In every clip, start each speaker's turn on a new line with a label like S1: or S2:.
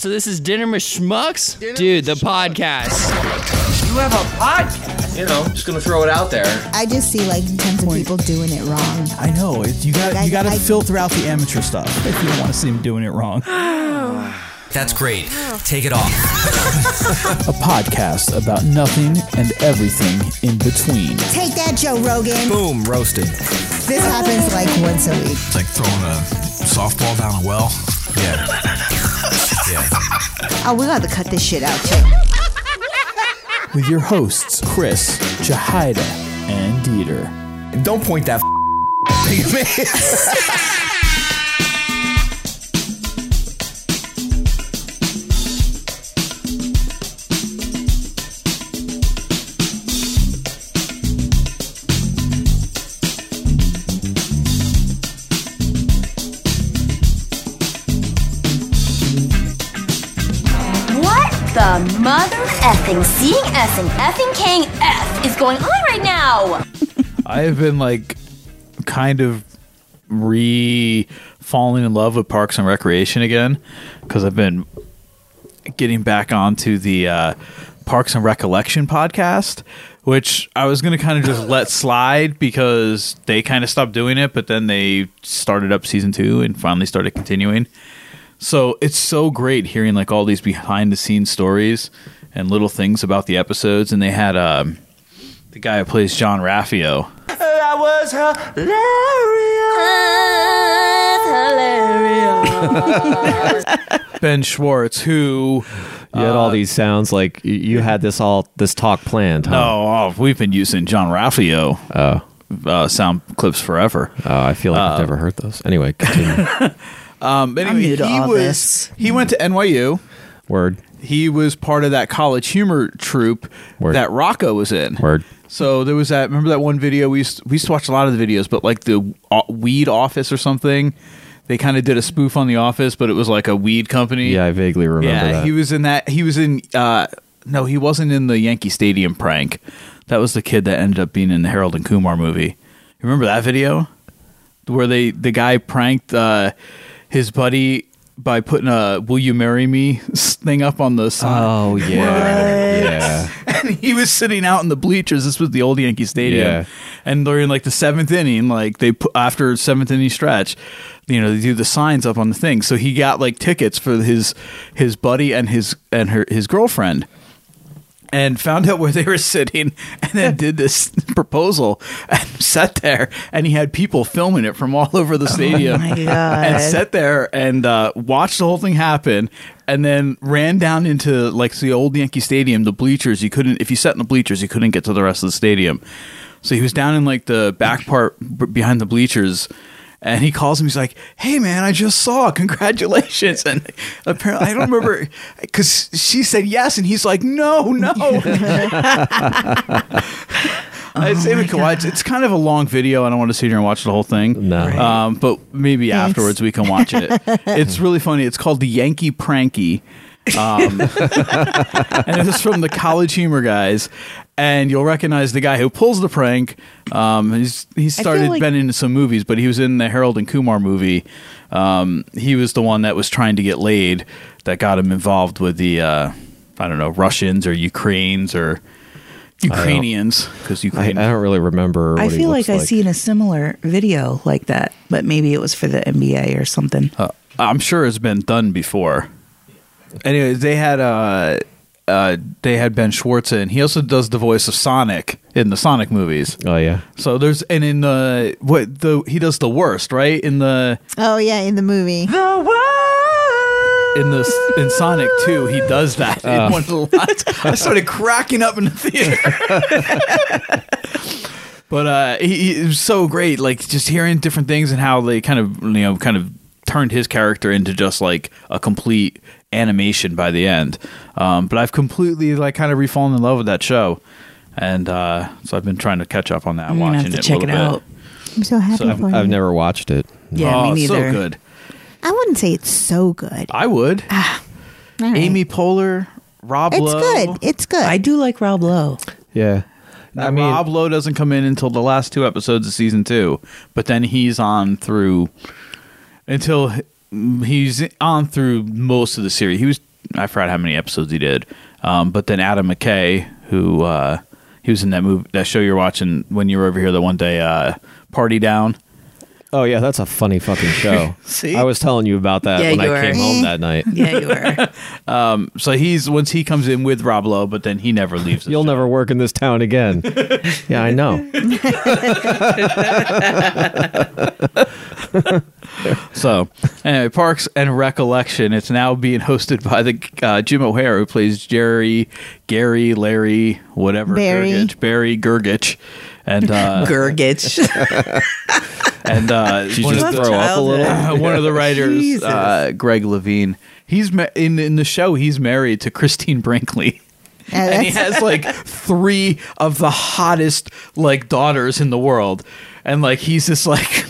S1: So this is Dinner with Schmucks, dude. The podcast.
S2: You have a podcast. You know, just gonna throw it out there.
S3: I just see like tons of people doing it wrong.
S4: I know. It, you got
S3: Like, I-
S4: you got to
S3: I-
S4: filter out the amateur stuff if you don't want to see him doing it wrong.
S5: That's great. Take it off.
S4: A podcast about nothing and everything in between.
S3: Take that, Joe Rogan.
S5: Boom, roasted.
S3: This happens like once a week.
S6: It's like throwing a softball down a well. Yeah. yeah.
S3: Oh, we got to cut this shit out too.
S4: With your hosts, Chris, Jahida, and Dieter.
S6: Don't point that thing at me.
S7: What the mother effing seeing us and effing king f is going on right now?
S4: I have been like kind of re falling in love with Parks and Recreation again because I've been getting back onto the uh, Parks and Recollection podcast, which I was going to kind of just let slide because they kind of stopped doing it, but then they started up season two and finally started continuing. So it's so great hearing like all these behind the scenes stories and little things about the episodes. And they had um, the guy who plays John Raffio. Ben Schwartz, who
S8: You had
S1: Uh,
S8: all these sounds like y- you had this all this talk planned. Huh?
S4: oh, oh, we've been using John Raffio
S3: Oh.
S4: uh, sound clips forever.
S8: Oh, I feel like
S1: Uh,
S8: I've never heard those. Anyway, continue.
S4: Um, but anyway,
S3: new to
S4: he
S3: all
S4: was
S3: this.
S4: he went to NYU.
S8: word,
S4: He was part of that college humor troupe
S8: Word.
S4: that Rocco was in.
S8: word.
S4: So there was that. Remember that one video we used, we used to watch a lot of the videos, but like the uh, Weed Office or something. They kind of did a spoof on The Office, but it was like a weed company.
S8: Yeah, I vaguely remember
S4: yeah,
S8: that.
S4: he was in that. He was in. uh No, he wasn't in the Yankee Stadium prank. That was the kid that ended up being in the Harold and Kumar movie. Remember that video where they the guy pranked uh, his buddy by putting a "Will you marry me" s- thing up on the sign,
S8: oh yeah, yeah.
S4: and he was sitting out in the bleachers. This was the old Yankee Stadium,
S8: Yeah.
S4: and during like the seventh inning, like they put after seventh inning stretch, you know they do the signs up on the thing. So he got like tickets for his his buddy and his and her his girlfriend, and found out where they were sitting, and then did this proposal and sat there, and he had people filming it from all over the stadium, and sat there and uh, watched the whole thing happen. And then ran down into like the old Yankee Stadium, the bleachers. You couldn't, if you sat in the bleachers, you couldn't get to the rest of the stadium. So he was down in like the back part b- behind the bleachers. And he calls him. He's like, "Hey, man, I just saw. Congratulations!" And apparently, I don't remember because she said yes, and he's like, "No, no." I say we can watch. It's kind of a long video. I don't want to sit here and watch the whole thing.
S8: No. Right.
S4: um, but maybe afterwards we can watch it. it's really funny. It's called the Yankee Pranky. and this is from the College Humor guys. And you'll recognize the guy who pulls the prank. Um, he's he started
S9: like-
S4: been in some movies, but he was in the Harold and Kumar movie. Um, he was the one that was trying to get laid that got him involved with the uh, I don't know Russians or Ukrainians or Ukrainians because
S8: I, I
S4: Ukraine.
S8: don't really remember. What
S9: I
S8: he
S9: feel
S8: looks
S9: like, I seen a similar video like that, but maybe it was for the NBA or something.
S4: Uh, I'm sure it's been done before. Anyways, they had uh, uh, they had Ben Schwartz in. He also does the voice of Sonic in the Sonic movies.
S8: Oh yeah,
S4: So there's and in the what the he does the worst right in the
S3: Oh yeah, in the movie.
S4: in the in Sonic 2 he does that in one of the lines. I started cracking up in the theater. but uh he, he it was so great like just hearing different things and how they kind of you know kind of turned his character into just like a complete animation by the end. Um but I've completely like kind of refallen in love with that show. And uh so I've been trying to catch up on that
S9: I'm gonna
S4: watching
S9: have to
S4: it a
S9: check it
S4: little
S9: out.
S4: bit.
S3: I'm so happy
S4: So I've-
S3: for you.
S8: I've never watched it.
S9: Yeah,
S4: oh,
S9: me neither.
S4: so good.
S3: I wouldn't say it's so good.
S4: I would.
S9: Ah,
S3: All right.
S4: Amy Poehler, Rob
S3: it's
S4: Lowe.
S3: good. It's good.
S9: I do like Rob Lowe.
S8: Yeah, I mean,
S4: Rob Lowe doesn't come in until the last two episodes of season two, but then he's on through until he's on through most of the series. He was I forgot how many episodes he did. Um, but then Adam McKay, who uh, he was in that movie, that show you're watching when you were over here the one day, uh, Party Down.
S8: Oh yeah, that's a funny fucking show.
S4: See?
S8: I was telling you about that
S9: Yeah,
S8: when
S9: you
S8: I came
S9: were.
S8: home that night.
S9: Yeah, you were.
S4: So he's once he comes in with Rob Lowe, but then he never leaves. the
S8: You'll
S4: show.
S8: never work in this town again. yeah, I know.
S4: So, anyway, Parks and Recollection. It's now being hosted by the uh, Jim O'Hare, who plays Jerry, Gary, Larry, whatever
S3: Barry.
S4: Gergich, Barry Gergich, and uh,
S9: Gergich.
S4: and uh, one,
S8: just
S4: of
S8: throw up a little.
S4: the, one of the writers,
S9: Jesus.
S4: uh, Greg Levine. He's ma- in in the show. He's married to Christine Brinkley.
S3: Yeah,
S4: and he
S3: that's-
S4: has like three of the hottest like daughters in the world, and like he's just like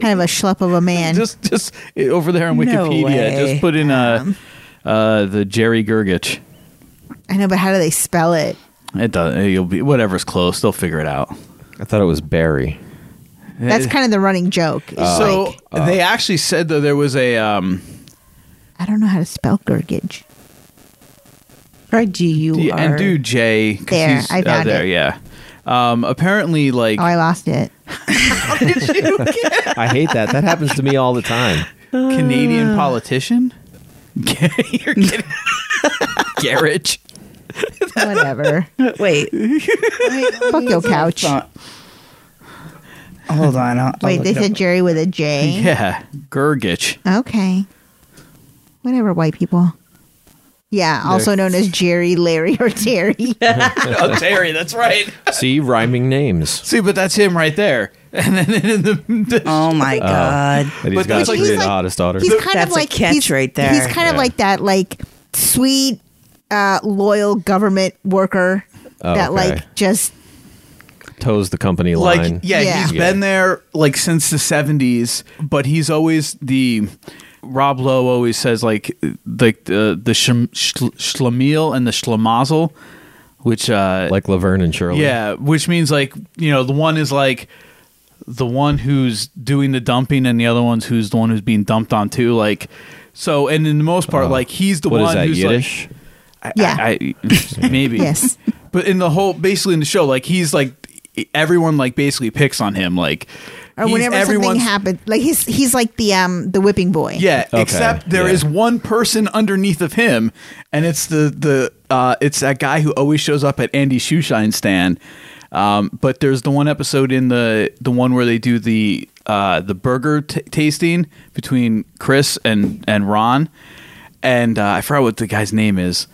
S3: kind of a schlep of a man.
S4: just just eh, over there on
S9: No
S4: Wikipedia,
S9: way.
S4: just put in uh, uh, the Jerry Gergich.
S3: I know, but how do they spell it?
S4: It does. eh, You'll be whatever's close. They'll figure it out.
S8: I thought it was Barry.
S3: That's kind of the running joke. It's
S4: so
S3: like,
S4: they actually said that there was a um,
S3: I don't know how to spell Gergage.
S9: Or G U R.
S4: and do J 'cause
S3: There,
S4: he's- uh,
S3: I found
S4: there,
S3: it.
S4: Yeah. Um, apparently, like
S3: Oh, I lost it.
S8: I hate that. That happens to me all the time.
S4: Canadian politician. You're kidding. Garrett.
S3: Whatever.
S9: Wait.
S3: Fuck your couch.
S9: Hold on. I'll,
S3: Wait, they said Jerry with a J.
S4: Yeah, Gergich.
S3: Okay. Whatever, white people. Yeah, also known as Jerry, Larry, or Terry.
S4: Oh, Terry. That's right.
S8: See, rhyming names.
S4: See, but that's him right there. And then in the, the
S9: Oh my
S4: Uh,
S9: God.
S8: And he's
S4: But
S8: got
S4: that's like-
S8: three of
S3: He's
S8: the
S3: like-
S8: hottest daughters.
S3: He's kind
S9: That's
S3: of
S9: a
S3: like
S9: catch
S3: he's-
S9: right there.
S3: He's kind of like that, like sweet, uh, loyal government worker
S9: Oh,
S3: that
S8: okay.
S3: like just
S8: toes the company line.
S4: like yeah,
S3: Yeah.
S4: he's been there like since the 70s but he's always the rob lowe always says like like the the schm- schl- schlemiel and the schlemazel which uh
S8: like Laverne and Shirley.
S4: yeah which means like you know the one is like the one who's doing the dumping and the other one's who's the one who's being dumped on too like so and in the most part like he's the
S8: Oh. What
S4: one
S8: is that
S4: who's like-
S8: Yiddish?
S3: yeah.
S4: I, maybe.
S3: Yes.
S4: But in the whole, basically in the show, like he's like everyone like basically picks on him, like
S3: or
S4: he's
S3: whenever something
S4: everyone's-
S3: happens, like he's he's like the um the whipping boy.
S4: Yeah,
S8: Okay,
S4: except there
S8: yeah.
S4: is one person underneath of him, and it's the the uh, it's that guy who always shows up at Andy Shoeshine stand. Um, but there's the one episode in the the one where they do the uh, the burger t- tasting between Chris and and Ron, and uh, I forgot what the guy's name is.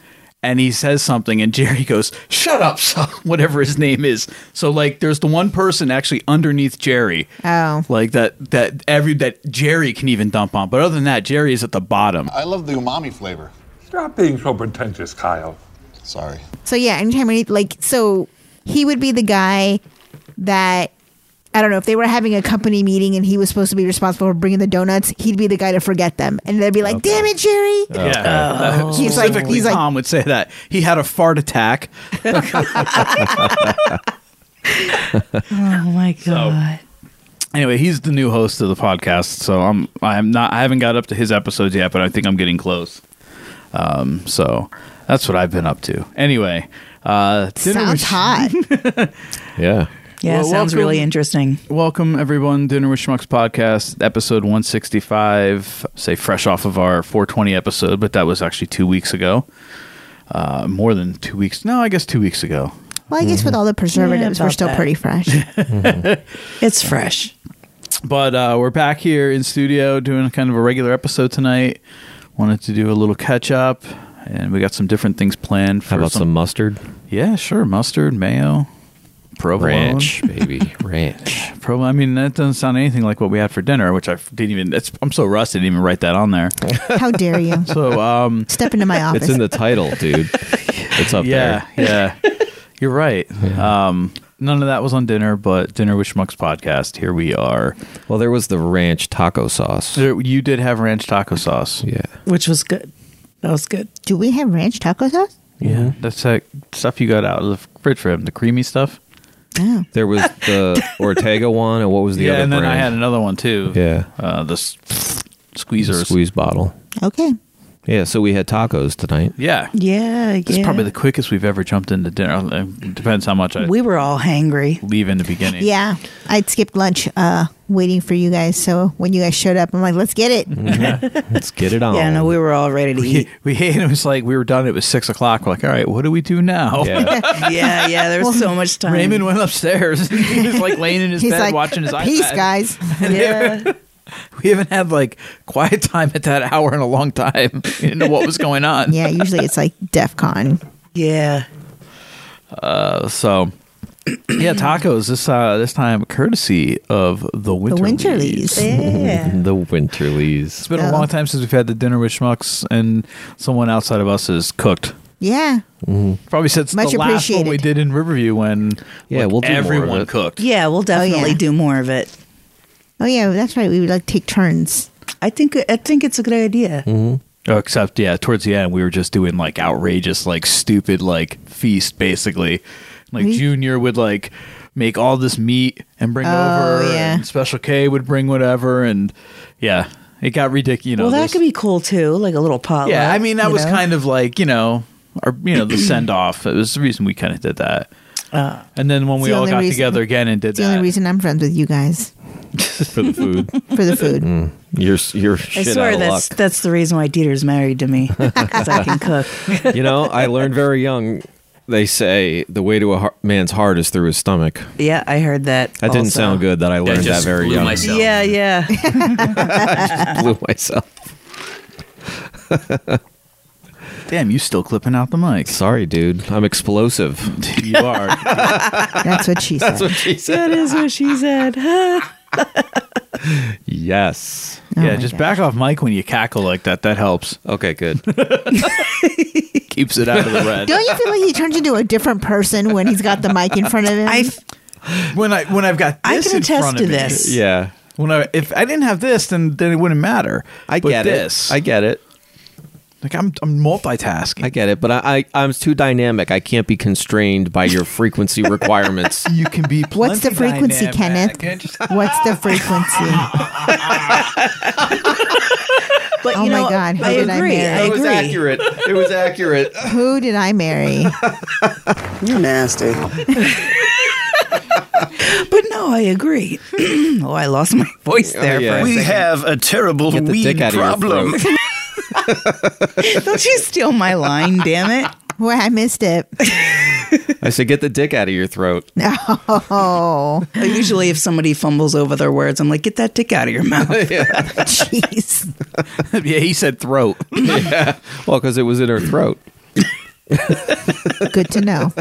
S4: And he says something, and Jerry goes, "Shut up, son," whatever his name is. So like, there's the one person actually underneath Jerry,
S3: Oh.
S4: like that that every that Jerry can even dump on. But other than that, Jerry is at the bottom.
S10: I love the umami flavor.
S11: Stop being so pretentious, Kyle.
S10: Sorry.
S3: So yeah, anytime any like so he would be the guy that I don't know if they were having a company meeting and he was supposed to be responsible for bringing the donuts, he'd be the guy to forget them, and they'd be like, "Damn it, Jerry!"
S4: Yeah, Uh,
S3: Oh. He's like-
S4: specifically
S3: he's like-
S4: Tom would say that he had a fart attack.
S9: oh my God.
S4: Anyway, he's the new host of the podcast, so I'm I'm not I haven't got up to his episodes yet, but I think I'm getting close. Um, so that's what I've been up to. Anyway, uh, dinner
S3: Sounds
S4: with-
S3: hot.
S8: Yeah.
S9: yeah,
S4: Well,
S9: sounds
S4: welcome.
S9: really interesting.
S4: Welcome everyone, Dinner with Schmucks podcast, episode 165. Say fresh off of our 420 episode, but that was actually two weeks ago. Uh, more than two weeks. No, I guess two weeks ago.
S3: well, I guess with all the preservatives,
S9: Yeah,
S3: we're
S9: about
S3: still
S9: that.
S3: pretty fresh.
S9: It's fresh.
S4: But uh, we're back here in studio doing kind of a regular episode tonight. Wanted to do a little catch up, and we got some different things planned. For
S8: How about some, mustard?
S4: Yeah, sure. Mustard, mayo, provolone.
S8: Ranch, baby. Ranch.
S4: Provo- I mean, that doesn't sound anything like what we had for dinner, which I f- didn't even. It's, I'm so rusty, I didn't even write that on there.
S3: How dare you
S4: So, um,
S3: step into my office?
S8: It's in the title, dude. It's up
S4: yeah, yeah. You're right. Um, none of that was on dinner, but Dinner with Schmucks podcast. Here we are.
S8: there. Well, there was the ranch taco sauce.
S4: There, you did have ranch taco sauce.
S8: Yeah.
S9: Which was good. That was good.
S3: Do we have ranch taco sauce?
S4: Yeah, that's that stuff you got out of the fridge for him, the creamy stuff.
S3: Oh,
S8: There was the Ortega one, and what was the
S4: yeah,
S8: other
S4: and then I
S8: brand?
S4: had another one too.
S8: Yeah.
S4: uh, the s-
S8: The
S4: squeezers.
S8: squeeze bottle.
S3: okay.
S8: Yeah, so we had tacos tonight.
S4: Yeah.
S9: Yeah,
S4: This
S9: yeah.
S4: is probably the quickest we've ever jumped into dinner. Uh, Depends how much I
S9: we were all hangry.
S4: leave in the beginning.
S3: Yeah, I skipped lunch, uh, waiting for you guys. So when you guys showed up, I'm like, let's get it.
S8: Let's get
S4: Oh.
S8: it on.
S9: Yeah, no, we were all ready to
S4: We,
S9: eat.
S4: we and it was like we were done. It was six o'clock. We're like, all right, what do we do now?
S8: Yeah.
S9: yeah, yeah. There was so much time.
S4: Raymond went upstairs. he was like laying in his
S3: Um, He's
S4: bed
S3: like,
S4: watching his iPad.
S3: peace, guys.
S9: Yeah.
S4: We haven't had like quiet time at that hour in a long time. We didn't know what was going on.
S3: yeah, usually it's like DEF CON.
S9: yeah.
S4: So yeah, tacos this uh, this time courtesy of the
S3: The
S4: winter.
S3: Winterlies.
S9: Yeah.
S8: The Winterlies.
S4: It's been a long time since we've had the dinner with schmucks, and someone outside of us has cooked.
S3: Yeah.
S4: Probably since
S3: Much
S4: the last one we
S3: appreciated.
S4: did in Riverview when
S8: Yeah,
S4: like,
S8: we'll do more of
S4: everyone
S8: it.
S4: cooked.
S9: Yeah, we'll definitely
S3: Oh, yeah.
S9: do more of it.
S3: Oh yeah, that's right. We would like take turns.
S9: I think I think it's a good idea.
S4: Oh, except yeah, towards the end we were just doing like outrageous, like stupid, like feast basically. Like
S3: We-
S4: Junior would like make all this meat and bring it
S3: Oh,
S4: over,
S3: yeah.
S4: and Special K would bring whatever, and yeah, it got ridiculous. You know,
S9: well, that
S4: there's-
S9: could be cool too, like a little potluck.
S4: yeah. I mean, that
S9: you
S4: was
S9: know?
S4: kind of like you know, our you know the send off. It was the reason we kind of did that. and then when
S3: Uh, It's
S4: we
S3: the
S4: all
S3: only
S4: got
S3: reason-
S4: together again and did
S3: It's the only
S4: that,
S3: reason I'm friends with you guys
S8: for the food.
S3: for the food.
S8: You're you're shit
S9: I
S8: out
S9: swear
S8: of
S9: that's
S8: luck.
S9: that's the reason why Dieter's married to me because I can cook.
S8: you know, I learned very young. They say the way to a har- man's heart is through his stomach.
S9: Yeah, I heard that.
S8: That
S9: also.
S8: didn't sound good. That I learned that
S5: just
S8: very
S5: blew
S8: young.
S5: my- So-
S9: Yeah, yeah.
S8: blew myself.
S4: damn, you still clipping out the mics.
S8: Sorry, dude. I'm explosive.
S4: you are.
S3: That's what she said.
S8: she
S9: that is what she said.
S8: Yes.
S3: Oh
S4: yeah,
S3: my
S4: just
S3: gosh.
S4: back off mic when you cackle like that. That helps.
S8: Okay, good.
S4: Keeps it out of the red.
S3: Don't you feel like he turns into a different person when he's got the mic in front of him?
S9: I
S4: when I when I've got
S9: I
S4: this
S9: can
S4: in
S9: attest
S4: front
S9: to
S4: of me-
S9: this.
S8: Yeah.
S4: When I if I didn't have this, then then it wouldn't matter.
S8: I
S4: But
S8: get
S4: this,
S8: it. I get it.
S4: like I'm I'm multitasking.
S8: I get it. But I, I I'm too dynamic. I can't be constrained by your frequency requirements.
S4: you can be.
S3: What's the
S4: plenty
S3: frequency,
S4: dynamic.
S3: Kenneth? What's the frequency?
S9: But
S3: Oh
S9: you
S3: my
S9: know,
S3: God, who
S9: I
S3: did I
S9: agree.
S3: marry?
S9: I
S3: That
S9: agree.
S8: It was accurate.
S3: Who did I marry?
S12: You're nasty.
S9: But no, I agree. oh, I lost my voice there
S8: yeah.
S9: for a
S8: We
S9: second.
S12: have a terrible
S8: Get the dick out of your throat.
S9: Don't you steal my line, damn it.
S3: Boy, I missed it.
S8: I said, get the dick out of your throat.
S3: Oh,
S9: Usually if somebody fumbles over their words, I'm like, get that dick out of your mouth.
S3: jeez.
S4: yeah, he said throat.
S8: Well, because it was in her throat.
S3: Good to know.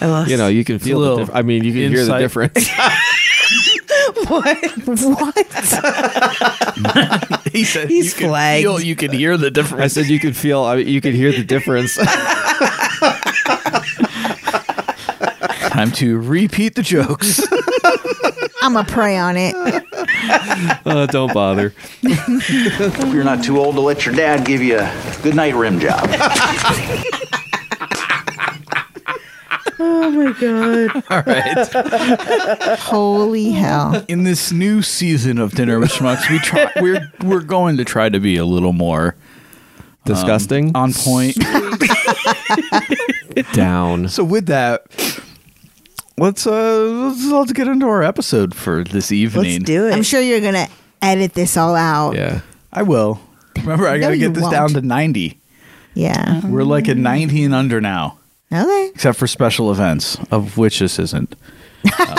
S9: I lost
S8: You know, you can feel the
S4: little
S8: difference. I mean, you can hear the
S4: insight.
S8: difference.
S3: What?
S4: He said
S9: He's
S4: you
S9: flagged.
S4: Can feel, you can hear the
S8: I
S4: difference.
S8: said, you could feel, I mean, you could hear the difference.
S4: Time to repeat the jokes.
S3: I'm going to pray on it.
S8: Uh, don't bother.
S12: You're not too old to let your dad give you a good night rim job.
S9: Oh,
S3: Holy hell.
S4: in this new season of Dinner with Schmucks, we try we're we're going to try to be a little more
S8: Disgusting.
S4: on point.
S8: down.
S4: so with that. Let's uh let's, let's get into our episode for this evening.
S9: Let's do it.
S3: I'm sure you're going to edit this all out.
S8: Yeah.
S4: I will. Remember, I
S3: No,
S4: gotta
S3: you
S4: get this
S3: won't.
S4: down to ninety.
S3: Yeah.
S4: We're like at ninety and under now,
S3: Okay.
S4: except for special events, of which this isn't.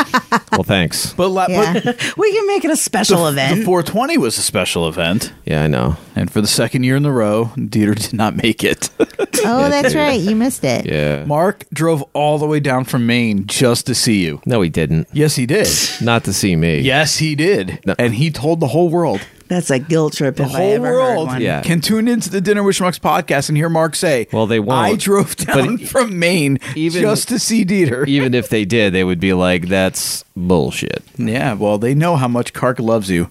S8: Well, thanks.
S4: But, la-
S3: Yeah.
S4: but
S9: we can make it a special
S4: the
S9: event.
S4: four twenty was a special event,
S8: Yeah, I know.
S4: and for the second year in a row, Dieter did not make it.
S3: Oh, that's right. You missed it.
S8: Yeah.
S4: Mark drove all the way down from Maine just to see you.
S8: No, he didn't.
S4: Yes, he did.
S8: Not to see me.
S4: yes, he did.
S8: No.
S4: And he told the whole world.
S9: That's a guilt trip
S4: The
S9: if I
S4: whole
S9: ever heard
S4: world
S9: one.
S8: Yeah.
S4: can tune into the Dinner with Schmucks podcast and hear Mark say,
S8: Well, they won't,
S4: I drove down
S8: but- e-"
S4: from Maine
S8: Even- e-,
S4: just to see Dieter.
S8: Even if they did, they would be like, that's bullshit.
S4: Yeah, well, they know how much Kark loves you,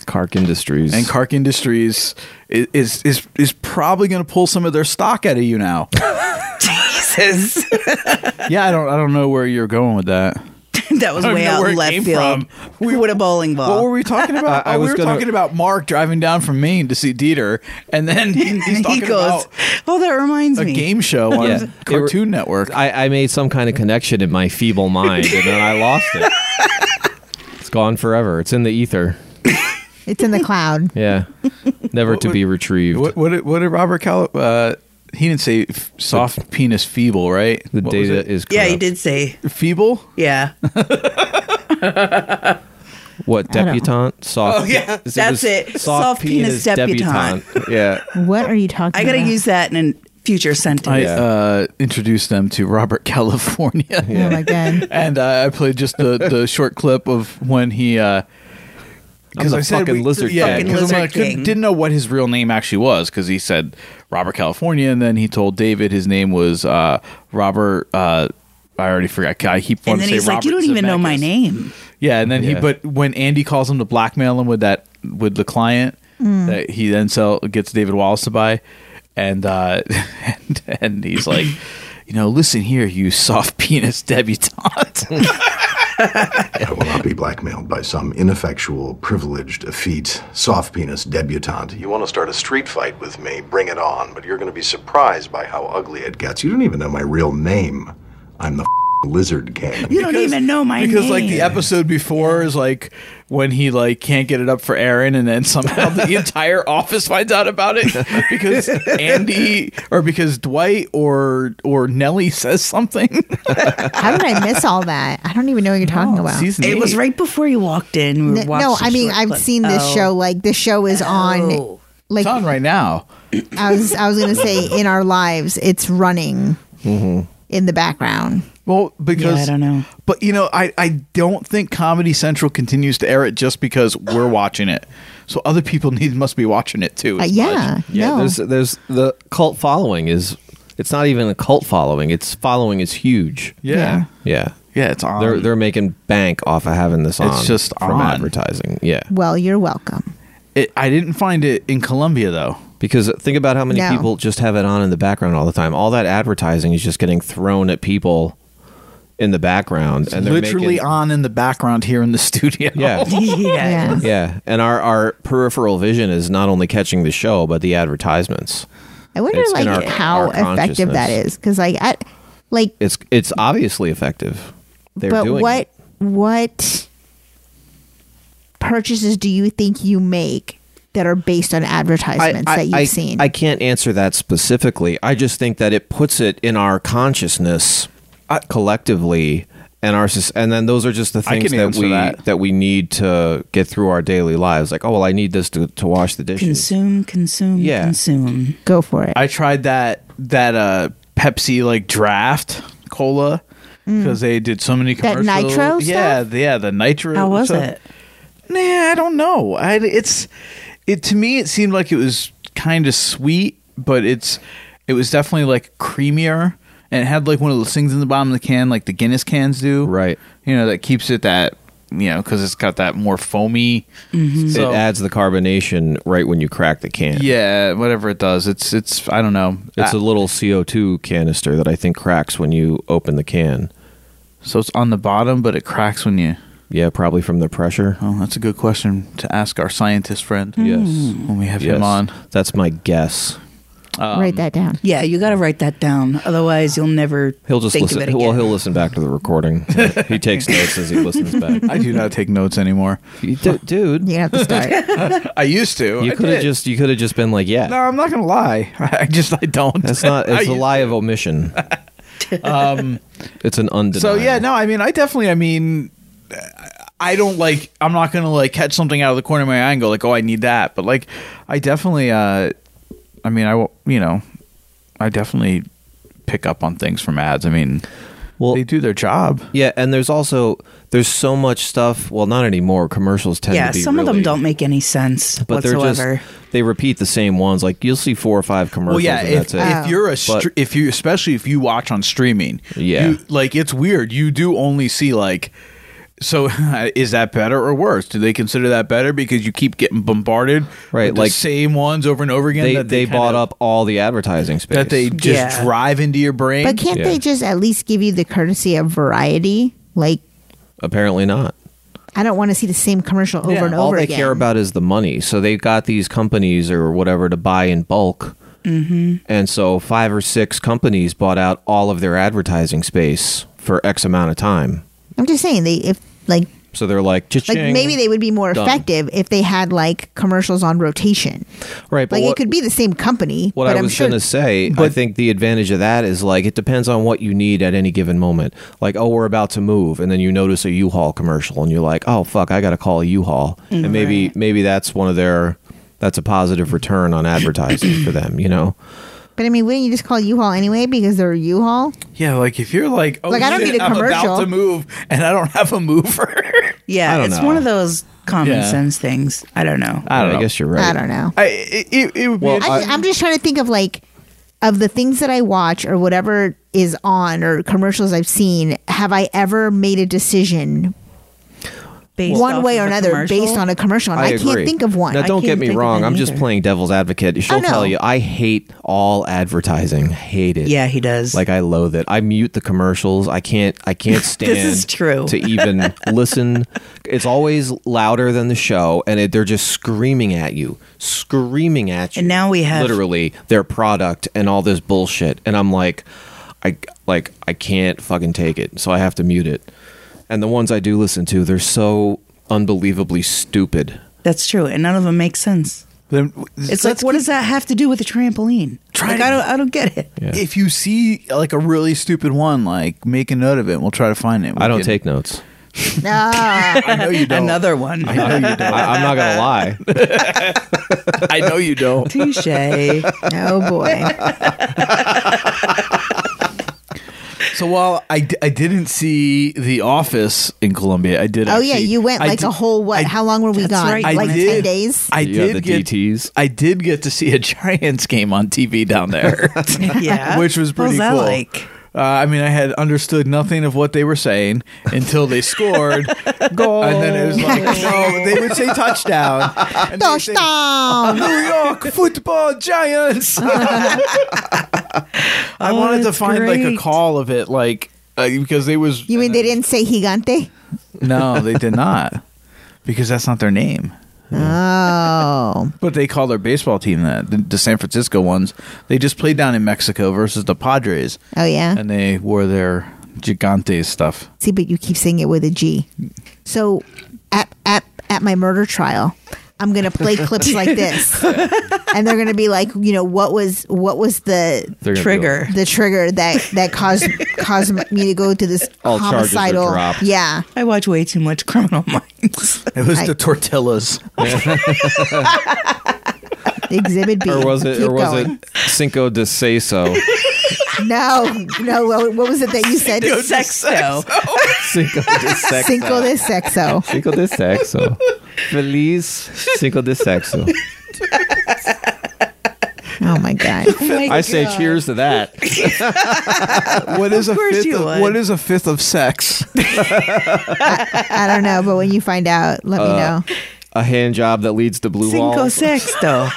S8: Kark Industries.
S4: and Kark Industries is is is, is probably going to pull some of their stock out of you now.
S9: Jesus.
S4: yeah, I don't I don't know where you're going with that.
S9: that was
S4: I don't
S9: way
S4: know
S9: out
S4: where it
S9: left
S4: came
S9: field. We would a bowling ball.
S4: What were we talking about?
S9: I
S4: Oh,
S9: was
S4: we were
S9: gonna-
S4: talking about Mark driving down from Maine to see Dieter, and then he's
S9: he
S4: talking
S9: goes,
S4: about
S9: "Oh, that reminds
S4: a
S9: me."
S4: game show on
S8: Yeah.
S4: Cartoon Network.
S8: I, I made some kind of connection in my feeble mind, and then I lost it. It's gone forever. It's in the ether.
S3: It's in the cloud.
S8: Yeah, never to be retrieved.
S4: What what did, what did Robert Cal? Uh, he didn't say f- soft penis feeble, right? The
S8: data is
S9: yeah, you did say
S4: feeble.
S9: Yeah,
S8: What
S9: I don't-
S8: debutante? Soft.
S9: Oh, yeah.
S8: was
S9: That's it. Soft penis debutante.
S8: yeah.
S3: What are you talking?
S9: I gotta
S3: about?
S9: use that in a future sentence.
S4: I uh, introduced them to Robert California.
S3: Oh my god.
S4: and uh, I played just the, the short clip of when he. uh 'cause
S8: the
S4: I said
S8: fucking Lizard
S4: yeah,
S8: King.
S4: 'cause I'm
S8: Lizard
S4: like, couldn't-
S8: King.
S4: didn't know what his real name actually was because he said Robert California, and then he told David his name was uh, Robert. Uh, I already forgot. I keep
S9: and then
S4: wanting to say
S9: he's
S4: Robert
S9: like, "You don't even know my
S4: Zemeckis."
S9: name."
S4: Yeah, and then he
S8: Yeah.
S4: but when Andy calls him to blackmail him with that with the client
S9: Mm.
S4: that he then sell gets David Wallace to buy, and uh, and, and he's like, you know, listen here, you soft penis debutante.
S13: I will not be blackmailed by some ineffectual, privileged, effete, soft penis debutante. You want to start a street fight with me? Bring it on. But you're going to be surprised by how ugly it gets. You don't even know my real name. I'm the lizard king.
S9: You don't even know my
S4: because
S9: name.
S4: like the episode before is like when he like can't get it up for Aaron, and then somehow the entire office finds out about it because Andy or because Dwight or or Nellie says something.
S3: How did I miss all that? I don't even know what you're talking about.
S4: season
S9: Oh, it was
S4: eight.
S9: right before you walked in. We
S3: N- no, I mean I've seen this
S8: oh.
S9: Oh.
S3: show. Like this show is on. Like
S4: it's on right now.
S3: I was, I was gonna say in our lives, it's running
S8: Mm-hmm.
S3: in the background.
S4: Well, because
S9: I don't know.
S4: But you know, I I don't think Comedy Central continues to air it just because we're watching it. So other people need must be watching it too.
S3: Uh,
S4: as
S3: yeah,
S4: much.
S8: Yeah,
S3: no.
S8: there's there's the cult following is it's not even a cult following. Its following is huge.
S4: Yeah.
S8: Yeah.
S4: Yeah, it's on.
S8: They're they're making bank off of having this on.
S4: just
S8: from
S4: on.
S8: advertising. Yeah.
S3: Well, you're welcome.
S4: It, I didn't find it in Colombia though.
S8: Because think about how many
S3: No.
S8: people just have it on in the background all the time. All that advertising is just getting thrown at people in the background and they're
S4: literally
S8: making,
S4: on in the background here in the studio.
S8: Yeah.
S9: yeah.
S8: Yeah, and our our peripheral vision is not only catching the show but the advertisements.
S3: I wonder
S8: It's
S3: like
S8: in our-
S3: how
S8: our
S3: effective that
S8: consciousness.
S3: is because like I like
S8: It's it's obviously effective. They're
S3: but
S8: doing
S3: what
S8: it.
S3: what purchases do you think you make that are based on advertisements that you've
S8: I,
S3: seen?
S8: I can't answer that specifically. I just think that it puts it in our consciousness uh, collectively, and our soc- and then those are just the
S4: I
S8: things
S4: can
S8: that
S4: answer
S8: we
S4: that.
S8: we need to get through our daily lives. Like, oh well, I need this to, to wash the dishes.
S9: Consume, consume,
S8: Yeah.
S9: consume.
S3: Go for it.
S4: I tried that that uh Pepsi like draft cola
S9: Mm.
S4: because they did so many
S3: That
S4: commercials.
S3: nitro
S4: yeah, the- yeah, the nitro.
S9: How was
S4: stuff.
S9: it?
S4: Nah, I don't know. I it's it to me it seemed like it was kind of sweet, but it's it was definitely like creamier and it had like one of those things in the bottom of the can like the Guinness cans do.
S8: Right.
S4: You know that keeps it that you know cuz it's got that more foamy
S9: Mm-hmm.
S4: so-
S8: it adds the carbonation right when you crack the can.
S4: yeah, whatever it does. It's it's I don't know.
S8: It's
S4: I-
S8: a little CO2 canister that I think cracks when you open the can.
S4: So it's on the bottom, but it cracks when you.
S8: Yeah, probably from the pressure.
S4: Oh, that's a good question to ask our scientist friend.
S8: Yes.
S4: When we have
S8: Yes.
S4: him on.
S8: That's my guess.
S3: Write that
S8: um,
S3: down.
S9: Yeah, you got to write that down. Otherwise, you'll never
S8: He'll just
S9: think
S8: listen.
S9: of it
S8: Well,
S9: again.
S8: he'll listen back to the recording. he takes notes as he listens back.
S4: I do not take notes anymore.
S8: You d- dude,
S3: You have to start.
S4: I used to.
S8: you
S4: I
S8: could have
S4: did.
S8: just you could have just been like, yeah.
S4: No, I'm not going to lie. I just, I don't.
S8: That's not.
S4: I
S8: It's a
S4: used-
S8: lie of omission.
S4: Um,
S8: It's an undeniable.
S4: so, yeah, no, I mean, I definitely, I mean, I don't like, I'm not going to like catch something out of the corner of my eye and go, like, oh, I need that. But, like, I definitely, uh, I mean, I will, you know, I definitely pick up on things from ads. I mean,
S8: Well-
S4: well, they do their job.
S8: Yeah, and there's also there's so much stuff. Well, not anymore. Commercials tend
S9: yeah,
S8: to be
S9: some of them
S8: really-
S9: don't make any sense
S8: But they're
S9: whatsoever.
S8: just they repeat the same ones. Like you'll see four or five commercials. and
S4: if,
S8: that's it.
S4: if you're a
S8: But-
S4: str- if you especially if you watch on streaming,
S8: Yeah.
S4: you, like it's weird. You do only see like. So is that better or worse? Do they consider that better because you keep getting bombarded,
S8: Right,
S4: with the
S8: like-
S4: same ones over and over again?
S8: they,
S4: that
S8: they,
S4: kinda-
S8: bought up all the advertising space
S4: that they just
S9: Yeah.
S4: drive into your brain.
S3: But can't
S8: Yeah.
S3: they just at least give you the courtesy of variety? Like
S8: Apparently not.
S3: I don't want to see the same commercial over and over
S8: All they
S3: again.
S8: care about is the money. So they've got these companies or whatever to buy in bulk.
S3: Mhm.
S8: And so five or six companies bought out all of their advertising space for X amount of time.
S3: I'm just saying they if like
S8: So they're like,
S3: like maybe they would be more
S8: Done.
S3: effective if they had like commercials on rotation.
S8: Right, but
S3: like
S8: what-
S3: it could be the same company.
S8: What
S3: but
S8: I
S3: am
S8: was
S3: sure
S8: going to say, I think the advantage of that is like it depends on what you need at any given moment. Like, oh, we're about to move, and then you notice a U-Haul commercial, and you're like, oh fuck, I got to call a U-Haul,
S14: Mhm.
S3: Mm-hmm.
S8: and maybe maybe that's one of their that's a positive return on advertising for them, you know?
S3: But I mean, wouldn't you just call U-Haul anyway because they're U-Haul?
S4: Yeah, like if you're like, oh,
S3: Like, I don't
S4: shit,
S3: need a
S4: I'm
S3: commercial.
S4: about to move and I don't have a mover.
S9: Yeah, it's one of those common
S4: Yeah. Uh,
S9: sense things. I don't know.
S8: I don't know. I guess you're right.
S3: I don't know.
S4: I, it, it, it would be.
S3: I, am just trying to think of like of the things that I watch or whatever is on or commercials I've seen. Have I ever made a decision?
S9: Based
S3: one
S9: off
S3: way
S9: of
S3: or
S9: a
S3: another,
S9: commercial?
S3: based on a commercial, and I, can't
S8: agree.
S3: think of one.
S8: Now, don't get me wrong. I'm just playing devil's advocate. She'll
S3: Oh, no.
S8: tell you I hate all advertising. Hate it.
S9: Yeah, he does.
S8: Like I loathe it. I mute the commercials. I can't. I can't stand.
S9: is true.
S8: To even listen, it's always louder than the show, and it, they're just screaming at you, screaming at you.
S9: And now we have-
S8: literally their product and all this bullshit, and I'm like, I like I can't fucking take it, so I have to mute it. And the ones I do listen to, they're so unbelievably stupid.
S9: That's true, and none of them make sense.
S4: Then
S9: It's like, what does that have to do with a trampoline? Like, I don't, I don't get it.
S4: If you see like a really stupid one, like make a note of it. and We'll try to find it. I
S8: don't take notes.
S3: Ah,
S4: I know you don't.
S9: Another one.
S4: I know you don't.
S8: I, am not gonna lie.
S4: I know you don't.
S9: Touche.
S3: Oh boy.
S4: So while I, d- I didn't see The Office in Columbia, I did.
S3: Oh yeah,
S4: actually-
S3: you went
S4: I
S3: like
S4: did-
S3: a whole what? how long were we gone?
S4: I
S3: Like ten
S4: did-
S3: days.
S4: I
S8: You have
S4: did
S8: the
S4: get DTS. I did get to see a Giants game on TV down there.
S9: Yeah.
S4: which was
S9: What was
S4: pretty
S9: that
S4: cool.
S9: like?
S4: Uh, I mean, I had understood nothing of what they were saying until they scored, goal, and then it was like, no, they would say touchdown, and
S3: Oh,
S4: they'd say,
S3: Touchdown.
S4: New York football Giants. I wanted to
S3: Oh, that's
S4: find like
S3: great.
S4: a call of it, like uh, because they was
S3: You mean they didn't say gigante?
S4: no, they did not, because that's not their name.
S3: Oh,
S4: But they call their baseball team that the, the San Francisco ones. They just played down in Mexico versus the Padres.
S3: Oh, yeah?
S4: and they wore their Gigantes stuff.
S3: See, but you keep saying it with a G. So at at at my murder trial, I'm gonna play clips like this, and they're gonna be like, you know, what was what was the
S9: They're gonna be Trigger. like-
S3: the trigger that that caused caused me to go to this
S9: All charges are
S3: homicidal?
S9: dropped.
S3: Yeah,
S9: I watch way too much Criminal Minds.
S4: It was
S3: I-
S4: the tortillas.
S3: Exhibit B.
S8: or was it?
S3: Keep
S8: Or was
S3: going.
S8: it Cinco de Seso?
S3: No, no. What what was it that you said?
S9: Sexo.
S8: Cinco de Sexo.
S3: Cinco de sexo.
S8: Cinco de Sexo. Feliz Cinco de Sexo.
S3: Oh my god!
S8: I say cheers to that.
S4: what is a
S3: course
S4: fifth?
S3: you
S4: Of,
S3: would.
S4: what is a fifth of sex?
S3: I don't know, but when you find out, let me
S8: Uh,
S3: know.
S8: A hand job that leads to blue
S3: Cinco
S8: balls.
S9: sexto.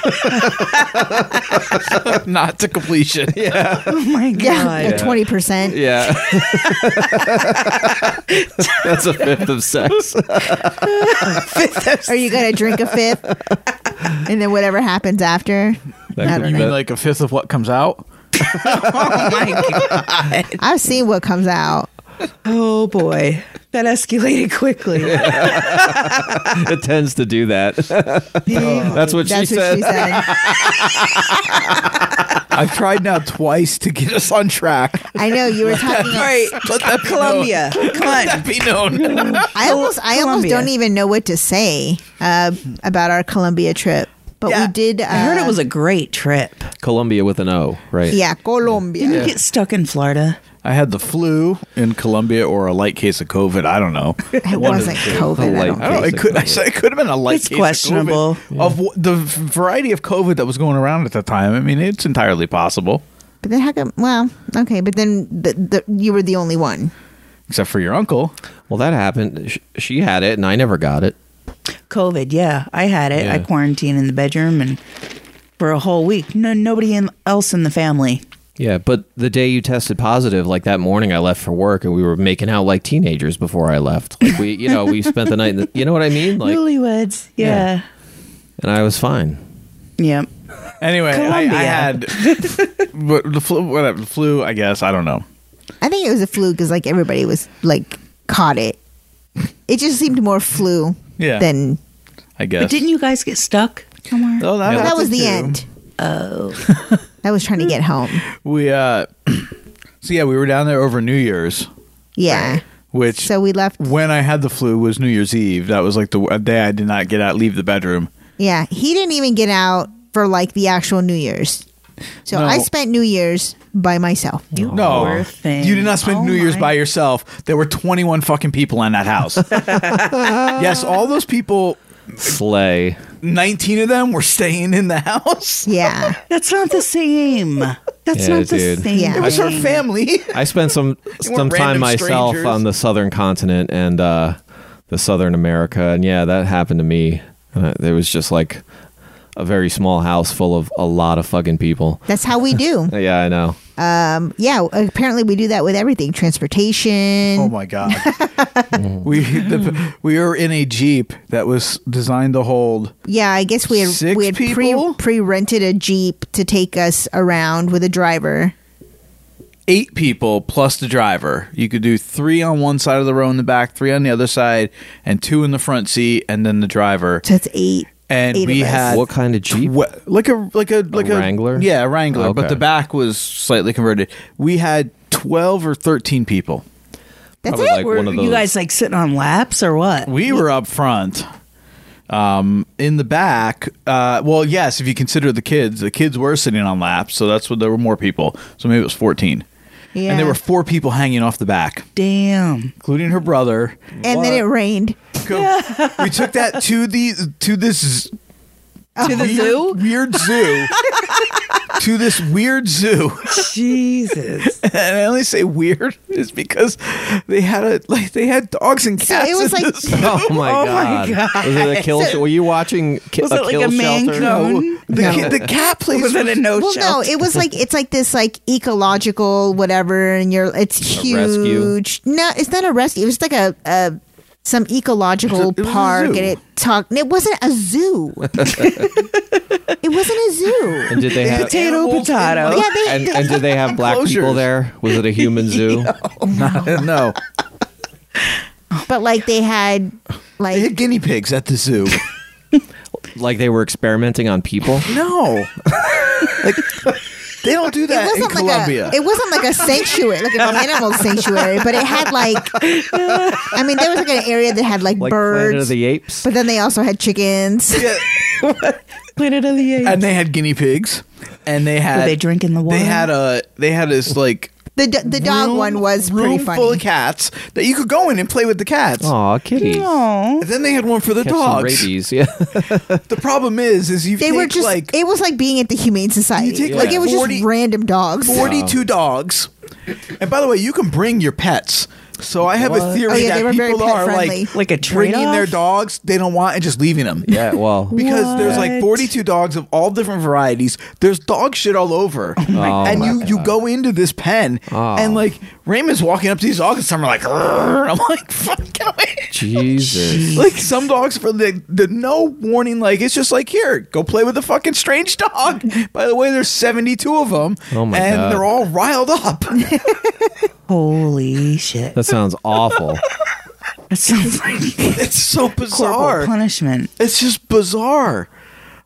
S4: Not to completion.
S8: Yeah.
S9: Oh my god.
S3: Yeah,
S8: God.
S3: twenty percent.
S8: Yeah. That's a fifth of sex.
S3: Are you gonna drink a fifth, and then whatever happens after? I don't
S4: you
S3: know.
S4: mean like a fifth of what comes out?
S3: I've seen what comes out.
S9: Oh boy, that escalated quickly.
S8: it tends to do that. That's what
S9: That's
S8: she
S9: what
S8: said.
S9: she
S4: I've tried now twice to get us on track.
S3: I know you were talking.
S9: right, Columbia.
S4: Let
S9: Come on.
S4: that be known.
S3: I almost, I almost
S9: Columbia.
S3: don't even know what to say uh, about our Columbia trip, but we did. Uh, I
S9: heard it was a great trip.
S8: Columbia with an O, right?
S3: yeah, Colombia.
S9: Didn't you get stuck in Florida?
S4: I had the flu in Colombia or a light case of COVID. I don't know.
S3: It
S4: One of
S3: wasn't
S4: the two.
S3: COVID, I
S4: I
S3: don't
S4: don't
S3: think.
S4: it could. I said it could have been a light.
S9: It's
S4: case
S9: questionable.
S4: of, COVID. Of w- the v- variety of COVID that was going around at the time. I mean, it's entirely possible,
S3: But then how come? Well, okay, but then the, the, you were the only one.
S4: except for your uncle.
S8: Well, that happened. Sh- She had it, and I never got it.
S9: COVID, yeah, I had it. I
S8: Yeah.
S9: quarantined in the bedroom and for a whole week. No, nobody in, else in the family.
S8: Yeah, but the day you tested positive, like that morning, I left for work and we were making out like teenagers before I left. Like we, you know, we spent the night. In the, you know what I mean? Like,
S9: Newlyweds. Yeah.
S8: and I was fine.
S9: Yeah.
S4: Anyway, I, I
S9: Colombia.
S4: had what, the flu, whatever the flu. I guess I don't know.
S3: I think it was a flu because like everybody was like caught it. It just seemed more flu
S4: Yeah.
S3: than
S4: I guess.
S9: But didn't you guys get stuck somewhere?
S4: Oh,
S3: that, was the end.
S9: Oh.
S3: I was trying to get home.
S4: We uh, so yeah, we were down there over New Year's,
S3: Yeah.
S4: which
S3: So we left.
S4: when I had the flu was New Year's Eve. That was like the w- day I did not get out, leave the bedroom.
S3: Yeah. He didn't even get out for like the actual New Year's. So
S4: No.
S3: I spent New Year's by myself.
S4: no, you did not spend New Year's by yourself. There were twenty-one fucking people in that house. yes, all those people,
S8: Slay.
S4: nineteen of them were staying in the house.
S3: Yeah,
S9: that's not the same. That's
S8: Yeah,
S9: not the
S8: dude.
S9: same.
S8: Yeah. It was
S4: her family.
S8: I spent some some
S4: weren't
S8: time
S4: random
S8: myself
S4: strangers.
S8: on the southern continent and uh, the southern America, and yeah, that happened to me. Uh, there was just like a very small house full of a lot of fucking people.
S3: That's how we do.
S8: Yeah, I know.
S3: Um, yeah, apparently we do that with everything transportation.
S4: Oh my god. we the, we were in a jeep that was designed to hold.
S3: Yeah, I guess we had
S4: Six
S3: we had pre pre rented a jeep to take us around with a driver.
S4: eight people plus the driver. You could do three on one side of the row in the back, three on the other side, and two in the front seat, and then the driver.
S3: So it's eight.
S4: And
S3: eight
S4: we
S3: of us.
S4: had
S8: What kind of jeep?
S4: like a like a like a,
S8: Wrangler?
S4: Yeah, a Wrangler, but
S8: Okay.
S4: the back was slightly converted. We had twelve or thirteen people.
S3: That's
S4: Probably it? like
S9: Were
S4: one of
S9: you
S4: those-
S9: guys like sitting on laps or what?
S4: We were up front. Um, in the back, uh, well, yes, if you consider the kids, the kids were sitting on laps, so that's what there were more people. So maybe it was fourteen,
S3: Yeah.
S4: and there were four people hanging off the back,
S9: damn,
S4: including her brother.
S3: and then it rained.
S4: we took that to the to this
S9: To the
S4: weird,
S9: zoo?
S4: weird zoo to this weird zoo
S9: jesus
S4: and i only say weird is because they had a like they had dogs and
S3: So
S4: cats
S3: it was
S4: in
S3: like-
S4: this zoo.
S8: Oh my god! Was it a kill?
S3: So-
S8: were you watching? Ki-
S9: Was
S8: a
S9: it like
S8: kill
S9: a man
S8: shelter?
S9: coon?
S4: the, ki- the cat place
S9: Was it a no
S3: well, no,
S9: shelter?
S3: it was like it's like this like ecological whatever, and you're it's
S8: rescue?
S3: huge. No, it's not a rescue. It was like a, a some ecological
S4: It was a
S3: park,
S4: zoo.
S3: and it talked. It wasn't a zoo. it wasn't a zoo.
S8: And did they have?
S9: potato potato.
S3: Yeah, they,
S8: And, and did they have black people
S4: Enclosures.
S8: there? Was it a human zoo?
S4: no
S3: but like they had
S4: they
S3: like
S4: had guinea pigs at the zoo
S8: Like they were experimenting on people?
S4: no like they don't do that in
S3: it wasn't like
S4: colombia
S3: a it wasn't like a sanctuary, like an animal sanctuary, but it had like I mean there was like an area that had like,
S8: Like Planet of
S3: birds,
S8: the Apes?
S3: but then they also had chickens.
S9: Planet of the Apes.
S4: and they had guinea pigs and they had
S9: they drinking the
S4: they
S9: wine?
S4: had a they had this like
S3: The do- the dog one was
S4: room
S3: pretty funny.
S4: full of cats that you could go in and play with the cats.
S8: Aw, kitties.
S9: oh,
S4: And then they had one for the
S8: Catch some
S4: dogs.
S8: rabies. Yeah.
S4: The problem is, is you
S3: they
S4: take
S3: were just
S4: like
S3: it was like being at the humane society.
S4: You take,
S3: like,
S4: like,
S3: it was
S4: 40
S3: just random dogs.
S4: forty-two dogs. And by the way, you can bring your pets. So I have a theory
S3: Oh, yeah, they were
S4: that
S3: very
S4: people
S3: pet
S4: are
S3: friendly.
S4: like
S9: Like a
S4: bringing their
S9: trade-off?
S4: dogs they don't want and just leaving them.
S8: yeah. Well.
S4: Because there's like
S9: What?
S4: 42 dogs of all different varieties. There's dog shit all over.
S9: Oh
S4: and you, you go into this pen and like Raymond's walking up to these dogs and some are like, "Grrr." I'm like, fuck, get away.
S8: Jesus.
S4: Like some dogs for the, the no warning, like it's just like here, go play with the fucking strange dog. By the way, there's 72 of them,
S8: Oh my
S4: and
S8: God.
S4: they're all riled up.
S9: holy shit!
S8: That sounds awful.
S9: That sounds like
S4: it's so
S9: corporal
S4: bizarre.
S9: punishment.
S4: It's just bizarre.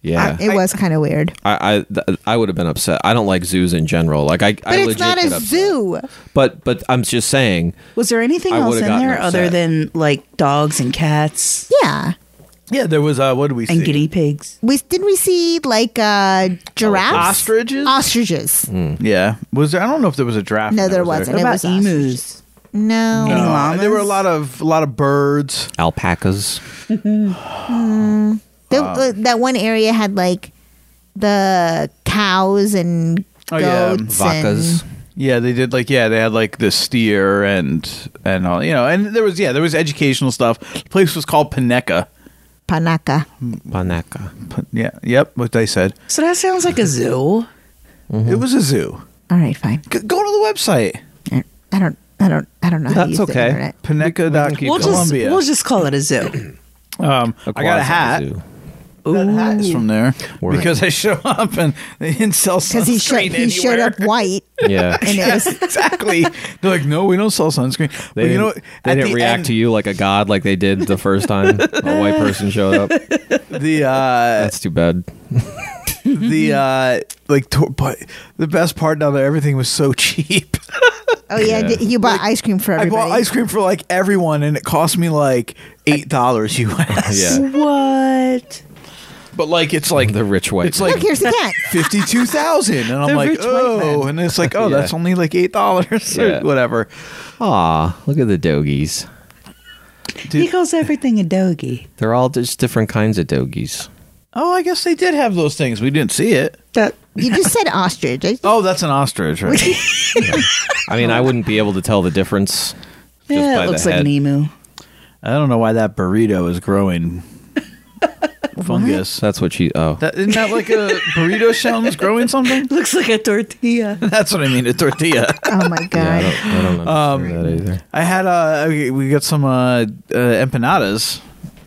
S8: Yeah.
S3: it was kind of weird.
S8: I I, th- I would have been upset. I don't like zoos in general. Like I,
S3: But
S8: I
S3: it's
S8: legit
S3: not
S8: get
S3: a
S8: upset.
S3: zoo.
S8: But but I'm just saying.
S9: Was there anything
S8: I
S9: else in
S8: would've
S9: there
S8: gotten
S9: other
S8: upset.
S9: than like dogs and cats
S3: Yeah.
S4: Yeah, there was uh, what do we
S9: and
S4: see?
S9: guinea pigs?
S3: We didn't we see like uh giraffes?
S4: Oh, Ostriches. Mm.
S3: Ostriches.
S4: yeah, was there? I don't know if there was a giraffe.
S3: No,
S4: in
S3: there wasn't.
S9: What
S3: It
S9: about
S3: was
S9: emus?
S3: No.
S4: No,
S9: llamas?
S4: There were a lot of a lot of birds.
S8: Alpacas.
S4: Um,
S3: The- uh, that one area had like the cows and
S4: Oh, yeah.
S3: goats
S8: Vacas.
S3: and
S4: Yeah, they did like yeah, they had like the steer and and all you know, and there was yeah, there was educational stuff. The place was called Paneca.
S3: panaca.
S8: Panaca.
S4: P- yeah, yep, what they said. Mm-hmm.
S9: So that sounds like a zoo.
S4: It was a zoo.
S3: All right, fine.
S4: Go to the website.
S3: I don't. I don't. I don't know. how to use The
S4: That's okay.
S3: internet.
S4: Paneca.com.
S9: We'll just we'll just call it a zoo.
S4: Um, I got a hat. That hat is from there
S8: Word.
S4: because I show up and they didn't sell
S3: Because he showed
S4: sunscreen
S3: he showed
S4: anywhere.
S3: up white.
S8: Yeah.
S3: and it was
S4: exactly. They're like, no, we don't sell sunscreen.
S8: They
S4: but you
S8: didn't,
S4: know, what?
S8: they
S4: At
S8: didn't
S4: the
S8: react
S4: end-
S8: to you like a god like they did the first time a white person showed up.
S4: the uh,
S8: That's too bad.
S4: the uh, like, to- but the best part now that everything was so cheap.
S3: Oh yeah,
S4: Yeah.
S3: d- you bought ice cream for
S4: I
S3: everybody.
S4: bought ice cream for like everyone, and it cost me like eight dollars US.
S9: What?
S4: But like, it's like
S8: the rich white.
S4: It's like
S3: Look, Oh, here's the cat.
S4: fifty-two thousand, and I'm
S3: The
S4: like,
S3: rich white
S4: oh,
S3: man.
S4: and it's like, oh,
S8: Yeah.
S4: that's only like eight dollars or
S8: Yeah.
S4: whatever.
S8: Aw, look at the dogies.
S9: He calls everything a doggy.
S8: They're all just different kinds of dogies.
S4: Oh, I guess they did have those things. We didn't see it.
S9: That
S3: You just said ostrich. I-
S4: oh, that's an ostrich, right?
S8: I mean, I wouldn't be able to tell the difference. Just
S9: Yeah,
S8: by
S9: it
S8: the
S9: looks like
S8: head.
S9: an emu.
S4: I don't know why that burrito is growing fungus.
S8: That's what she. Oh,
S4: That, isn't that like a burrito shell is growing something?
S9: Looks like a tortilla.
S4: That's what I mean, a tortilla.
S3: Oh my god.
S8: I don't
S4: um,
S8: understand that either.
S4: I had uh, okay, we got some uh, uh empanadas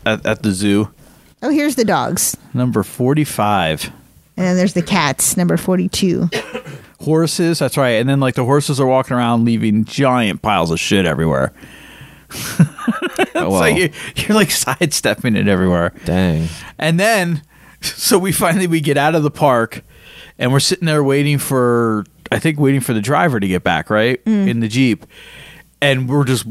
S4: at, at the zoo.
S3: Oh, here's the dogs,
S4: Number forty-five.
S3: and then there's the cats. Number forty-two.
S4: Horses, that's right. And then like the horses are walking around leaving giant piles of shit everywhere.
S8: Oh,
S4: So
S8: well.
S4: you, you're like sidestepping it everywhere.
S8: Dang.
S4: And then, so we finally we get out of the park, and we're sitting there waiting for I think waiting for the driver to get back right in the jeep, and we're just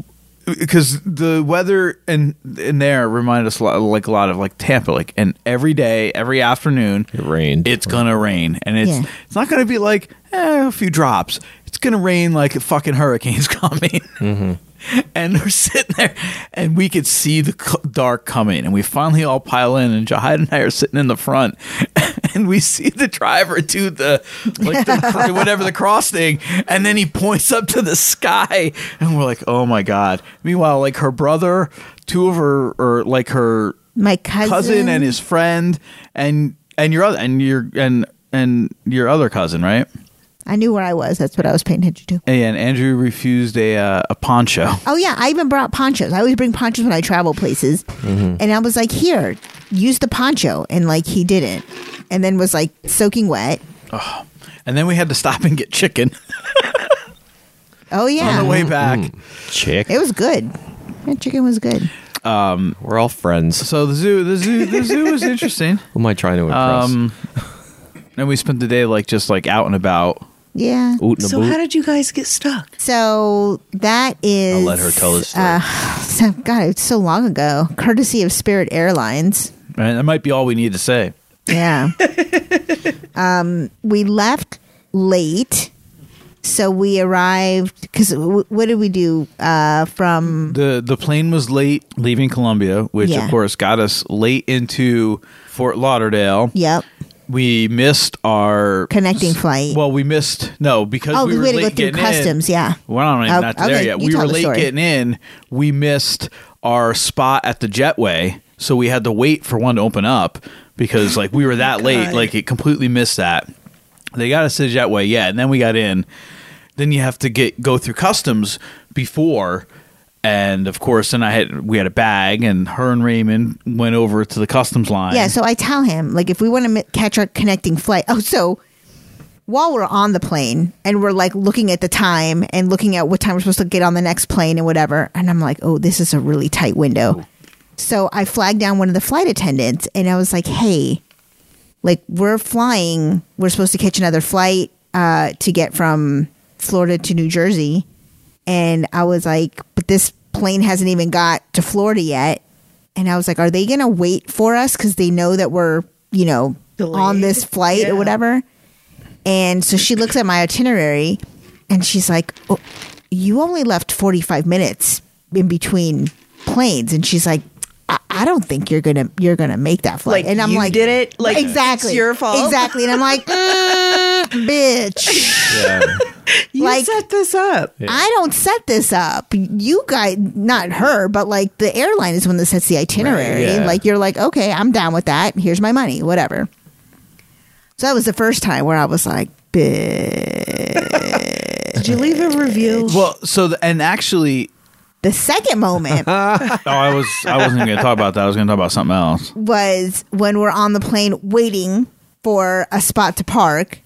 S4: because the weather in in there reminded us a lot, like a lot of like Tampa like and every day every afternoon
S8: It rained.
S4: it's gonna rain and it's
S3: Yeah.
S4: it's not gonna be like eh, a few drops it's gonna rain like a fucking hurricane's coming and we're sitting there and we could see the c- dark coming and we finally all pile in and Jahid and I are sitting in the front and we see the driver do the like the, cr- whatever the cross thing and then he points up to the sky and we're like oh my god meanwhile like her brother two of her or like her
S3: My cousin.
S4: cousin and his friend and and your other and your and and your other cousin right
S3: I knew where I was. That's what I was paying attention to.
S4: and Andrew refused a uh, a poncho
S3: Oh yeah, I even brought ponchos. I always bring ponchos when I travel places.
S8: Mm-hmm.
S3: And I was like, "Here, use the poncho." And like he didn't. And then was like soaking wet.
S4: and then we had to stop and get chicken
S3: Oh yeah.
S4: on the way back
S8: Chick.
S3: It was good. That chicken was good.
S8: We're all friends.
S4: so the zoo the zoo the zoo was interesting
S8: Who am I trying to impress?
S4: um and we spent the day like just like out and about
S3: Yeah.
S8: Oot and a
S9: So
S8: boot.
S9: how did you guys get stuck?
S3: So that is
S8: I'll let her tell us.
S3: uh, so, God, it's so long ago. Courtesy of Spirit Airlines.
S4: and that might be all we need to say
S3: Yeah. um, we left late. So we arrived because w- what did we do uh, from
S4: the the plane was late leaving Columbia which
S3: Yeah.
S4: of course got us late into Fort Lauderdale
S3: Yep.
S4: we missed our
S3: Connecting flight.
S4: Well, we missed no because
S3: Oh,
S4: we,
S3: we
S4: were
S3: had to go
S4: late
S3: through
S4: getting
S3: customs,
S4: In.
S3: yeah.
S4: well, I'm
S3: Oh,
S4: not, not there
S3: okay,
S4: yet.
S3: you
S4: We
S3: tell
S4: were
S3: the
S4: late
S3: story.
S4: getting in. We missed our spot at the jetway, so we had to wait for one to open up because like we were that late. Like it completely missed that. They got us to the jetway, yeah, and then we got in. Then you have to get go through customs before. And of course, then I had we had a bag, and her and Raymond went over to the customs line.
S3: Yeah, so I tell him like if we want to mi- catch our connecting flight. Oh, so while we're on the plane and we're like looking at the time and looking at what time we're supposed to get on the next plane and whatever, and I'm like, oh, this is a really tight window. So I flagged down one of the flight attendants and I was like, hey, like we're flying, we're supposed to catch another flight uh, to get from Florida to New Jersey, and I was like, but this plane hasn't even got to Florida yet. And I was like, are they going to wait for us because they know that we're, you know, on
S9: Delayed.
S3: this flight
S9: Yeah.
S3: or whatever? And so she looks at my itinerary and she's like, oh, You only left 45 minutes in between planes. And she's like, I, I don't think you're gonna you're gonna make that flight,
S9: Like,
S3: and I'm
S9: you
S3: like,
S9: did it? Like,
S3: exactly
S9: it's your fault?
S3: exactly, and I'm like, mm, bitch,
S9: You
S3: Like-
S9: set this up.
S3: I don't set this up. You guys, not her, but like the airline is one that sets the itinerary.
S8: Right, yeah.
S3: Like you're like, okay, I'm down with that. Here's my money, whatever. So that was the first time where I was like, bitch.
S9: Did you leave a review?
S4: Well, so the, and actually,
S3: the second moment
S4: oh, I was I wasn't even going to talk about that. I was going to talk about something else.
S3: was when we're on the plane waiting for a spot to park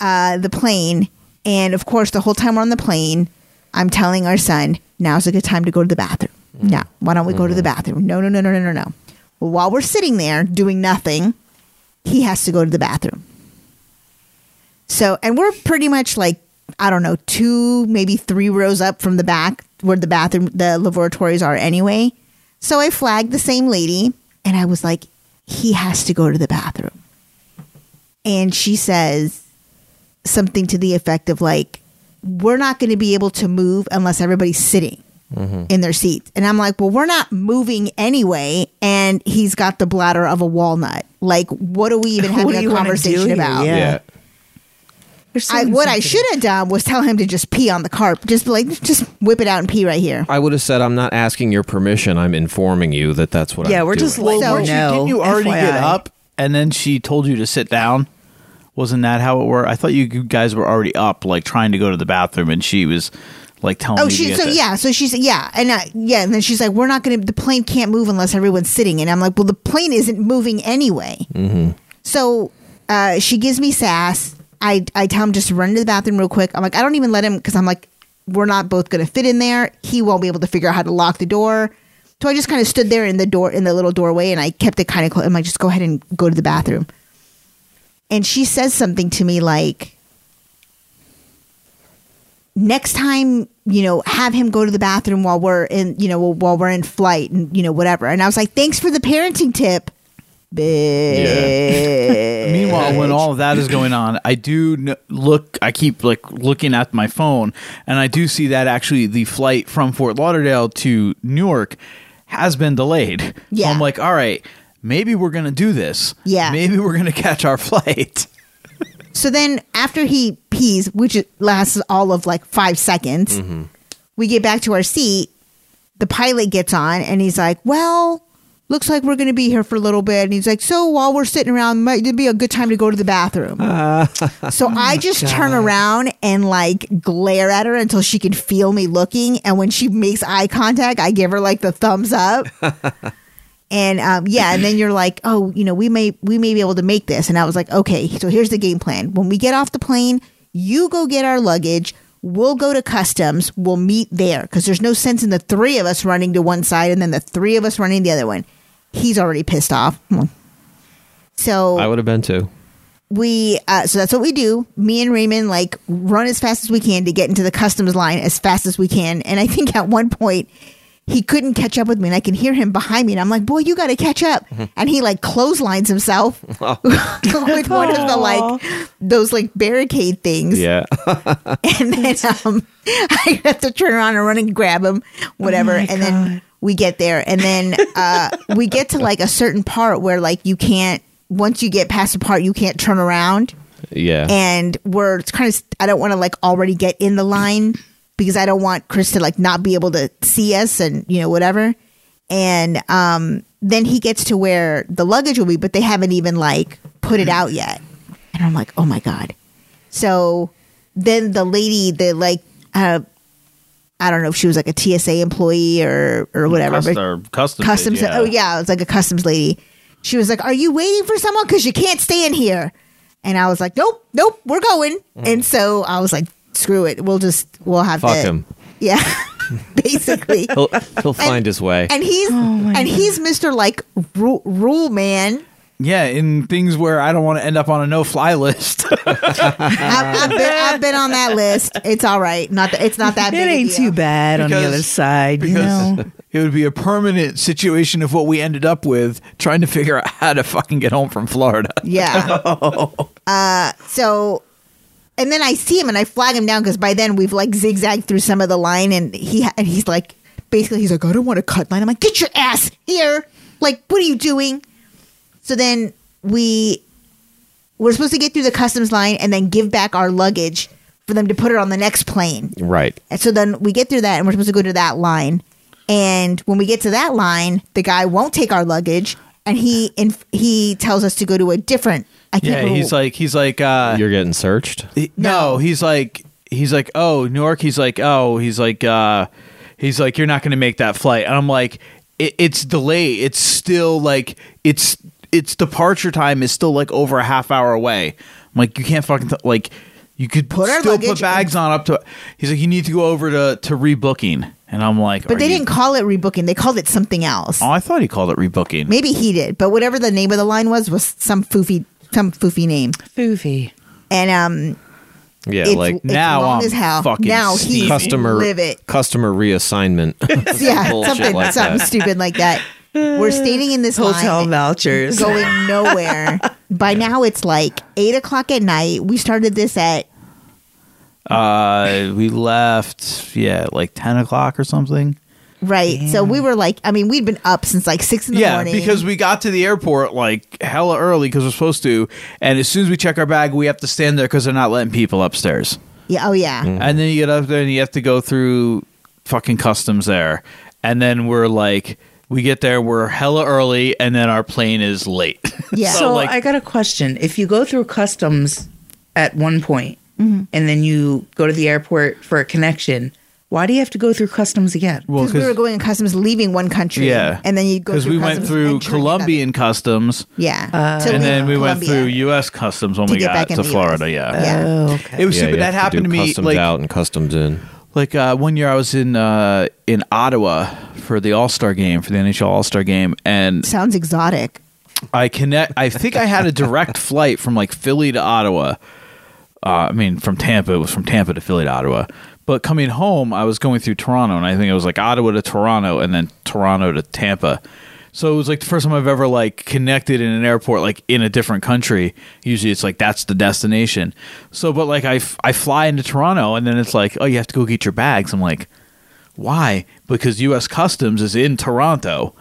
S3: uh, the plane. And of course, the whole time we're on the plane, I'm telling our son, now's a good time to go to the bathroom. No, why don't we go to the bathroom? No, no, no, no, no, no, no. Well, while we're sitting there doing nothing, he has to go to the bathroom. So, and we're pretty much like, I don't know, two, maybe three rows up from the back where the bathroom, the laboratories are anyway. So I flagged the same lady and I was like, he has to go to the bathroom. And she says something to the effect of, like, we're not going to be able to move unless everybody's sitting
S9: Mm-hmm.
S3: in their seats. And I'm like, well, we're not moving anyway. And he's got the bladder of a walnut. Like, what are we even
S9: What do
S3: having
S9: you
S3: a
S9: wanna do
S3: conversation
S9: here?
S3: about?
S9: Yeah. Yeah.
S3: I, what I should have done was tell him to just pee on the carpet. Just be like, just whip it out and pee right here.
S8: I would have said, I'm not asking your permission. I'm informing you that that's what
S3: Yeah,
S8: I'm
S3: we're
S8: doing.
S3: just like- So-
S4: weren't you- didn't you
S3: No,
S4: already get
S3: FYI.
S4: up and then she told you to sit down? Wasn't that how it worked? I thought you guys were already up, like trying to go to the bathroom, and she was like telling
S3: Oh,
S4: you. to
S3: she
S4: get
S3: so
S4: there.
S3: yeah, so she's yeah, and I, yeah, and then she's like, "We're not going to. The plane can't move unless everyone's sitting." And I'm like, "Well, the plane isn't moving anyway."
S14: Mm-hmm.
S3: So uh, she gives me sass. I I tell him just run to the bathroom real quick. I'm like, I don't even let him because I'm like, we're not both going to fit in there. He won't be able to figure out how to lock the door. So I just kind of stood there in the door in the little doorway, and I kept it kind of close. I'm like, just go ahead and go to the bathroom. And she says something to me like, next time you know have him go to the bathroom while we're in you know while we're in flight and you know whatever and i was like thanks for the parenting tip bitch
S4: Meanwhile, when all of that is going on, I do kn- look. I keep like looking at my phone, and I do see that actually the flight from Fort Lauderdale to Newark has been delayed. Yeah, so I'm like, all right, maybe we're gonna do this.
S3: Yeah.
S4: maybe we're gonna catch our flight.
S3: so then after he pees which it lasts all of like five seconds
S4: Mm-hmm.
S3: we get back to our seat the pilot gets on and he's like well looks like we're going to be here for a little bit and he's like so while we're sitting around might it'd be a good time to go to the bathroom so i just turn around and like glare at her until she can feel me looking and when she makes eye contact i give her like the thumbs up and um, yeah and then you're like oh you know we may we may be able to make this and i was like okay so here's the game plan when we get off the plane you go get our luggage we'll go to customs we'll meet there because there's no sense in the three of us running to one side and then the three of us running the other one he's already pissed off I'm like- so
S8: I would have been too.
S3: we uh, so that's what we do me and raymond like run as fast as we can to get into the customs line as fast as we can and i think at one point he couldn't catch up with me and i can hear him behind me and i'm like boy you gotta catch up and he like clotheslines himself with one of the like those like barricade things
S8: yeah.
S3: and then um, I have to turn around and run and grab him, whatever.
S9: my
S3: and then we get there, and then uh, we get to like a certain part where like you can't. Once you get past the part, you can't turn around.
S8: Yeah.
S3: And we're it's kind of. I don't want to like already get in the line because I don't want Chris to like not be able to see us and you know whatever. And um, then he gets to where the luggage will be, but they haven't even like put it out yet. And I'm like, oh my god. So then the lady, the like, uh, I don't know if she was like a TSA employee or or whatever, but
S4: customs,
S3: customs. Oh yeah, it was like a customs lady. She was like, "Are you waiting for someone? Because you can't stay in here." And I was like, "Nope, nope, we're going." And so I was like, "Screw it, we'll just we'll have
S8: Mm. Fuck
S3: to-
S8: him. Oh
S3: Yeah, basically.
S8: He'll, he'll find his way.
S3: and he's and he's Mister like ru- rule man.
S4: Yeah, in things where I don't want to end up on a no-fly list.
S3: I've been, I've been on that list. It's all right. Not that it's not that. It ain't too
S9: bad on the other side, you know.
S4: it would be a permanent situation of what we ended up with trying to figure out how to fucking get home from Florida.
S3: Yeah. Uh, so, and then I see him and I flag him down because by then we've like zigzagged through some of the line and he ha- and he's like, basically he's like, I don't want to cut line. I'm like, get your ass here! Like, what are you doing? So then we we're supposed to get through the customs line and then give back our luggage for them to put it on the next plane.
S8: Right.
S3: And so then we get through that and we're supposed to go to that line. And when we get to that line, the guy won't take our luggage and he and he tells us to go to a different I can't
S4: Yeah,
S3: remember-
S4: he's like he's like uh
S8: You're getting searched.
S4: no, he's like he's like, oh, Newark. He's like, oh, he's like, uh, he's like, you're not going to make that flight. And I'm like, it, it's delayed. It's still like it's its departure time is still like over a half hour away. I'm like, you can't fucking th- like. You could put
S3: our
S4: still
S3: luggage
S4: put bags on up to. He's like, you need to go over to to rebooking, and I'm like,
S3: But
S4: are
S3: they
S4: you-
S3: didn't call it rebooking. They called it something else.
S4: Oh, I thought he called it rebooking.
S3: Maybe he did, but whatever the name of the line was was some foofy some foofy name.
S9: Foofy.
S3: And um
S8: Yeah,
S3: It's-
S8: like
S3: it's Now long I'm as hell. fucking Now he's steaming.
S8: customer
S3: livid.
S8: customer reassignment.
S3: yeah,
S8: Bullshit
S3: something
S8: like
S3: something
S8: that.
S3: stupid like that. We're staying in this
S9: Hotel
S3: line,
S9: vouchers.
S3: going nowhere. By now it's like eight o'clock at night. We started this at
S4: Uh, we left, yeah, like ten o'clock or something.
S3: right, so we were like, I mean, we'd been up since like six in the
S4: yeah,
S3: morning.
S4: because we got to the airport like hella early because we're supposed to, and as soon as we check our bag, we have to stand there because they're not letting people upstairs.
S3: yeah, oh yeah,
S4: And then you get up there and you have to go through fucking customs there, and then we're like, we get there, we're hella early, and then our plane is late.
S9: So, I got a question. If you go through customs at one point and then you go to the airport for a connection, why do you have to go through customs again?
S4: well,
S3: because we were going in customs, leaving one country,
S4: yeah,
S3: and then you go
S4: because
S3: through
S4: we went
S3: customs
S4: through
S3: entering another.
S4: Colombian customs.
S3: yeah, to
S4: and
S3: leave
S4: then we went
S3: Colombia.
S4: through U.S. customs when
S3: To
S4: we
S3: get
S4: got
S3: back
S4: to
S3: in the
S4: Florida. Yeah,
S3: Yeah.
S4: It was
S8: Yeah,
S4: stupid.
S8: you
S4: That
S8: have to do
S4: happened to me
S8: Customs
S4: like
S8: out and customs in.
S4: like uh, one year I was in uh, in Ottawa for the All Star game for the NHL All Star game, and
S3: Sounds exotic.
S4: I connect. I think I had a direct flight from like Philly to Ottawa. Uh, I mean, from Tampa, it was from Tampa to Philly to Ottawa. But coming home, I was going through Toronto, and I think it was like Ottawa to Toronto, and then Toronto to Tampa. So it was like the first time I've ever like connected in an airport, like in a different country. Usually, it's like that's the destination. So, but like I, f- I fly into Toronto, and then it's like, oh, you have to go get your bags. I'm like, why? Because U.S. Customs is in Toronto.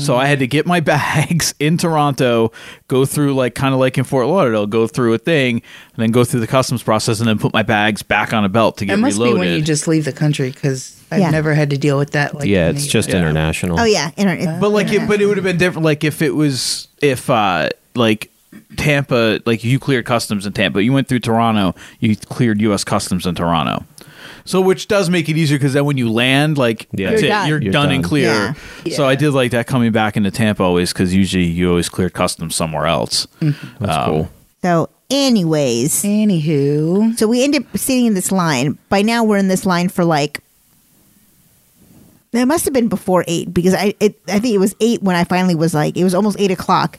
S4: So I had to get my bags in Toronto, go through like kind of like in Fort Lauderdale, go through a thing, and then go through the customs process, and then put my bags back on a belt to get
S9: It must
S4: reloaded.
S9: be when you just leave the country because I've
S4: Yeah.
S9: never had to deal with that. Like
S8: yeah, it's just international.
S3: Oh, yeah, internet.
S4: But like, it, but it would have been different. Like if it was if uh like Tampa, like you cleared customs in Tampa, you went through Toronto, you cleared U.S. customs in Toronto. So which does make it easier because then when you land, like that's
S8: You're
S4: it,
S8: done.
S4: you're,
S8: You're
S4: done,
S8: done.
S4: and clear. So I did like that coming back into Tampa always because usually you always clear customs somewhere else.
S8: Oh.
S4: Um, That's cool.
S3: So, anyways,
S9: anywho,
S3: so we end up sitting in this line. By now, we're in this line for like. It must have been before eight because I it, I think it was eight when I finally was like it was almost eight o'clock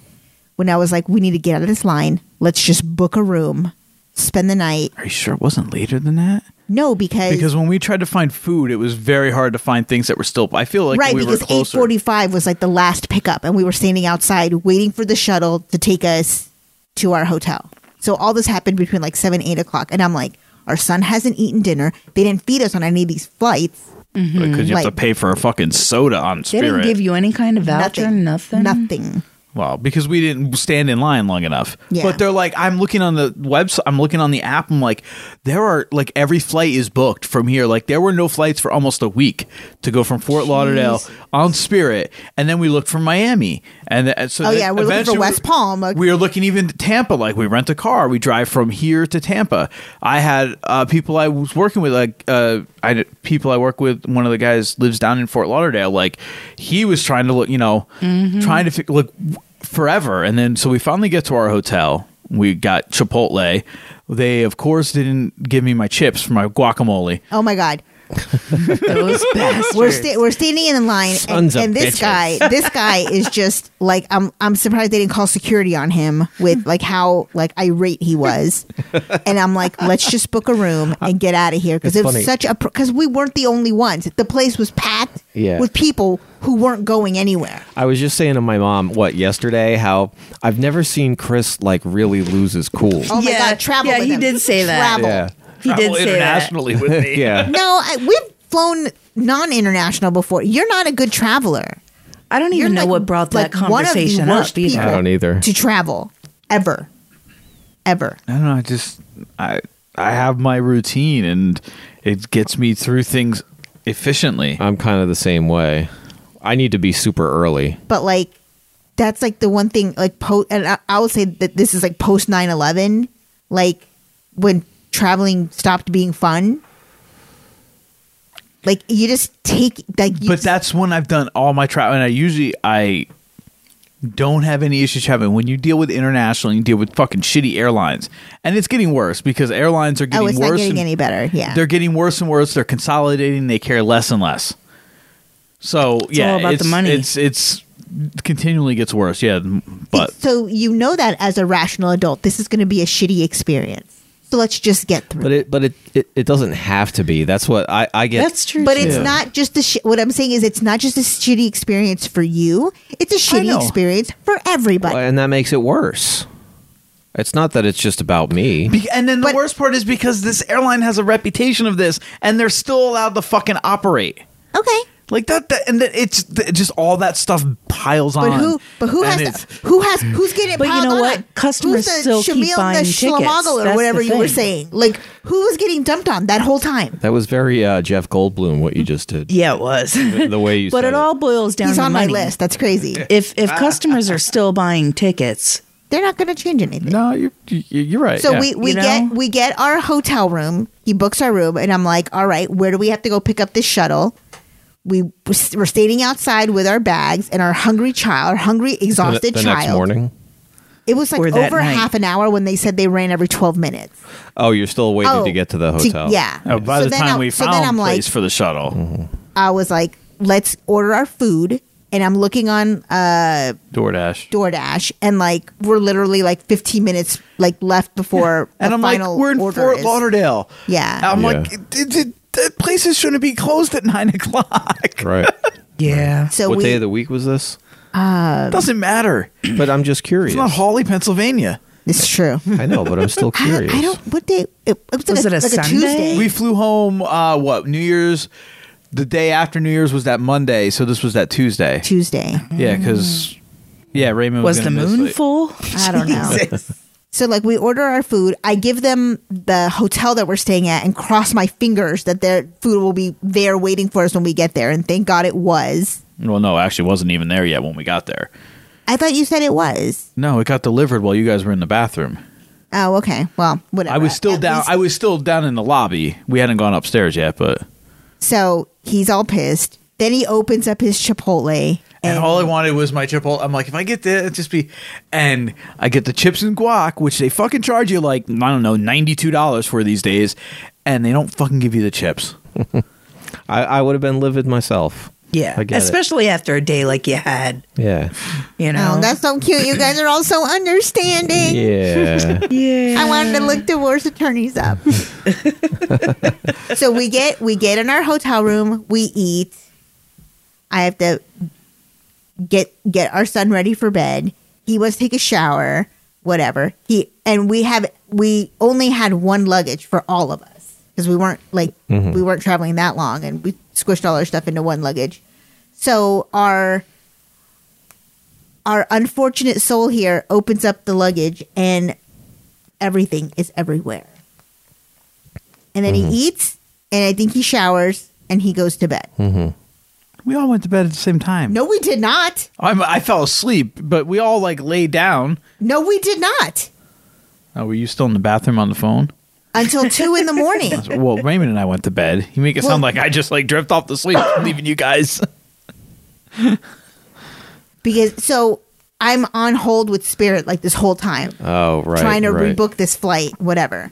S3: when I was like we need to get out of this line. Let's just book a room, spend the night.
S4: Are you sure it wasn't later than that?
S3: No, because,
S4: Because when we tried to find food, it was very hard to find things that were still. I feel like
S3: right
S4: we
S3: because
S4: were
S3: eight
S4: closer.
S3: forty five was like the last pickup, and we were standing outside waiting for the shuttle to take us to our hotel. So all this happened between like seven eight o'clock, and I'm like, our son hasn't eaten dinner. They didn't feed us on any of these flights.
S4: because you have
S3: Like,
S4: to pay for a fucking soda on
S9: They
S4: Spirit.
S9: didn't give you any kind of voucher, nothing.
S3: Nothing.
S4: Well, because we didn't stand in line long enough.
S3: Yeah.
S4: But they're like, I'm looking on the website, I'm looking on the app. I'm like, there are like every flight is booked from here. Like there were no flights for almost a week to go from Fort Lauderdale on Spirit, and then we looked for Miami, and th- so
S3: oh
S4: then
S3: yeah, we're looking
S4: eventually
S3: for West Palm. Like,
S4: we are looking even to Tampa. Like we rent a car, we drive from here to Tampa. I had uh, people I was working with, like uh, I had people I work with. One of the guys lives down in Fort Lauderdale. Like he was trying to look, you know,
S3: Mm-hmm.
S4: trying to fi- look forever. And then so we finally get to our hotel. We got Chipotle. They of course didn't give me my chips for my guacamole.
S3: oh my god.
S9: Those bastards.
S3: We're, sta- we're standing in line, and,
S4: Sons of
S3: and this
S4: bitches.
S3: guy, this guy is just like I'm. I'm surprised they didn't call security on him with like how like irate he was. and I'm like, let's just book a room and get out of here because
S8: It's
S3: it was
S8: funny.
S3: such a because we weren't the only ones. The place was packed
S8: Yeah.
S3: with people who weren't going anywhere.
S8: I was just saying to my mom, what yesterday, how I've never seen Chris like really lose his cool.
S3: Oh my god, travel!
S9: Yeah,
S3: with
S9: he
S3: him.
S9: did say that.
S3: Travel.
S8: Yeah.
S9: He did say
S4: internationally
S9: that.
S4: with me.
S8: yeah.
S3: No, I, we've flown non-international before. You're not a good traveler.
S9: I don't even know what brought that conversation
S3: one of the
S9: up
S3: worst
S9: either.
S3: people
S8: I don't either.
S3: To travel ever, ever.
S4: I don't know. I just I I have my routine, and it gets me through things efficiently.
S8: I'm kind of the same way. I need to be super early.
S3: But like, that's like the one thing. Like, po- and I, I would say that this is like post 9-11, like when traveling stopped being fun. Like you just take like you
S4: but that's when I've done all my travel, and I usually I don't have any issues traveling. When you deal with international, you deal with fucking shitty airlines, and it's getting worse because airlines are getting
S3: oh, it's
S4: worse.
S3: not getting
S4: and-
S3: any better. Yeah,
S4: They're getting worse and worse. They're consolidating. They care less and less. So yeah,
S9: all about the
S4: it's-
S9: money.
S4: It's it's continually gets worse. Yeah, m- but
S3: so you know that as a rational adult, this is going to be a shitty experience. So let's just get through.
S8: But it but it, it, it doesn't have to be. That's what I, I get.
S3: But it's
S8: Yeah.
S3: not just a. Sh- what I'm saying is, it's not just a shitty experience for you. It's a shitty
S8: know.
S3: experience for everybody.
S8: Well, and that makes it worse. It's not that it's just about me.
S4: Be- and then the worst part is because this airline has a reputation of this, and they're still allowed to fucking operate.
S3: Okay.
S4: Like that, that and that it's th- just all that stuff piles
S3: But
S4: on.
S3: who? But who has?
S4: and it's-
S3: To, who has? Who's getting?
S9: But you
S3: piled
S9: know
S3: on?
S9: what? Customers
S3: who's the
S9: still keep
S3: Shamil
S9: buying
S3: the
S9: tickets.
S3: Schlamagal
S9: That's
S3: or whatever
S9: the
S3: you were
S9: thing.
S3: saying. Like who was getting dumped on that whole time?
S8: That was very uh, Jeff Goldblum what you just did.
S9: Yeah, it was.
S8: the way you
S9: but
S8: said
S9: it all boils down
S3: He's
S9: to
S3: on
S9: money.
S3: my list. That's crazy.
S9: If if customers are still buying tickets,
S3: they're not going to change anything.
S4: No, you're you're
S8: Uh,
S4: right.
S3: So we, we get we get our hotel room. He books our room, and I'm like, all right, where do we have to go pick up this shuttle? We we're standing outside with our bags and our hungry child, our hungry exhausted
S8: the, the
S3: child.
S8: next morning.
S3: It was like
S8: Or that
S3: over
S8: night.
S3: half an hour when they said they ran every 12 minutes.
S8: Oh, you're still waiting
S3: Oh,
S8: to get to the
S3: to-
S8: hotel.
S3: yeah.
S4: Oh, by
S3: So
S4: the
S3: then
S4: time
S3: I-
S4: we
S3: so
S4: found
S3: then I'm like- Mm-hmm.
S4: place for the shuttle,
S3: I was like, let's order our food. And I'm looking on uh,
S4: DoorDash.
S3: DoorDash, and like we're literally like 15 minutes like left before
S4: And
S3: the
S4: I'm like,
S3: final
S4: we're in
S3: order
S4: Fort
S3: is-
S4: Lauderdale.
S3: Yeah,
S4: I'm like, it, it, it, places shouldn't be closed at nine o'clock.
S8: Right.
S9: Yeah.
S3: So
S8: what
S3: we-
S8: day of the week was this?
S3: Uh,
S4: Doesn't matter.
S8: But I'm just curious.
S4: It's not Hawley, Pennsylvania.
S3: It's true.
S8: I know, but I'm still curious.
S3: I don't. What day? It, it was,
S9: Was
S3: like, a,
S9: it a
S3: like
S9: Sunday?
S3: a Tuesday.
S4: We flew home. Uh, what New Year's? The day after New Year's was that Monday, so this was that Tuesday.
S3: Tuesday.
S4: Yeah, because yeah, Raymond was,
S9: Mm. was the
S4: gonna miss
S9: moon
S4: it.
S9: full?
S3: I don't know.
S9: Jesus.
S3: So like we order our food. I give them the hotel that we're staying at and cross my fingers that their food will be there waiting for us when we get there. And thank God it was.
S4: Well, no, actually, it wasn't even there yet when we got there.
S3: I thought you said it was.
S4: No, it got delivered while you guys were in the bathroom.
S3: Oh, okay. Well, whatever.
S4: I was still down. I was still down in the lobby. We hadn't gone upstairs yet, but
S3: So he's all pissed. Then he opens up his Chipotle.
S4: and all I wanted was my Chipotle. I'm like, if I get this, it'd just be, and I get the chips and guac, which they fucking charge you like I don't know, ninety two dollars for these days, and they don't fucking give you the chips.
S8: I, I would have been livid myself.
S9: Yeah,
S8: I get it.
S9: especially after a day like you had.
S8: Yeah.
S9: You know,
S3: Oh, that's so cute. You guys are all so understanding.
S8: Yeah.
S9: yeah.
S3: I wanted to look divorce attorneys up. so we get we get in our hotel room, we eat. I have to get get our son ready for bed. He wants to take a shower, whatever. He and we have we only had one luggage for all of us because we weren't like
S14: Mhm.
S3: we weren't traveling that long and we squished all our stuff into one luggage. So our our unfortunate soul here opens up the luggage and everything is everywhere. And then
S4: Mhm.
S3: he eats and I think he showers and he goes to bed.
S4: Mm-hmm. We all went to bed at the same time.
S3: No, we did not.
S4: I'm, I fell asleep, but we all like lay down.
S3: No, we did not
S4: Oh, were you still in the bathroom on the phone?
S3: until two in the morning.
S4: well, Raymond and I went to bed. You make it sound
S3: Well-
S4: like I just like drift off to sleep, leaving you guys.
S3: because so I'm on hold with Spirit like this whole time,
S8: Oh, right.
S3: trying to
S8: right.
S3: rebook this flight, whatever.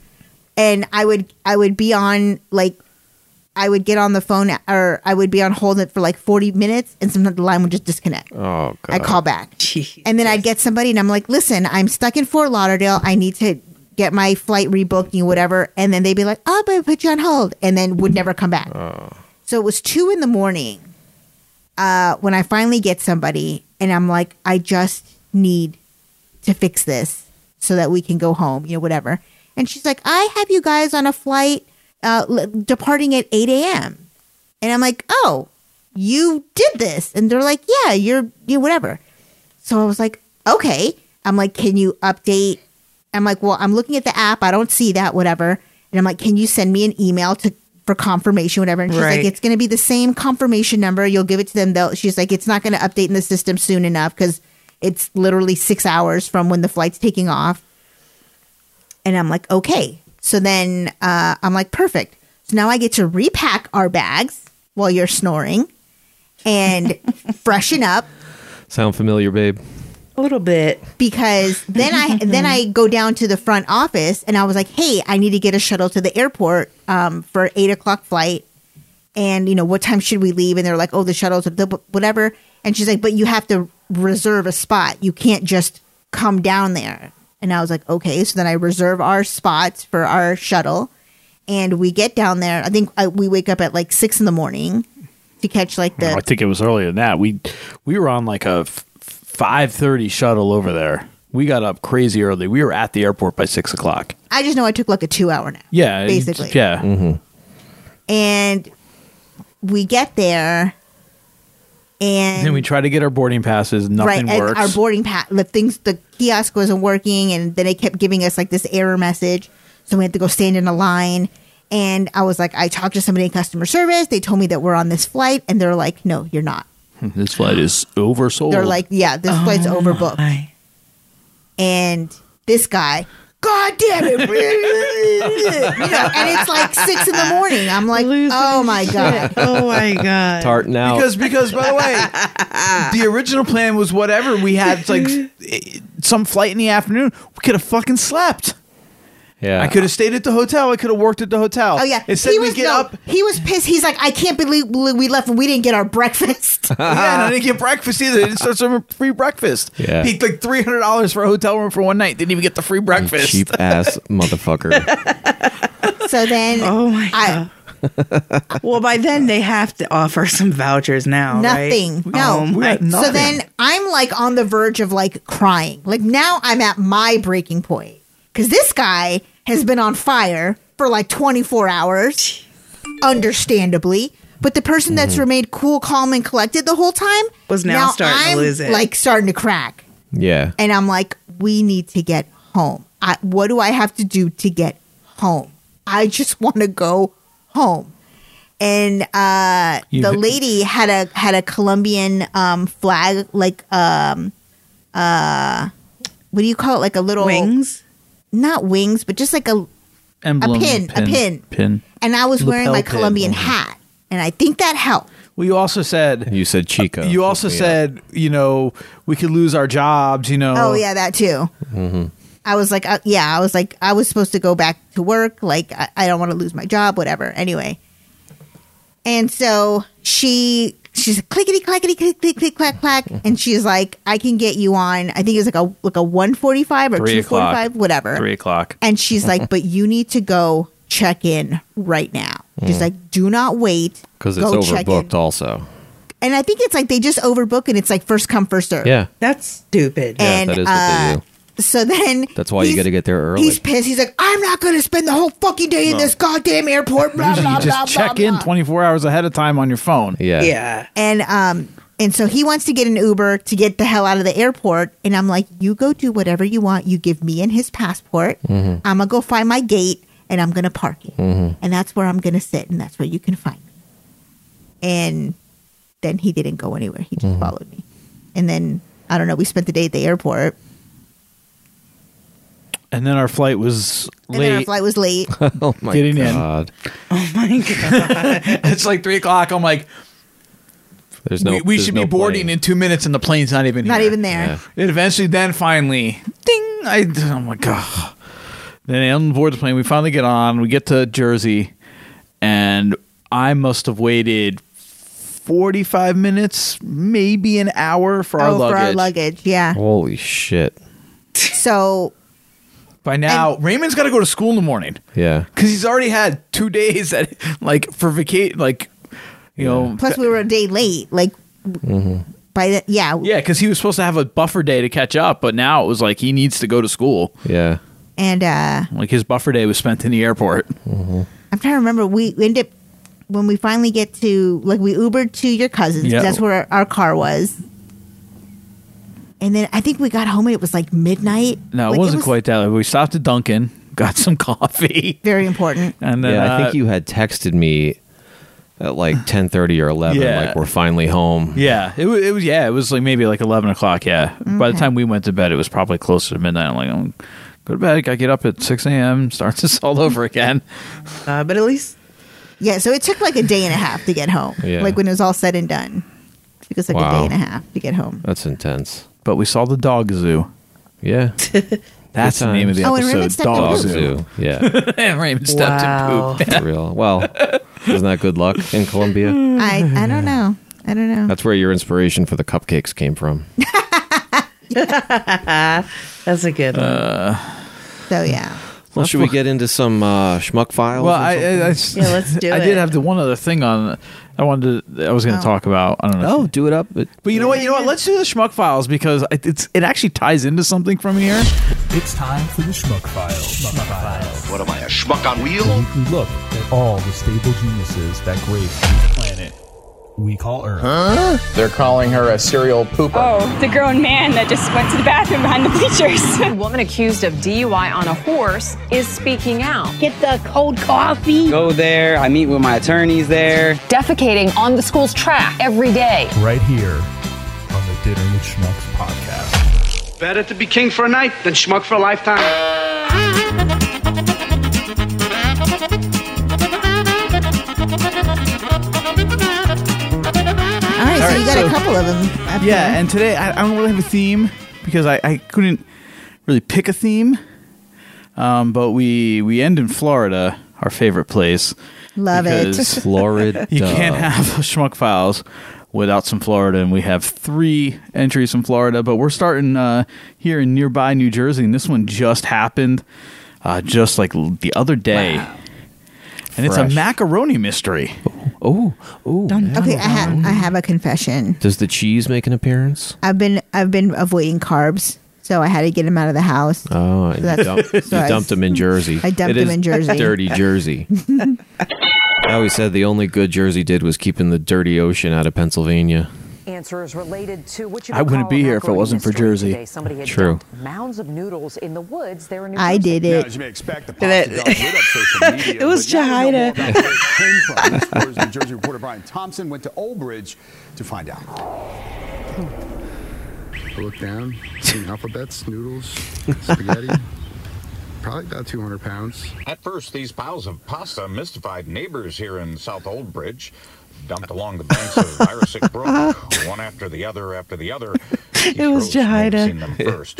S3: And I would I would be on like I would get on the phone or I would be on hold it for like forty minutes, and sometimes the line would just disconnect.
S8: Oh, God.
S3: I call back, and then I'd get somebody, and I'm like, "Listen, I'm stuck in Fort Lauderdale. I need to get my flight rebooked, you know, whatever." And then they'd be like, "Oh, but I put you on hold," and then would never come back.
S8: Oh.
S3: So it was two in the morning uh, when I finally get somebody, and I'm like, I just need to fix this so that we can go home, you know, whatever. And she's like, I have you guys on a flight uh, l- departing at 8 a.m. And I'm like, oh, you did this. And they're like, yeah, you're, you whatever. So I was like, okay. I'm like, can you update? I'm like, well, I'm looking at the app. I don't see that, whatever. And I'm like, can you send me an email to for confirmation, whatever? And she's
S9: Right.
S3: like, it's going to be the same confirmation number. You'll give it to them. Though she's like, it's not going to update in the system soon enough because it's literally six hours from when the flight's taking off. And I'm like, okay. So then uh, I'm like, perfect. So now I get to repack our bags while you're snoring and freshen up
S8: Sound familiar, babe?
S9: a little bit
S3: because then I then I go down to the front office and I was like, hey, I need to get a shuttle to the airport um, for eight o'clock flight, and you know what time should we leave? And they're like, oh, the shuttle's at the whatever, and she's like, but you have to reserve a spot. You can't just come down there. And I was like, okay, so then I reserve our spots for our shuttle, and we get down there. I think uh, we wake up at like six in the morning to catch like the
S14: I think it was earlier than that. We we were on like a five thirty shuttle over there. We got up crazy early. We were at the airport by six o'clock.
S3: I just know I took like a two hour nap.
S14: Mm-hmm. Yeah, it-
S3: basically.
S14: Yeah.
S3: and we get there and
S14: Then we tried to get our boarding passes. Nothing
S3: and
S14: works.
S3: our boarding pass the things the kiosk wasn't working and then it kept giving us like this error message so we had to go stand in a line and i was like i talked to somebody in customer service they told me that we're on this flight and they're like no you're not
S14: this flight is oversold.
S3: they're like yeah this flight's
S14: Oh
S3: overbooked and this guy God damn it! you know, and it's like six in the morning. I'm like, oh my god,
S9: oh my god,
S8: Tartan out.
S4: Because because by the way, the original plan was whatever we had it's like eh, some flight in the afternoon. We could have fucking slept.
S8: Yeah.
S4: I could have stayed at the hotel. I could have worked at the hotel.
S3: Oh yeah,
S4: Instead
S3: he
S4: we
S3: was
S4: get
S3: no,
S4: up.
S3: He was pissed. He's like, I can't believe we left and we didn't get our breakfast.
S4: yeah, and I didn't get breakfast either. They didn't start serving free breakfast.
S8: Yeah.
S4: Paid like three hundred dollars for a hotel room for one night. Didn't even get the free breakfast.
S8: Cheap ass motherfucker.
S3: so then,
S9: oh my god. well, by then they have to offer some vouchers now. right?
S3: nothing. No.
S9: Oh my
S3: So then I'm like on the verge of like crying. Like now I'm at my breaking point because this guy has been on fire for like 24 hours, understandably. But the person that's remained cool, calm, and collected the whole time
S9: Mm-hmm. Was now starting to
S3: I'm
S9: lose it.
S3: Like starting to crack.
S8: yeah.
S3: And I'm like, we need to get home. I, what do I have to do to get home? I just want to go home. And uh,
S15: You-
S3: the lady had a had a Colombian um, flag, like um, uh, what do you call it? Like a little wings, not wings, but just like a
S4: Emblem,
S3: a pin, a pin.
S4: Pin.
S3: And I was wearing my
S4: Lapel pin.
S3: Colombian hat, and I think that helped.
S4: Well, you also said
S8: you said Chico.
S4: You also said you know we could lose our jobs. You know.
S3: Oh yeah, that too.
S4: Mm-hmm.
S3: I was like, uh, yeah, I was like, I was supposed to go back to work. Like, I, I don't want to lose my job, whatever. Anyway. And so she, she's like, clickety, clackety, click, click, click, clack, clack. And she's like, I can get you on, I think it was like a, like a 145 or
S14: three
S3: 245,
S14: o'clock.
S3: whatever.
S14: Three o'clock.
S3: And she's like, but you need to go check in right now. She's
S8: Mm.
S3: like, do not wait.
S8: Because it's
S3: Go check in.
S8: overbooked also.
S3: And I think it's like they just overbook and it's like first come, first serve.
S8: Yeah.
S9: That's stupid.
S8: Yeah,
S3: And, uh,
S8: that is what they do.
S3: So then
S8: That's why you got to get there early.
S3: He's pissed. He's like, I'm not going to spend the whole fucking day in
S4: No.
S3: this goddamn airport. Blah,
S4: Usually
S3: blah,
S4: you
S3: blah,
S4: just check
S3: blah,
S4: in
S3: blah.
S4: 24 hours ahead of time on your phone.
S8: Yeah.
S3: And um, and so he wants to get an Uber to get the hell out of the airport. And I'm like, you go do whatever you want. You give me and his passport.
S15: Mhm.
S3: I'm gonna go find my gate and I'm gonna park it.
S15: Mhm.
S3: And that's where I'm gonna sit and that's where you can find me. And then he didn't go anywhere. He just followed me. And then I don't know. We spent the day at the airport.
S4: And then our flight was
S3: And then our
S4: late.
S3: flight was late.
S8: oh my
S4: Getting
S8: god.
S9: Oh my god.
S4: it's like three o'clock. I'm like,
S8: There's no.
S4: we, we
S8: there's
S4: should
S8: no
S4: be boarding in two minutes, and the plane's not even
S3: Not
S4: here.
S3: even there. Yeah.
S4: It eventually, then finally, ding! I, I'm like, oh. Then I unboard the plane. We finally get on. We get to Jersey, and I must have waited 45 minutes, maybe an hour for our
S3: oh,
S4: luggage.
S3: for our luggage. Yeah.
S4: Oh.
S8: Holy shit.
S3: So
S4: By now, Raymond's got to go to school in the morning
S8: Yeah.
S4: because he's already had two days that, like, for vacation, like, you know.
S3: plus we were a day late. Like
S4: Mm-hmm.
S3: by the yeah.
S4: Yeah, because he was supposed to have a buffer day to catch up, but now it was like he needs to go to school.
S8: Yeah.
S3: And uh
S4: Like his buffer day was spent in the airport.
S3: I'm trying to remember. We end up when we finally get to like we Ubered to your cousins. 'cause
S4: Yeah.
S3: That's where our car was. And then I think we got home and it was like midnight.
S4: No,
S3: Like,
S4: it wasn't
S3: was
S4: quite that. We stopped at Dunkin', got some coffee.
S3: Very important.
S4: And then
S8: yeah, I
S4: uh,
S8: think you had texted me at like 10:30 or 11
S4: Yeah.
S8: like we're finally home.
S4: Yeah, it was, it was. Yeah, it was like maybe like eleven o'clock. Yeah. By the time we went to bed, it was probably closer to midnight. I'm like, I'm Go to bed. I get up at six a.m. Starts this all over again.
S9: Uh, but at least
S3: Yeah, so it took like a day and a half to get home.
S4: Yeah.
S3: Like when it was all said and done. It took us like a
S4: Wow.
S3: day and a half to get home.
S4: that's intense. But we saw the dog zoo.
S8: Yeah,
S4: that's the name of the
S3: Oh, and Raymond
S4: episode.
S3: stepped in
S4: Dog
S3: poop.
S4: zoo.
S8: Yeah,
S4: Raymond stepped
S3: Wow.
S4: in poop.
S8: for real. Well, isn't that good luck in Colombia?
S3: I I don't know. I don't know.
S8: That's where your inspiration for the cupcakes came from.
S9: that's a good
S16: Uh,
S9: one.
S3: so yeah.
S8: Well, should we get into some uh, schmuck files?
S4: Well,
S8: or
S4: I, I,
S8: something?
S4: I s-
S9: Yeah, let's do
S4: I did
S9: it.
S4: have the one other thing on. I wanted. To, I was going to
S9: Oh.
S4: talk about. I don't know.
S8: Oh, do it up. But
S4: you know what? You know what? Let's do the schmuck files because it- it's it actually ties into something from here.
S6: It's time for the Schmuck File. Schmuck File.
S12: What am I, a schmuck on wheels?
S6: You can look at all the stable geniuses that grace this planet. We call Earth.
S15: Huh?
S6: They're calling her a serial pooper.
S15: Oh, the grown man that just went to the bathroom behind the bleachers. A woman accused of DUI on a horse is speaking out. Get the cold coffee.
S17: Go there. I meet with my attorneys there.
S15: Defecating on the school's track every day.
S6: Right here on the Dinner with Schmucks podcast.
S18: Better to be king for a night than schmuck for a lifetime.
S3: All right, so you got a couple of them. up
S4: Yeah,
S3: there.
S4: and today I, I don't really have a theme because I, I couldn't really pick a theme. Um, but we we end in Florida, our favorite place.
S3: Love it.
S4: because
S8: Florida.
S4: uh, You can't have schmuck files without some Florida, and we have three entries from Florida. But we're starting uh, here in nearby New Jersey, and this one just happened, uh, just like l- the other day. And it's
S8: Fresh.
S4: a macaroni mystery.
S8: Oh, oh.
S3: okay, I have I have a confession.
S8: Does the cheese make an appearance?
S3: I've been I've been avoiding carbs, so I had to get them out of the house.
S8: Oh, and you,
S3: that's-
S8: dump, you
S3: so I-
S8: dumped them in Jersey.
S3: I dumped
S8: It
S3: them
S8: is
S3: in Jersey.
S8: Dirty Jersey. I always said the only good Jersey did was keeping the dirty ocean out of Pennsylvania.
S19: Answer is related to what you
S4: I
S19: would
S4: wouldn't
S19: call
S4: be
S19: a
S4: here if it
S19: macaroni
S4: wasn't for
S19: mystery
S4: Jersey.
S19: today. Somebody had
S4: True.
S19: dumped Mounds of noodles in the woods there in New
S3: I did
S19: Jersey.
S3: it.
S9: it was Jahida.
S10: Where's New Jersey reporter Brian Thompson went to Old Bridge to find out.
S16: I look down, see alphabets, noodles, spaghetti. Probably about 200 pounds.
S20: At first, these piles of pasta mystified neighbors here in South Old Bridge, dumped along the banks of Irisic Brook, one after the other after the other.
S9: It was Jahida.
S16: First,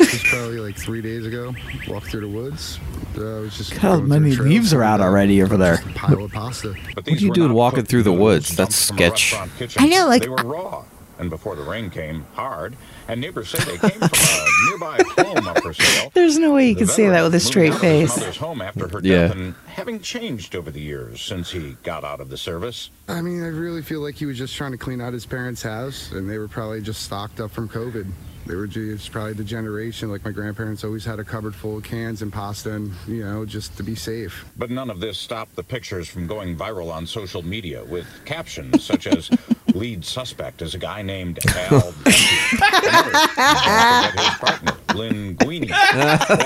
S16: it was probably like three days ago. Walked through the woods. Uh, it was just
S4: How many leaves are out already over there?
S16: pile of pasta.
S8: What are you doing walking through the woods? That's sketch.
S3: I know, like-
S20: they were raw. And before the rain came hard, and neighbors say they came from a nearby home up for sale.
S9: There's no way you can say that with a straight face.
S20: Mother's home after her
S8: Yeah.
S20: death, and having changed over the years since he got out of the service.
S16: I mean, I really feel like he was just trying to clean out his parents' house, and they were probably just stocked up from COVID. They were just probably the generation, like my grandparents always had a cupboard full of cans and pasta, and you know, just to be safe.
S20: But none of this stopped the pictures from going viral on social media with captions such as lead suspect is a guy named Al Dunphy." Another, "Don't forget his partner, Lynn Guini.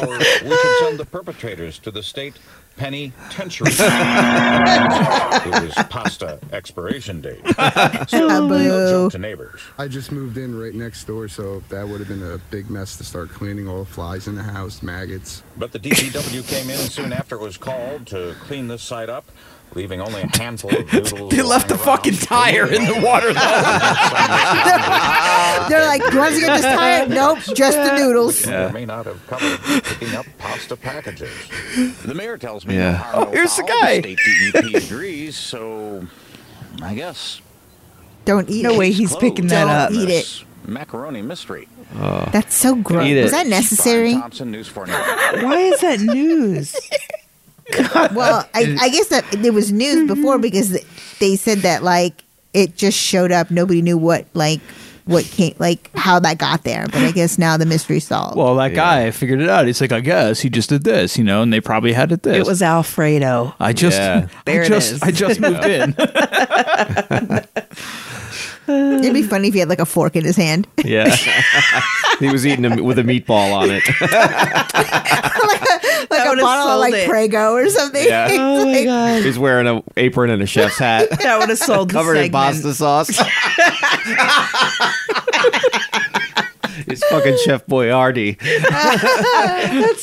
S20: Or we should send the perpetrators to the state penitentiary. it was pasta expiration date. So no joke to neighbors.
S16: I just moved in right next door, so that would have been a big mess to start cleaning all the flies in the house, maggots.
S20: But the DPW came in soon after it was called to clean this site up, leaving only a handful of noodles.
S4: They left the fucking tire in the water.
S3: They're like, "Do you want us to get this tire?" Nope, just the noodles.
S20: May or may not have covered picking up pasta packages. The mayor tells me
S4: Yeah.
S20: no harm,
S4: Oh,
S20: no
S4: here's the
S20: foul.
S4: guy.
S20: state DEP agrees, so I guess
S3: Don't eat it.
S20: No way he's picking that up.
S3: Don't eat it.
S20: macaroni mystery.
S3: That's so gross.
S20: Eat it.
S3: Was that necessary?
S20: Brian Thompson, News 4 Now.
S9: Why is that news?
S3: well, I, I guess that there was
S20: Mm-hmm.
S3: news before because th- they said that like it just showed up. Nobody knew what like what came like how that got there. But I guess now the mystery's solved.
S4: Well, that guy figured it out. He's like, I guess he just did this, you know, and they probably had it this.
S9: It was Alfredo.
S4: I just,
S9: Yeah. There
S4: I
S9: it
S4: just,
S9: is.
S4: I just moved in.
S3: It'd be funny if he had like a fork in his hand.
S8: Yeah. he was eating them with a meatball on it.
S3: like a bottle of like Prego or something.
S8: Yeah. Oh,
S3: my
S9: God.
S8: He's wearing an apron and a chef's hat.
S9: That would have sold the
S8: Covered in
S9: segment.
S8: pasta sauce. His Fucking Chef Boyardee.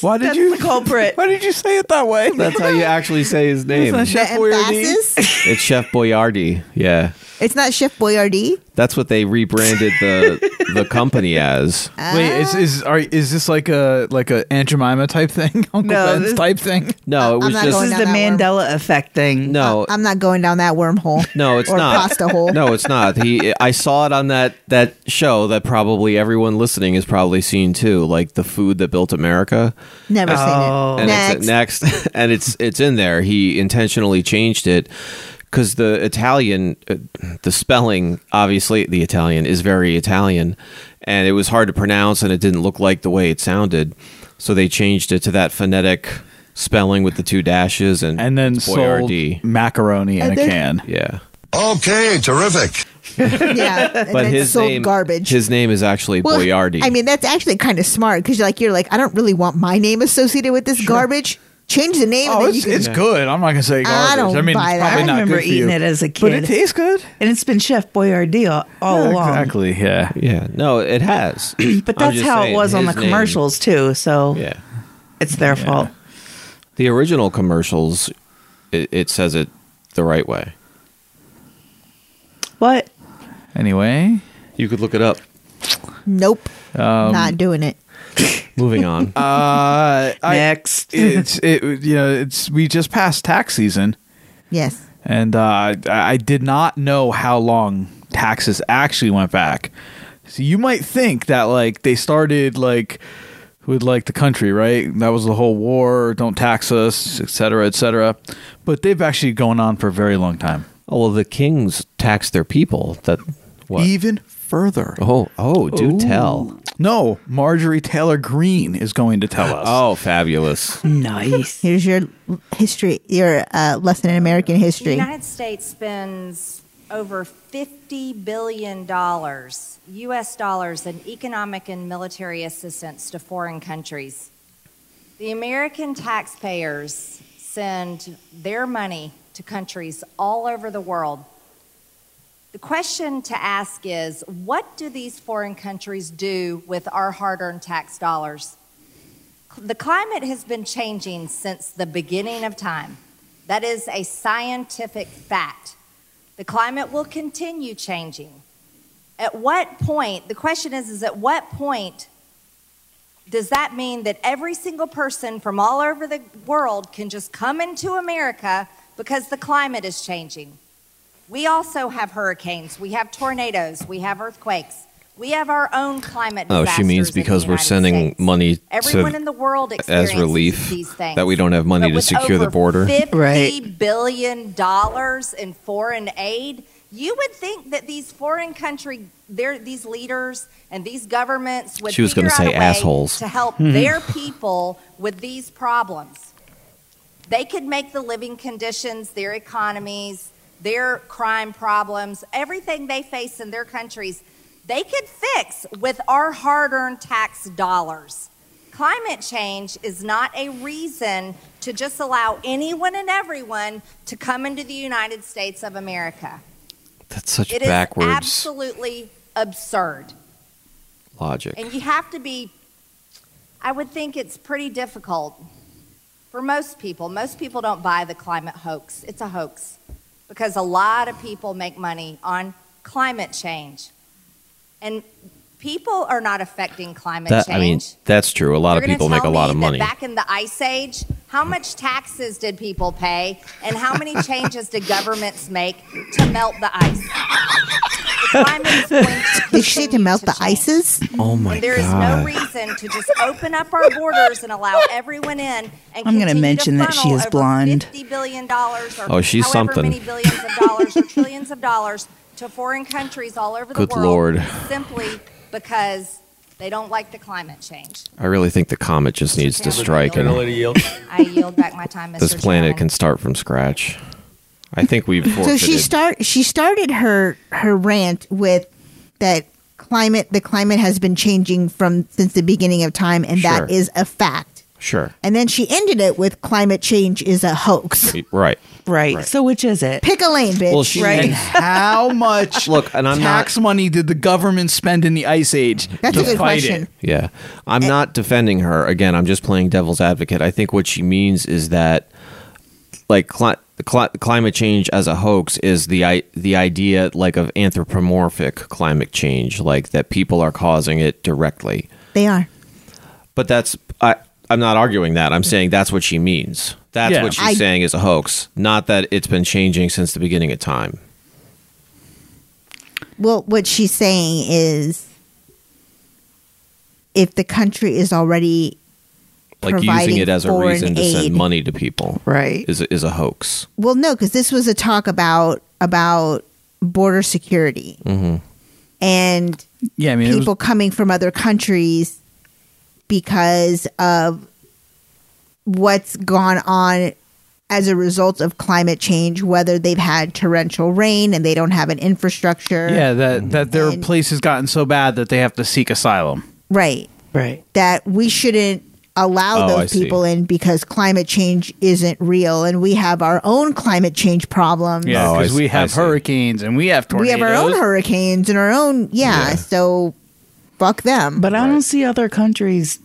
S9: why did you the culprit?
S4: Why did you say it that way?
S8: That's how you actually say his name.
S3: It's not Chef Boyardee.
S8: It's Chef Boyardee. Yeah.
S3: It's not Chef Boyardee.
S8: That's what they rebranded the the company as.
S4: Wait, is is
S9: Ah.
S4: are, is this like a like a Aunt Jemima type thing, Uncle Ben's
S9: this-
S4: type thing?
S8: No, it was
S9: this
S8: just
S9: is the Mandela effect thing.
S8: No.
S3: I'm not going down that wormhole.
S8: Oh. No, it's
S3: or
S8: not.
S3: pasta hole.
S8: No, it's not. He I saw it on that that show that probably everyone listening has probably seen too, like the food that built America.
S3: Never seen it. Oh.
S8: And It's, next, and it's it's in there. He intentionally changed it because the Italian, uh, the spelling obviously the Italian is very Italian, and it was hard to pronounce, and it didn't look like the way it sounded, so they changed it to that phonetic spelling with the two dashes and
S4: And then
S8: it's
S4: sold
S8: Boyardee.
S4: macaroni in
S9: Uh,
S3: And
S4: a
S3: then-
S4: can.
S8: Yeah.
S13: Okay, terrific.
S3: yeah, and
S8: but
S3: it's
S8: his
S3: sold
S8: name,
S3: garbage.
S8: His name is actually Boyardee.
S3: I mean, that's actually kind of smart because you're like, you're like, I don't really want my name associated with this garbage. Change the name. and
S4: Oh,
S3: then you
S4: it's,
S3: can-
S4: it's good. I'm not gonna say garbage. I,
S3: don't
S4: mean,
S3: buy
S4: it's
S3: that.
S4: probably
S9: I
S4: not
S9: remember
S4: good for
S9: eating
S4: you.
S9: it as a kid. Oh,
S4: but it tastes good.
S9: And it's been Chef Boyardee all, all
S4: Yeah,
S9: along.
S4: Exactly. Yeah.
S8: Yeah. No, it has.
S9: But that's how it was on the commercials too. So
S8: Yeah.
S9: it's their fault.
S8: The original commercials, it, it says it the right way.
S9: What?
S4: Anyway,
S8: you could look it up.
S3: Nope,
S4: Um,
S3: not doing it.
S8: Moving on.
S4: Uh,
S9: Next,
S4: it's it. You know, it's we just passed tax season,
S3: Yes.
S4: and uh, I, I did not know how long taxes actually went back. So you might think that like they started like with like the country, right? That was the whole war. Don't tax us, et cetera, et cetera. But they've actually gone on for a very long time.
S8: Oh well, the kings taxed their people. That what?
S21: E-
S4: Even further.
S8: Oh, oh, do tell.
S4: No, Marjorie Taylor Greene is going to tell us.
S8: Oh, fabulous.
S9: Nice.
S3: Here's your l- history, your uh, lesson in American
S21: The
S3: history.
S21: United States spends over $50 billion U.S. dollars in economic and military assistance to foreign countries. The American taxpayers send their money to countries all over the world. The question to ask is what do these foreign countries do with our hard earned tax dollars? The climate has been changing since the beginning of time. That is a scientific fact. The climate will continue changing. At what point, the question is, is at what point does that mean that every single person from all over the world can just come into America because the climate is changing? We also have hurricanes, we have tornadoes, we have earthquakes, we have our own climate.
S8: Oh, she means
S21: disasters in
S8: because
S21: the
S8: we're
S21: United
S8: sending
S21: States.
S8: money
S21: Everyone
S8: to,
S21: in the world
S8: as
S21: experiences
S8: relief
S21: these things.
S8: that we don't have money
S21: But
S8: to
S21: with
S8: secure the
S21: over
S8: border.
S21: $50
S8: Right.
S21: billion dollars in foreign aid. You would think that these foreign country, their these leaders and these governments would
S8: She was
S21: figure
S8: gonna
S21: out
S8: say
S21: a way
S8: assholes.
S21: to help
S8: Mhm.
S21: their people with these problems. They could make the living conditions, their economies, their crime problems, everything they face in their countries, they could fix with our hard-earned tax dollars. Climate change is not a reason to just allow anyone and everyone to come into the United States of America.
S8: That's such
S21: It is
S8: backwards
S21: absolutely absurd.
S8: logic.
S21: And you have to be, I would think it's pretty difficult for most people. Most people don't buy the climate hoax, it's a hoax because a lot of people make money on climate change. And people are not affecting climate
S8: That
S21: change.
S8: I mean, that's true. A lot
S21: You're
S8: of
S21: gonna
S8: people make a
S21: tell
S8: lot
S21: me
S8: of
S21: that
S8: money.
S21: Back in the ice age, how much taxes did people pay, and how many changes did governments make to melt the ice? The climate's going to
S3: They shit to melt the ices.
S8: Oh
S21: and there is no reason to just open up our borders and allow everyone in. And
S9: I'm going
S21: continue
S9: to mention that she
S21: funnel
S9: is
S21: over
S9: blonde.
S21: Fifty billion dollars, or
S8: Oh, she's
S21: however
S8: something.
S21: many billions of dollars or trillions of dollars to foreign countries all over
S8: Good
S21: the world,
S8: Lord.
S21: simply because they don't like the climate change.
S8: I really think the comet just needs to strike and
S21: I yield back my time, Mr.
S8: this planet can start from scratch. I think we've
S3: So
S8: forfeited.
S3: she start she started her her rant with that climate the climate has been changing from since the beginning of time and
S8: Sure.
S3: that is a fact.
S8: Sure.
S3: And then she ended it with climate change is a hoax.
S8: Right.
S9: Right. So which is it?
S3: Pick a lane, bitch.
S8: Well, she-
S3: right.
S8: and
S4: How much
S8: Look, and I'm not-
S4: tax money did the government spend in the ice age
S3: That's
S4: to
S3: a good
S4: fight
S3: question.
S4: it?
S8: Yeah. I'm
S3: Eh.
S8: not defending her. Again, I'm just playing devil's advocate. I think what she means is that like cli- cli- climate change as a hoax is the I- the idea like of anthropomorphic climate change, like that people are causing it directly.
S3: They are.
S8: But that's I I'm not arguing that. I'm saying that's what she means. That's
S3: Yeah.
S8: what she's
S3: I-
S8: saying is a hoax, not that it's been changing since the beginning of time.
S3: Well, what she's saying is if the country is already
S8: Like
S3: providing
S8: using it as a
S3: foreign
S8: reason to
S3: aid.
S8: send money to people,
S9: right,
S8: is a- is a hoax.
S3: Well, no, because this was a talk about about border security
S8: Mm-hmm.
S3: and
S4: Yeah, I mean, it was-
S3: people coming from other countries because of what's gone on as a result of climate change, whether they've had torrential rain and they don't have an infrastructure.
S4: Yeah, that that their place has gotten so bad that they have to seek asylum.
S3: Right.
S9: Right.
S3: That we shouldn't allow
S4: Oh, I
S3: those
S4: see.
S3: people in because climate change isn't real and we have our own climate change problems.
S4: Yeah,
S8: Oh, I
S4: because
S8: see-
S4: we
S8: I
S4: have
S8: see.
S4: hurricanes and we have
S3: we
S4: tornadoes.
S3: have our own hurricanes and our own yeah, so fuck them
S9: But I don't see other countries,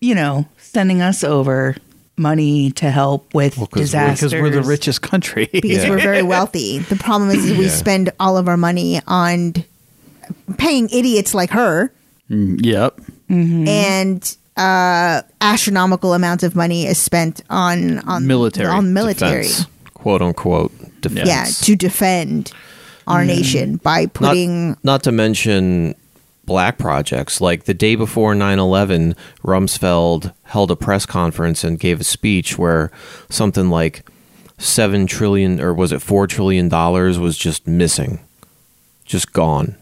S9: you know, sending us over money to help with disasters.
S4: because we're the richest country.
S3: because we're very wealthy the problem is we
S4: Yeah.
S3: spend all of our money on paying idiots like her
S4: Mm, yep.
S8: Mm-hmm.
S3: and uh astronomical amounts of money is spent on on
S8: military
S3: on military
S8: defense, quote unquote defense.
S3: yeah to defend our nation by putting
S8: Mm. not, not to mention black projects like the day before 9-11 rumsfeld held a press conference and gave a speech where something like 7 trillion or was it 4 trillion dollars was just missing just gone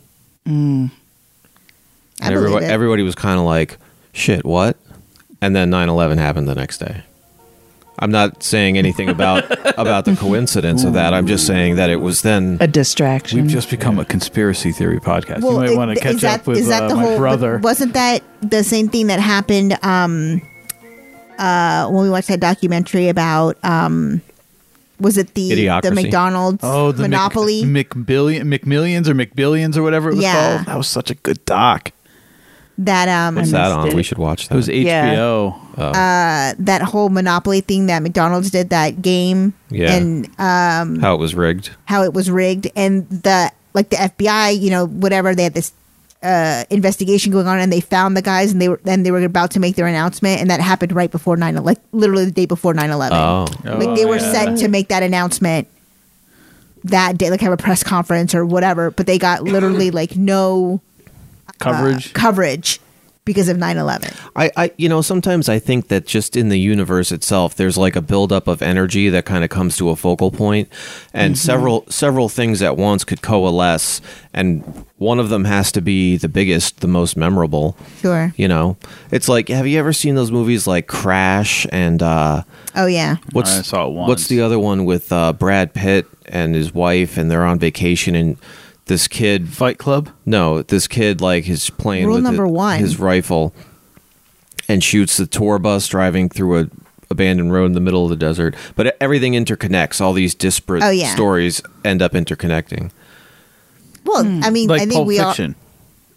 S9: Mm. I
S8: and
S9: believe
S8: everybody,
S9: it.
S8: everybody was kind of like shit what and then 9-11 happened the next day i'm not saying anything about about the coincidence of that i'm just saying that it was then
S9: a distraction
S4: We've just become a conspiracy theory podcast. you might
S3: it-
S4: want to
S3: is
S4: catch
S3: that-
S4: up with
S3: is that
S4: uh,
S3: the
S4: my
S3: whole-
S4: brother.
S3: Wasn't that the same thing that happened um, uh, when we watched that documentary about? Um, was it the the
S4: Idiocracy.
S3: McDonald's
S4: oh, the
S3: monopoly?
S4: Mc, McBillion, McMillions or McBillions or whatever it was
S3: Yeah.
S4: called. That was such a good doc.
S3: that um,
S8: what's that on we should watch that
S4: It was HBO.
S3: Uh, that whole monopoly thing that McDonald's did that game
S8: Yeah.
S3: and um,
S8: how it was rigged
S3: how it was rigged and the like the FBI, you know, whatever they had this uh, investigation going on and they found the guys and they were then they were about to make their announcement and that happened right before 9 like literally the day before 9/11.
S8: Oh.
S3: Like they
S8: Oh,
S3: were
S8: yeah.
S3: set to make that announcement that day like have a press conference or whatever, but they got literally like no uh,
S8: Coverage?
S3: coverage because of 9/11.
S8: I, I you know sometimes i think that just in the universe itself there's like a buildup of energy that kind of comes to a focal point and
S1: Mhm.
S8: several several things at once could coalesce and one of them has to be the biggest the most memorable
S3: Sure.
S8: you know it's like have you ever seen those movies like crash and uh
S3: Oh yeah.
S8: What's what's the other one with uh, Brad Pitt and his wife, and they're on vacation, and this kid
S4: Fight Club?
S8: No, this kid like is playing
S3: Rule
S8: with
S3: number
S8: his,
S3: one.
S8: his rifle, and shoots the tour bus driving through a abandoned road in the middle of the desert. But everything interconnects. All these disparate
S3: Oh, yeah.
S8: stories end up interconnecting.
S3: Well,
S8: Hmm.
S3: I mean, I think we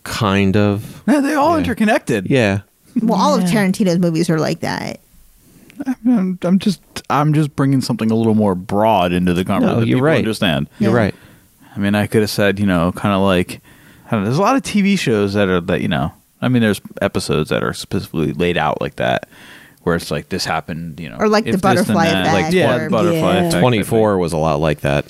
S8: kind of.
S4: No, they all interconnected.
S8: Yeah.
S3: all Well, all of Tarantino's movies are like that.
S4: I'm, I'm just I'm just bringing something a little more broad into the conversation. that
S8: you're
S4: people
S8: right.
S4: Understand?
S8: You're Yeah. right.
S4: I mean, I could have said, you know, kind of like I don't know, there's a lot of TV shows that are that you know. I mean, there's episodes that are specifically laid out like that, where it's like this happened, you know,
S3: Or like the
S4: if this, then
S3: butterfly
S4: that.
S3: effect
S4: Like, yeah,
S3: or-
S4: the butterfly
S3: Yeah.
S4: effect.
S8: Twenty four was a lot like that.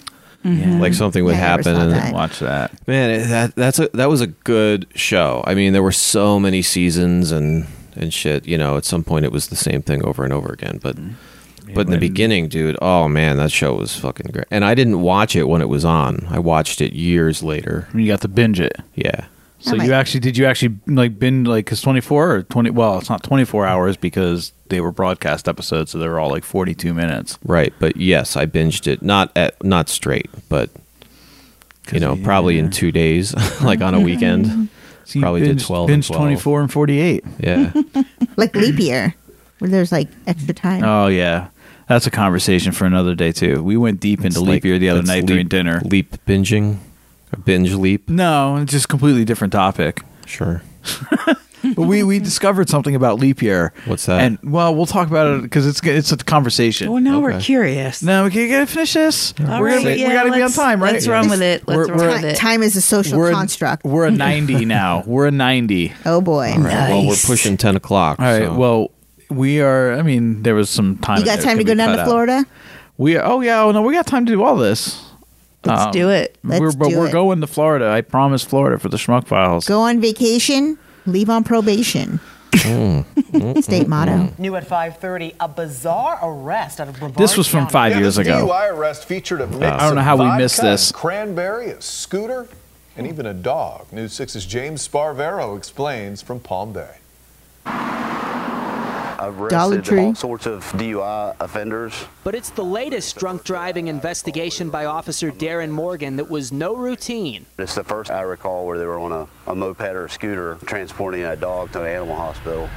S3: Mhm.
S8: Like something would
S3: Yeah, I never
S8: happen
S3: saw
S8: and
S3: that.
S4: Watch that.
S8: Man, it- that that's a that was a good show. I mean, there were so many seasons and and shit. You know, at some point it was the same thing over and over again. But
S4: Mm-hmm.
S8: but in the beginning, dude, oh man, that show was fucking great. And I didn't watch it when it was on. I watched it years later.
S4: You got to binge it.
S8: Yeah.
S4: So you actually did you actually like been like because twenty four or twenty? Well, it's not twenty four hours because they were broadcast episodes, so they were all like forty two minutes.
S8: Right, but yes, I binged it. Not at not straight, but you know, probably in two days, like on a weekend.
S4: So you
S8: probably
S4: binged-
S8: did twelve.
S4: binged 24 and forty eight.
S8: Yeah.
S3: like leap year. where there's like extra time.
S4: Oh yeah, that's a conversation for another day too. We went deep into leap
S8: like-
S4: year the other
S8: that's
S4: night
S8: leap-
S4: during dinner.
S8: Leap binging, or binge leap.
S4: No, it's just a completely different topic.
S8: Sure.
S4: but we we discovered something about leap year. What's Mm.
S8: that?
S4: And well, we'll talk about it because it's it's a conversation.
S9: Well, now we're curious.
S4: No, we can- gotta finish this.
S9: All
S4: We're
S9: right,
S4: gonna be-
S9: yeah,
S4: we gotta be on
S9: let's-
S4: time, right?
S9: Let's run with it. Let's run with it.
S3: Time is a social
S4: We're-
S3: construct.
S4: We're a ninety now. We're a ninety.
S3: Oh boy.
S8: All right. Well, we're pushing ten o'clock.
S4: All right.
S8: so-
S4: Well, we are. I mean, there was some time.
S3: You
S4: in
S3: got
S4: there
S3: time to
S4: could
S3: go
S4: be
S3: down
S4: cut
S3: to
S4: out.
S3: Florida?
S4: We oh yeah oh no we got time to do all this.
S3: Let's do it. Let's
S4: Um, we're, but
S3: do
S4: we're
S3: it.
S4: going to Florida. I promise Florida for the Schmuck Files.
S3: Go on vacation, leave on probation.
S4: Mm.
S3: State motto.
S19: New at 5:30, a bizarre arrest out of Brevard
S4: This was from
S19: County.
S4: five years
S1: this
S4: ago.
S1: DUI arrest featured a mix
S4: I don't know
S1: of
S4: how we
S1: vodka
S4: missed
S1: and
S4: this.
S1: Cranberry, a scooter, and even a dog. News 6's James Sparvero explains from Palm Bay.
S22: I've
S3: Dollar
S22: arrested
S3: Tree.
S22: all sorts of DUI offenders.
S23: But it's the latest drunk driving investigation by Officer Darren Morgan that was no routine.
S22: It's the first I recall where they were on a, a moped or a scooter transporting a dog to an animal hospital.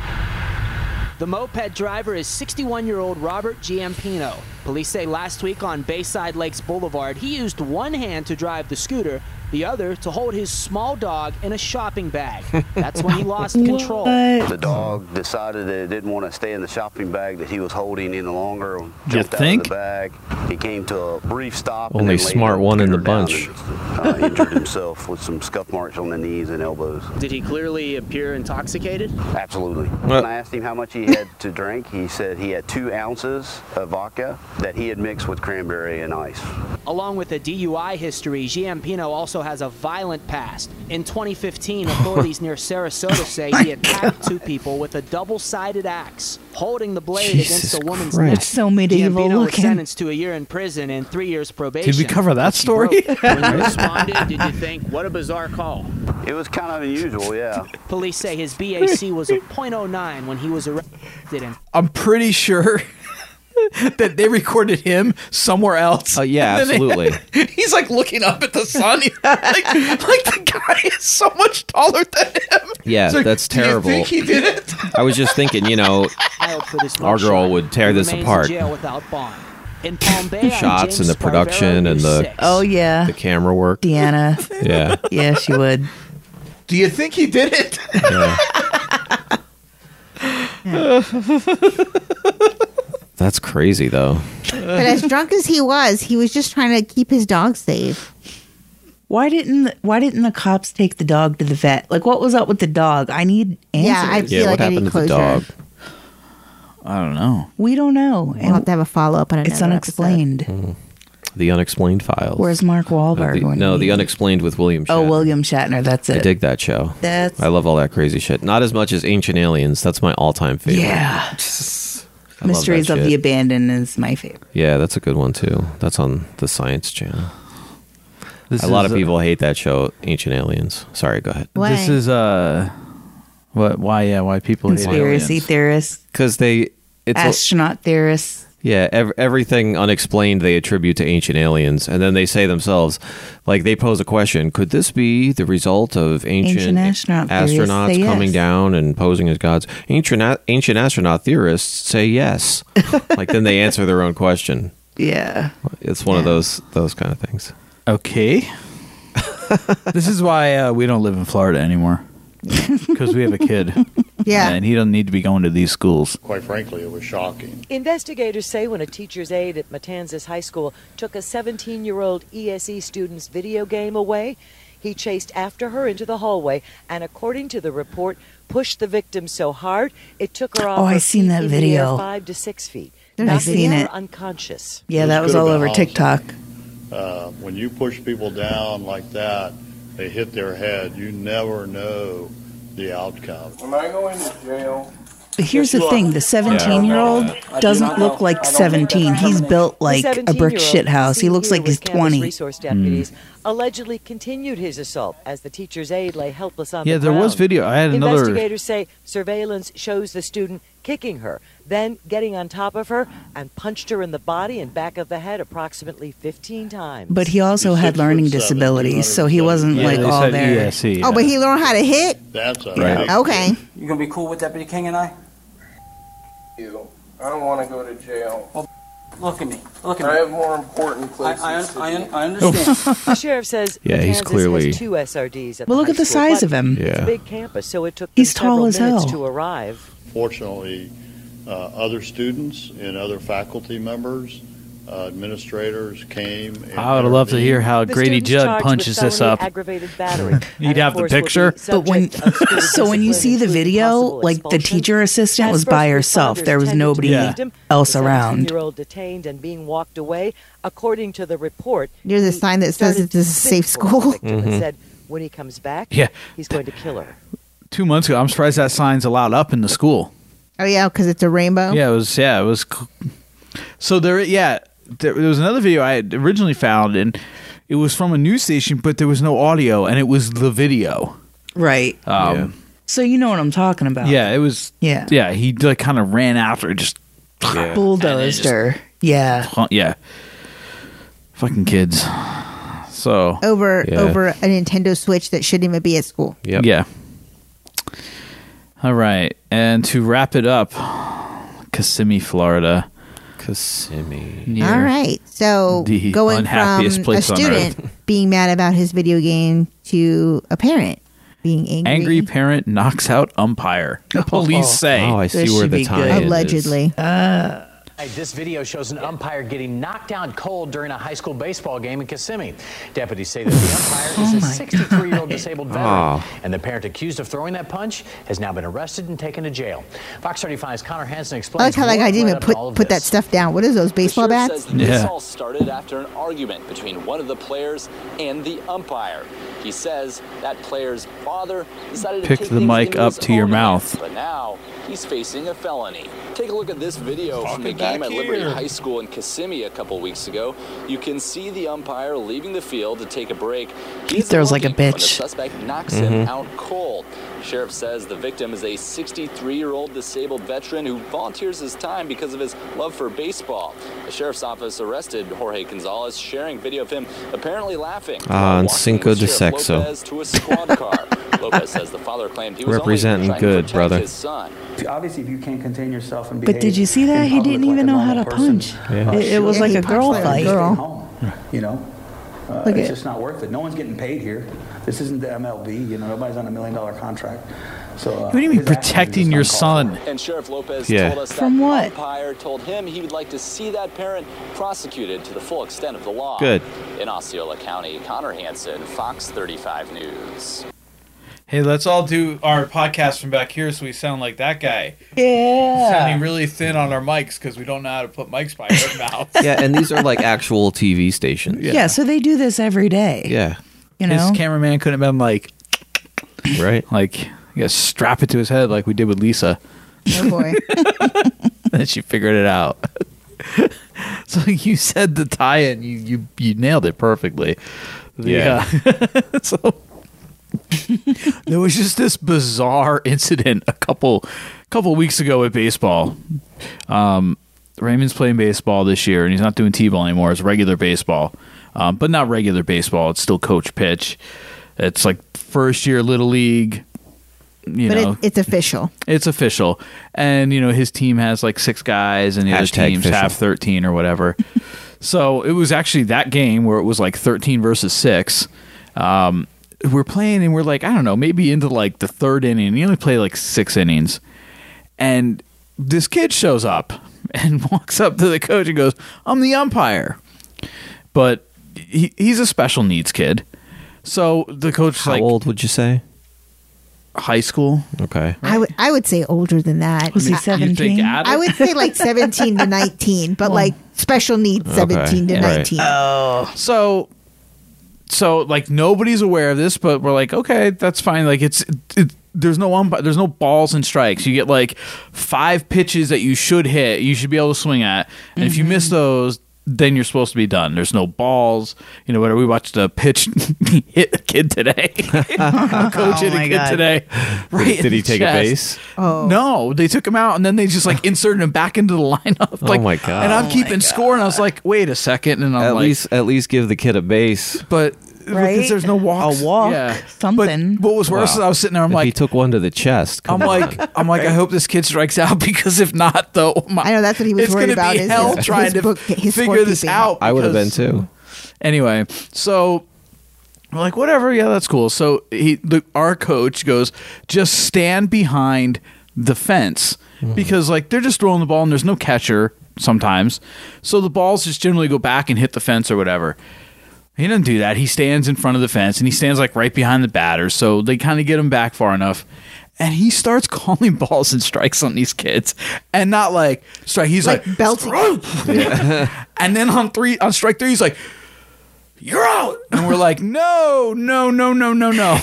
S23: The moped driver is 61 year old Robert Giampino. Police say last week on Bayside Lakes Boulevard, he used one hand to drive the scooter, the other to hold his small dog in a shopping bag. That's when he lost control.
S22: The dog decided that it didn't want to stay in the shopping bag that he was holding any longer.
S8: You
S22: jumped
S8: think?
S22: Out of the bag. He came to a brief stop. and
S8: Only
S22: then laid
S8: smart
S22: the
S8: one in the
S22: scooter down
S8: bunch.
S22: and, uh, injured himself with some scuff marks on the knees and elbows.
S23: Did he clearly appear intoxicated?
S22: Absolutely.
S23: Well-
S22: When I asked him how much he had to drink, he said he had two ounces of vodka that he had mixed with cranberry and ice.
S23: Along with a DUI history, Giampino also has a violent past. In 2015, authorities near Sarasota say he attacked two people with a double-sided axe, holding the blade against a woman's
S9: Christ.
S23: neck.
S9: That's so medieval
S23: Giampino was
S9: looking.
S23: sentenced to a year in prison and three years probation.
S4: cover that
S23: which he
S4: story?
S23: broke. when you responded, did you think, what a bizarre call?
S22: It was kind of unusual, yeah.
S23: Police say his BAC was a .09 when he was arrested and
S4: I'm pretty sure that they recorded him somewhere else. Oh
S8: Uh, yeah, absolutely.
S4: he's like looking up at the sun. He- like, like the guy is so much taller than him.
S8: Yeah,
S4: It's like,
S8: that's
S4: "Do you
S8: terrible.
S4: think he did it?
S8: I was just thinking, you know,
S23: filed for this
S8: our girl would tear this
S23: remains
S8: apart.
S23: In jail without bond. In Palm Bay, I'm
S8: Shots and
S23: James
S8: the production and the
S9: Oh yeah,
S8: the camera work.
S9: Deanna.
S8: Yeah.
S9: yeah, she would.
S4: Do you think he did it?
S8: Yeah. That's crazy though.
S3: But as drunk as he was, he was just trying to keep his dog safe.
S9: Why didn't Why didn't the cops take the dog to the vet? Like, what was up with the dog? I need answers.
S3: Yeah, I feel like I need closure.
S4: I don't know.
S9: We don't know.
S3: We'll have to have a follow up on another
S9: It's unexplained.
S8: The unexplained files. Uh,
S9: Where's Mark Wahlberg?
S8: The-
S9: when
S8: no,
S9: he-
S8: the unexplained with William. Shatner.
S9: Oh, William Shatner. That's it.
S8: I dig that show.
S9: That's-
S8: I love all that crazy shit. Not as much as Ancient Aliens. That's my all-time favorite.
S9: Yeah.
S8: I love
S9: Mysteries
S8: that
S9: of
S8: shit.
S9: the Abandoned is my favorite.
S8: Yeah, that's a good one too. That's on the Science Channel.
S4: This
S8: a lot
S4: is
S8: of
S4: a-
S8: people hate that show, Ancient Aliens. Sorry, go ahead.
S3: Why?
S4: This is uh, what? Why? Yeah, why people hate
S9: Conspiracy
S4: aliens.
S9: theorists,
S8: Because they, it's a-
S9: astronaut theorists.
S8: yeah, ev- everything unexplained they attribute to Ancient Aliens, and then they say themselves, like they pose a question: Could this be the result of
S9: Ancient
S8: ancient,
S9: astronaut theorists
S8: astronauts
S9: say yes.
S8: coming down and posing as gods? Ancient a- ancient astronaut theorists say yes. like then they answer their own question.
S9: Yeah.
S8: It's one of those those kind of things.
S4: Okay. this is why uh, we don't live in Florida anymore because we have a kid.
S19: Yeah.
S4: and he doesn't need to be going to these schools.
S24: Quite frankly, it was shocking.
S19: Investigators say when a teacher's aide at Matanzas High School took a 17 year old ESE E student's video game away, he chased after her into the hallway and, according to the report, pushed the victim so hard it took her off.
S9: Oh,
S19: her
S9: I seen
S19: feet
S9: that
S19: into the air
S9: video.
S19: Five to six feet.
S9: There's
S19: knocking
S9: a video.
S19: her Unconscious.
S9: Yeah,
S24: This
S9: that was
S24: could have
S9: all
S24: been
S9: over
S24: awesome.
S9: TikTok.
S24: Uh, when you push people down like that, they hit their head. You never know the outcome. Am I going to jail?
S9: But here's the
S24: Look,
S9: thing the 17 year old doesn't look like 17. He's built like a brick shit house. He
S19: E
S9: looks like he's 20.
S4: Hmm.
S19: Resource deputies allegedly continued his assault as the teacher's aide lay helpless on
S4: Yeah,
S19: the
S4: there was
S19: ground.
S4: video. I had another-
S19: Investigators say surveillance shows the student kicking her, then getting on top of her and punched her in the body and back of the head approximately 15 times.
S9: But he also had learning disabilities, so he wasn't
S4: Yeah,
S9: like
S4: they
S9: all
S4: said E
S9: there.
S4: ESE,
S3: Oh, but he learned how to hit?
S24: That's all
S9: Yeah.
S24: right.
S3: Okay.
S24: You gonna be cool with Deputy King and I?
S2: you. I don't want to go to jail.
S5: Look at me. Look at
S2: I
S5: me.
S2: have more important places.
S5: I, I, I, I
S19: the
S5: understand.
S19: sheriff says
S8: Yeah, he's
S19: Kansas
S8: clearly-
S19: has two SRDs at
S9: Well,
S19: the
S9: look
S19: high
S9: at the
S19: school,
S9: size
S19: but
S9: of him.
S19: It's
S9: Yeah.
S19: a big campus, so it took
S9: He's
S19: them several
S9: tall as
S19: minutes
S9: hell.
S19: to arrive.
S24: Fortunately, uh, other students and other faculty members, uh, administrators came. and
S14: I would have loved to hear how
S19: The
S14: Grady
S19: students
S14: Judd
S19: charged
S14: punches
S19: with
S14: this
S19: felony
S14: up.
S19: aggravated battery.
S14: He'd have the picture.
S9: But when so when you see the video, like the teacher assistant was by herself. There was nobody else around.
S19: Year old detained and being walked away, according to the report.
S3: There's a sign that says
S19: started
S3: this is a
S19: to
S3: safe
S19: think for the
S3: school.
S19: victim
S14: Mm-hmm.
S19: And said when he comes back,
S4: Yeah.
S19: he's going to kill her.
S4: Two months ago, I'm surprised that sign's allowed up in the school.
S3: Oh yeah, because it's a rainbow.
S4: Yeah, it was. Yeah, it was. cool. So there, yeah, there, there was another video I had originally found, and it was from a news station, but there was no audio, and it was the video.
S9: Right.
S4: Um,
S9: So you know what I'm talking about.
S4: yeah. it was.
S9: Yeah.
S4: yeah, he like kind of ran after, it, just
S9: Bulldozed her. Yeah.
S4: Huh, yeah, fucking kids. So
S3: Over
S4: Yeah.
S3: over a Nintendo Switch that shouldn't even be at school.
S4: Yeah. All right, and to wrap it up, Kissimmee, Florida. Kissimmee.
S3: All right. So
S4: The
S3: going from
S4: unhappiest
S3: a
S4: place on earth.
S3: student being mad about his video game to a parent being angry.
S4: Angry parent knocks out umpire. Police say.
S8: Oh, I see This where should the be good. tie-in is.
S3: Allegedly.
S7: Hey, This video shows an umpire getting knocked down cold during a high school baseball game in Kissimmee. Deputies say that
S3: Oh
S7: the umpire is a 63 year old disabled veteran,
S8: Oh.
S7: and the parent accused of throwing that punch has now been arrested and taken to jail. Fox 35's Connor Hansen
S3: I like
S7: explains.
S3: how that guy didn't even put put that stuff down. What is those baseball
S11: says
S3: bats?
S11: that this all started after an argument between one of the players and the umpire. He says that player's father decided
S4: Pick
S11: to take
S4: the
S11: things
S4: mic
S11: into
S4: up
S11: his
S4: to your
S11: own hands,
S4: mouth.
S11: But now he's facing a felony. Take a look at this video from the
S25: back
S11: game at Liberty
S25: here.
S11: High School in Kissimmee a couple weeks ago. You can see the umpire leaving the field to take a break.
S9: He throws like a
S11: unlucky when the
S9: bitch.
S11: suspect knocks
S9: Mhm.
S8: Mm-hmm.
S11: him out cold. Sheriff says the victim is a 63-year-old disabled veteran who volunteers his time because of his love for baseball. The sheriff's office arrested Jorge Gonzalez, sharing video of him apparently laughing.
S8: Ah, on Cinco de
S11: Sheriff
S8: Sexo.
S11: Lopez to a squad car. Lopez says the father claimed he was
S8: Representing
S11: only trying to
S8: good,
S11: protect
S8: brother.
S11: his son.
S5: Obviously, if you can't contain yourself and
S9: But did you see that? He didn't even know how to punch.
S5: Yeah.
S9: It, it was
S5: Yeah,
S9: like
S5: he
S9: a
S5: punched
S9: girl
S5: like a
S9: fight.
S5: girl. you know, uh,
S9: Look
S5: it's
S9: at-
S5: just not worth it. No one's getting paid here. This isn't the MLB. You know, nobody's on a million dollar contract. So uh,
S4: What do you mean
S5: his actions
S4: protecting
S5: is
S4: your
S5: uncalled
S4: son?
S11: And Sheriff Lopez
S4: Yeah.
S11: told us
S9: From
S11: that
S9: what?
S11: the umpire told him he would like to see that parent prosecuted to the full extent of the law.
S4: Good.
S11: In Osceola County, Connor Hansen, Fox 35 News.
S4: Hey, let's all do our podcast from back here so we sound like that guy.
S9: Yeah.
S4: Sounding really thin on our mics because we don't know how to put mics by our mouths.
S8: yeah, and these are like actual TV stations.
S9: Yeah. so they do this every day.
S8: Yeah.
S9: You know?
S4: His cameraman couldn't have been like,
S8: right?
S4: Like, you gotta strap it to his head like we did with Lisa.
S3: Oh boy.
S4: and she figured it out. so you said the tie-in, you you you nailed it perfectly. The,
S14: Yeah.
S4: uh, so there was just this bizarre incident a couple couple weeks ago at baseball. Um, Raymond's playing baseball this year, and he's not doing t-ball anymore. It's regular baseball, um, but not regular baseball. It's still coach pitch. It's like first year little league. You
S3: but
S4: know,
S3: it, it's official.
S4: it's official, and you know his team has like six guys, and the
S8: Hashtag
S4: other teams
S8: official.
S4: have thirteen or whatever. so it was actually that game where it was like thirteen versus six. Um, we're playing, and we're like, I don't know, maybe into like the third inning. and You only play like six innings, and this kid shows up and walks up to the coach and goes, "I'm the umpire," but he, he's a special needs kid. So the coach,
S8: How
S4: like
S8: old would you say?
S4: high school,
S8: Okay.
S3: I would I would say older than that.
S4: Was he
S3: I-
S4: 17? adult?
S3: I would say like seventeen to nineteen, but like special needs
S4: Okay.
S3: seventeen to
S4: Yeah. Right.
S3: nineteen.
S4: Oh. So so like nobody's aware of this, but we're like, okay, that's fine. Like it's it, there's no ump- there's no balls and strikes. You get like five pitches that you should hit, you should be able to swing at, and if you
S8: Mm-hmm.
S4: miss those, then you're supposed to be done. There's no balls, you know. Whatever. We watched a pitch hit a kid today, a coach hit
S14: Oh
S4: a
S14: my
S4: kid
S14: God.
S4: today. Right
S8: Did-
S4: in
S8: did he
S4: the
S8: take a
S4: chest.
S8: base?
S3: Oh.
S4: No, they took him out and then they just like inserted him back into the lineup.
S8: Oh
S4: Like,
S8: my God.
S4: And
S8: Oh
S4: I'm
S8: my
S4: keeping score, and I was like, wait a second, and I'm
S8: At
S4: like,
S8: least at least give the kid a base.
S4: but
S9: Right?
S4: because there's no walks.
S9: A walk,
S4: something. But what was worse is I was sitting there. I'm
S8: If
S4: like,
S8: he took one to the chest.
S4: I'm
S8: Come
S4: like,
S8: on.
S4: I'm like, I hope this kid strikes out because if not, though, my, I know that's what he
S3: was
S4: it's
S3: worried
S4: gonna
S3: about
S4: Be
S3: is
S4: hell
S3: his-
S4: trying
S3: his
S4: to
S3: book- his
S4: figure this
S3: scorekeeping.
S4: out.
S8: I would have been
S4: because-
S8: too.
S4: Anyway, so we're like whatever, yeah, that's cool. So he, the, our coach goes, just stand behind the fence because like they're just throwing the ball and there's no catcher sometimes, so the balls just generally go back and hit the fence or whatever. He doesn't do that. He stands in front of the fence and he stands like right behind the batter, so they kind of get him back far enough. And he starts calling balls and strikes on these kids, and not like strike. He's like, belting. and then on three on strike three, he's like, "You're out," and we're like, "No, no, no, no, no, no."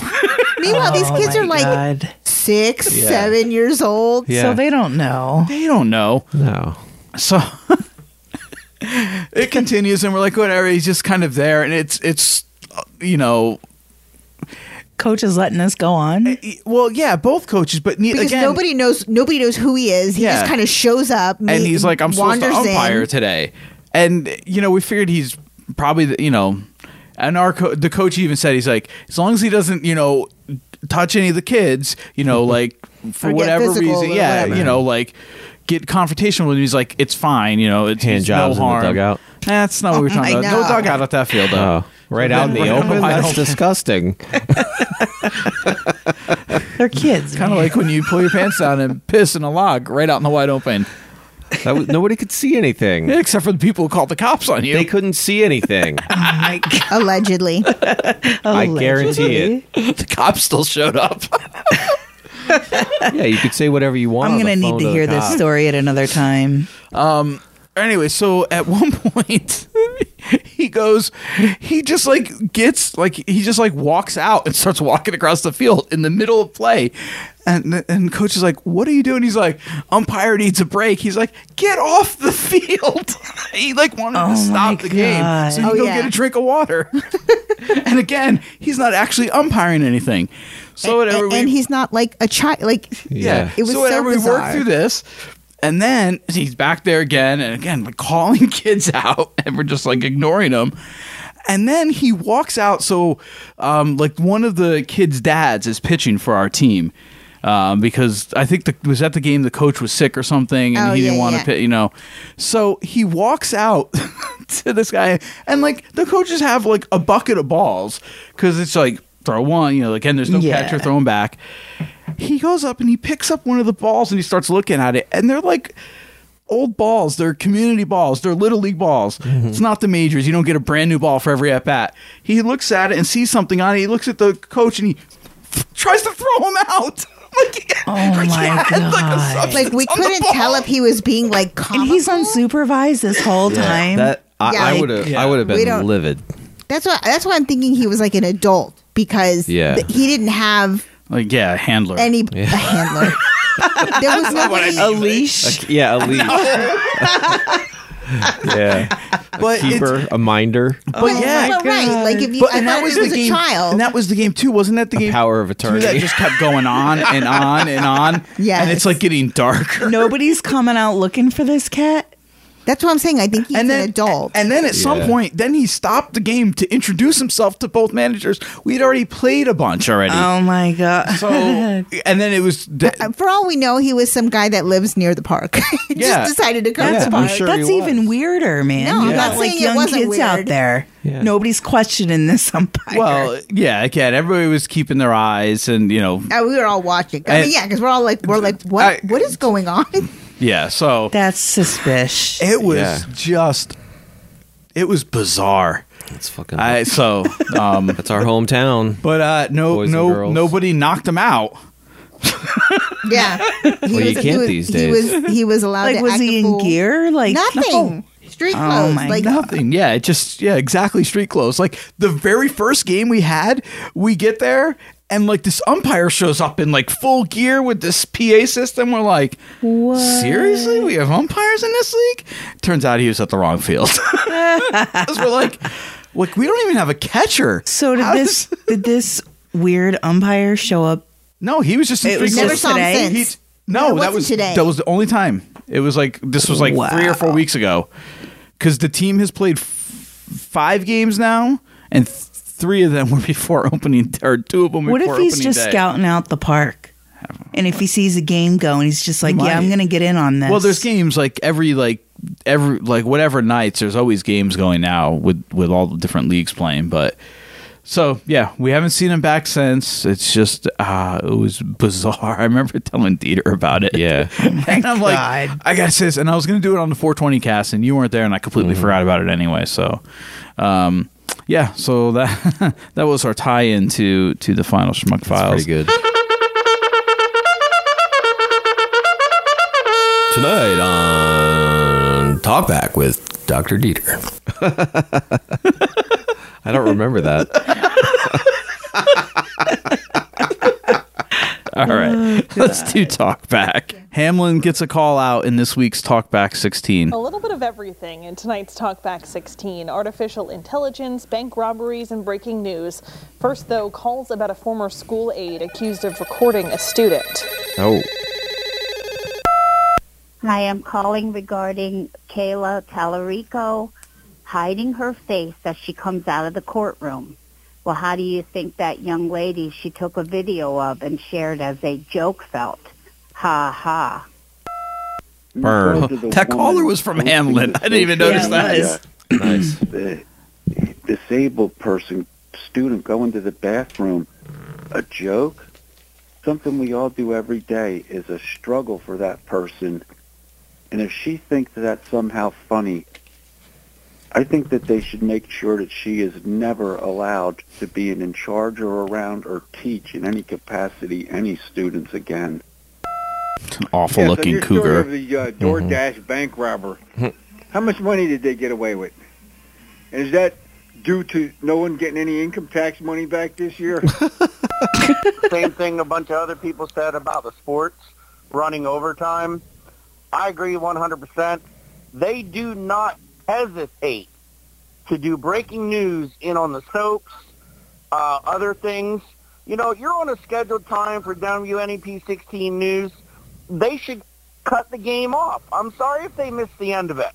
S3: Meanwhile, these
S4: Oh
S3: kids
S4: my
S3: are like six,
S4: Yeah.
S3: seven years old,
S4: Yeah.
S3: so they don't know.
S4: They don't know.
S8: No.
S4: So it continues, and we're like, whatever. He's just kind of there, and it's it's uh, you know. e,
S9: Coach is letting this go on.
S4: Well, yeah, both coaches, but ne-
S3: Because
S4: again,
S3: nobody knows nobody knows who he is. He
S4: Yeah.
S3: just kind of shows up,
S4: and
S3: meet-
S4: he's like, "I'm supposed to
S3: wanders in.
S4: umpire today," and you know, we figured he's probably the, you know, and our co- the coach even said he's like, as long as he doesn't you know touch any of the kids, you know, like for
S14: Or get
S4: whatever
S14: physical
S4: reason,
S14: or
S4: yeah,
S14: whatever.
S4: you know, like get confrontational with him. He's like, it's fine, you know, it's
S8: Hand
S4: it's
S8: jobs in
S4: no
S8: the
S4: harm.
S8: dugout.
S4: Nah, that's not what we we're talking
S8: I
S4: about. No
S8: know.
S4: dugout at that field though.
S8: Oh, right out in the open. That's disgusting.
S4: They're kids. kind of like when you pull your pants down and piss in a log right out in the wide open.
S8: That was, nobody could see anything
S4: except for the people who called the cops on you.
S8: They couldn't see anything.
S3: Allegedly.
S8: I guarantee it.
S4: the cops still showed up.
S8: yeah, you could say whatever you want.
S9: I'm
S8: on the
S9: gonna
S8: phone
S9: need to
S8: the
S9: hear this
S8: cop.
S9: story at another time.
S4: Um. Anyway, so at one point he goes, he just like gets like he just like walks out and starts walking across the field in the middle of play, and and coach is like, "What are you doing?" He's like, "Umpire needs a break." He's like, "Get off the field." he like wanted
S14: Oh
S4: to
S14: my
S4: stop the game,
S14: God.
S4: so you
S14: Oh,
S4: go
S14: yeah.
S4: get a drink of water. and again, he's not actually umpiring anything. So whatever.
S3: and, and he's not like a child. Like
S4: Yeah.
S3: it was so,
S4: so whenever we
S3: bizarre.
S4: work through this, and then he's back there again and again, like calling kids out, and we're just like ignoring him. And then he walks out. So, um, like one of the kids' dads is pitching for our team. Um, because I think the, was that the game the coach was sick or something and
S14: Oh,
S4: he didn't
S14: yeah,
S4: want
S14: yeah.
S4: to pit, you know. So he walks out to this guy and like the coaches have like a bucket of balls because it's like throw one, you know, again there's no
S14: Yeah.
S4: catcher throwing back he goes up and he picks up one of the balls and he starts looking at it and they're like old balls they're community balls they're little league balls it's not the majors you don't get a brand new ball for every at bat he looks at it and sees something on it he looks at the coach and he tries to throw him out like, oh
S9: my
S4: god
S3: Like we couldn't tell if he was being like, comical. and
S9: he's unsupervised this whole
S8: Yeah, That I,
S3: Yeah,
S8: I
S3: like-
S8: would have. I would have
S3: We don't-
S8: been livid.
S3: That's why. That's why I'm thinking he was like an adult because
S8: Yeah.
S3: th- he didn't have
S4: like yeah handler
S3: any a handler. there was nobody.
S9: A leash.
S8: Like, yeah, a leash. yeah,
S4: But
S8: a keeper, a minder,
S4: but Oh, yeah,
S3: well, right. Like if you,
S4: But-
S3: I
S4: and that
S3: thought
S4: was
S3: it was
S4: the
S3: a
S4: game-
S3: child.
S4: and that was the game too, wasn't that the game?
S8: power of
S4: Dude,
S8: attorney.
S4: that just kept going on and on and on.
S3: Yes.
S4: and it's like getting darker.
S9: Nobody's coming out looking for this cat.
S3: That's what I'm saying. I think he's
S4: then-
S3: an adult.
S4: And then at some
S3: Yeah.
S4: point, then he stopped the game to introduce himself to both managers. We'd already played a bunch already.
S9: Oh my god!
S4: So and then it was
S3: Uh, For all we know, he was some guy that lives near the park. He
S9: Yeah.
S3: just decided to come to the park.
S9: that's that's even weirder, man.
S3: No, I'm
S9: You
S3: not
S9: got,
S3: saying
S9: like
S3: it
S9: young
S3: wasn't
S9: kids out
S3: weird.
S9: there.
S8: Yeah.
S9: Nobody's questioning this umpire.
S4: well, yeah, again, everybody was keeping their eyes and you know,
S3: Uh, we were all watching. I mean,
S4: And-
S3: yeah, because we're all like, we're like, what? what is going on?
S4: yeah. So
S9: that's suspicious.
S4: It was
S8: Yeah.
S4: just, it was bizarre.
S8: That's fucking.
S4: I so um,
S8: that's our hometown.
S4: But uh, no,
S8: Boys and
S4: no,
S8: girls.
S4: nobody knocked him out.
S3: Yeah, he
S4: Well, you can't
S3: he was,
S4: these
S3: He
S4: days.
S3: was he was allowed.
S9: Like,
S3: to
S9: was
S3: act
S9: he
S3: a
S9: in
S3: fool.
S9: gear? Like, Oh
S3: nothing. Street clothes. like
S4: Oh, nothing. Yeah, it just yeah, exactly street clothes. Like the very first game we had, we get there and like this umpire shows up in like full gear with this PA system. We're like, seriously, we have umpires in this league? Turns out he was at the wrong field. 'Cause we're like, like we don't even have a catcher.
S9: So did this did this weird umpire show up?
S4: No, he was just in
S9: it was
S4: street
S9: just
S4: clothes.
S9: today?
S4: He- no, that was
S9: today.
S4: that was the only time. It was like this was like three or four weeks ago, because the team has played f- five games now, and th- three of them were before opening, or two of them.
S9: What if
S4: before
S9: he's
S4: opening
S9: just
S4: day.
S9: scouting out the park? And if he sees a game going, he's just like,
S4: Might.
S9: "Yeah, I'm going to get in on this."
S4: Well, there's games like every like every like whatever nights. There's always games going now with with all the different leagues playing. But so yeah, we haven't seen him back since. It's just uh, it was bizarre. I remember telling Dieter about it. Yeah, and I'm like, I got this, and I was gonna do it on the 420 cast, and you weren't there, and I completely forgot about it anyway. So, um, yeah, so that that was our tie-in to to the final Schmuck Files.
S8: pretty
S4: good.
S6: Tonight on Talkback with Dr. Dieter.
S8: I don't remember that.
S4: All right. Let's do talk back. Hamlin gets a call out in this week's Talk Back 16.
S8: Oh.
S12: A little bit of everything in tonight's Talkback 16 artificial intelligence, bank robberies, and breaking news. First, though, calls about a former school aide accused of recording a student.
S8: oh.
S15: I am calling regarding Kayla Tallarico hiding her face as she comes out of the courtroom. Well, how do you think that young lady she took a video of and shared as a joke felt? Ha ha.
S4: Burn. That caller was from Hamlin. I didn't even notice that.
S17: nice. The disabled person, student going to the bathroom, a joke. Something we all do every day is a struggle for that person. And if she thinks that that's somehow funny, I think that they should make sure that she is never allowed to be in charge or around or teach in any capacity any students again.
S4: Awful
S25: Yeah, so
S4: looking
S25: your story Of
S4: cougar.
S25: the uh,
S8: Mm-hmm.
S25: DoorDash bank robber. How much money did they get away with? And is that due to no one getting any income tax money back this year?
S17: Same thing a bunch of other people said about the sports running overtime. I agree 100%. They do not hesitate to do breaking news in on the soaps, uh, other things. You know, you're on a scheduled time for WNEP 16 news. They should cut the game off. I'm sorry if they missed the end of it.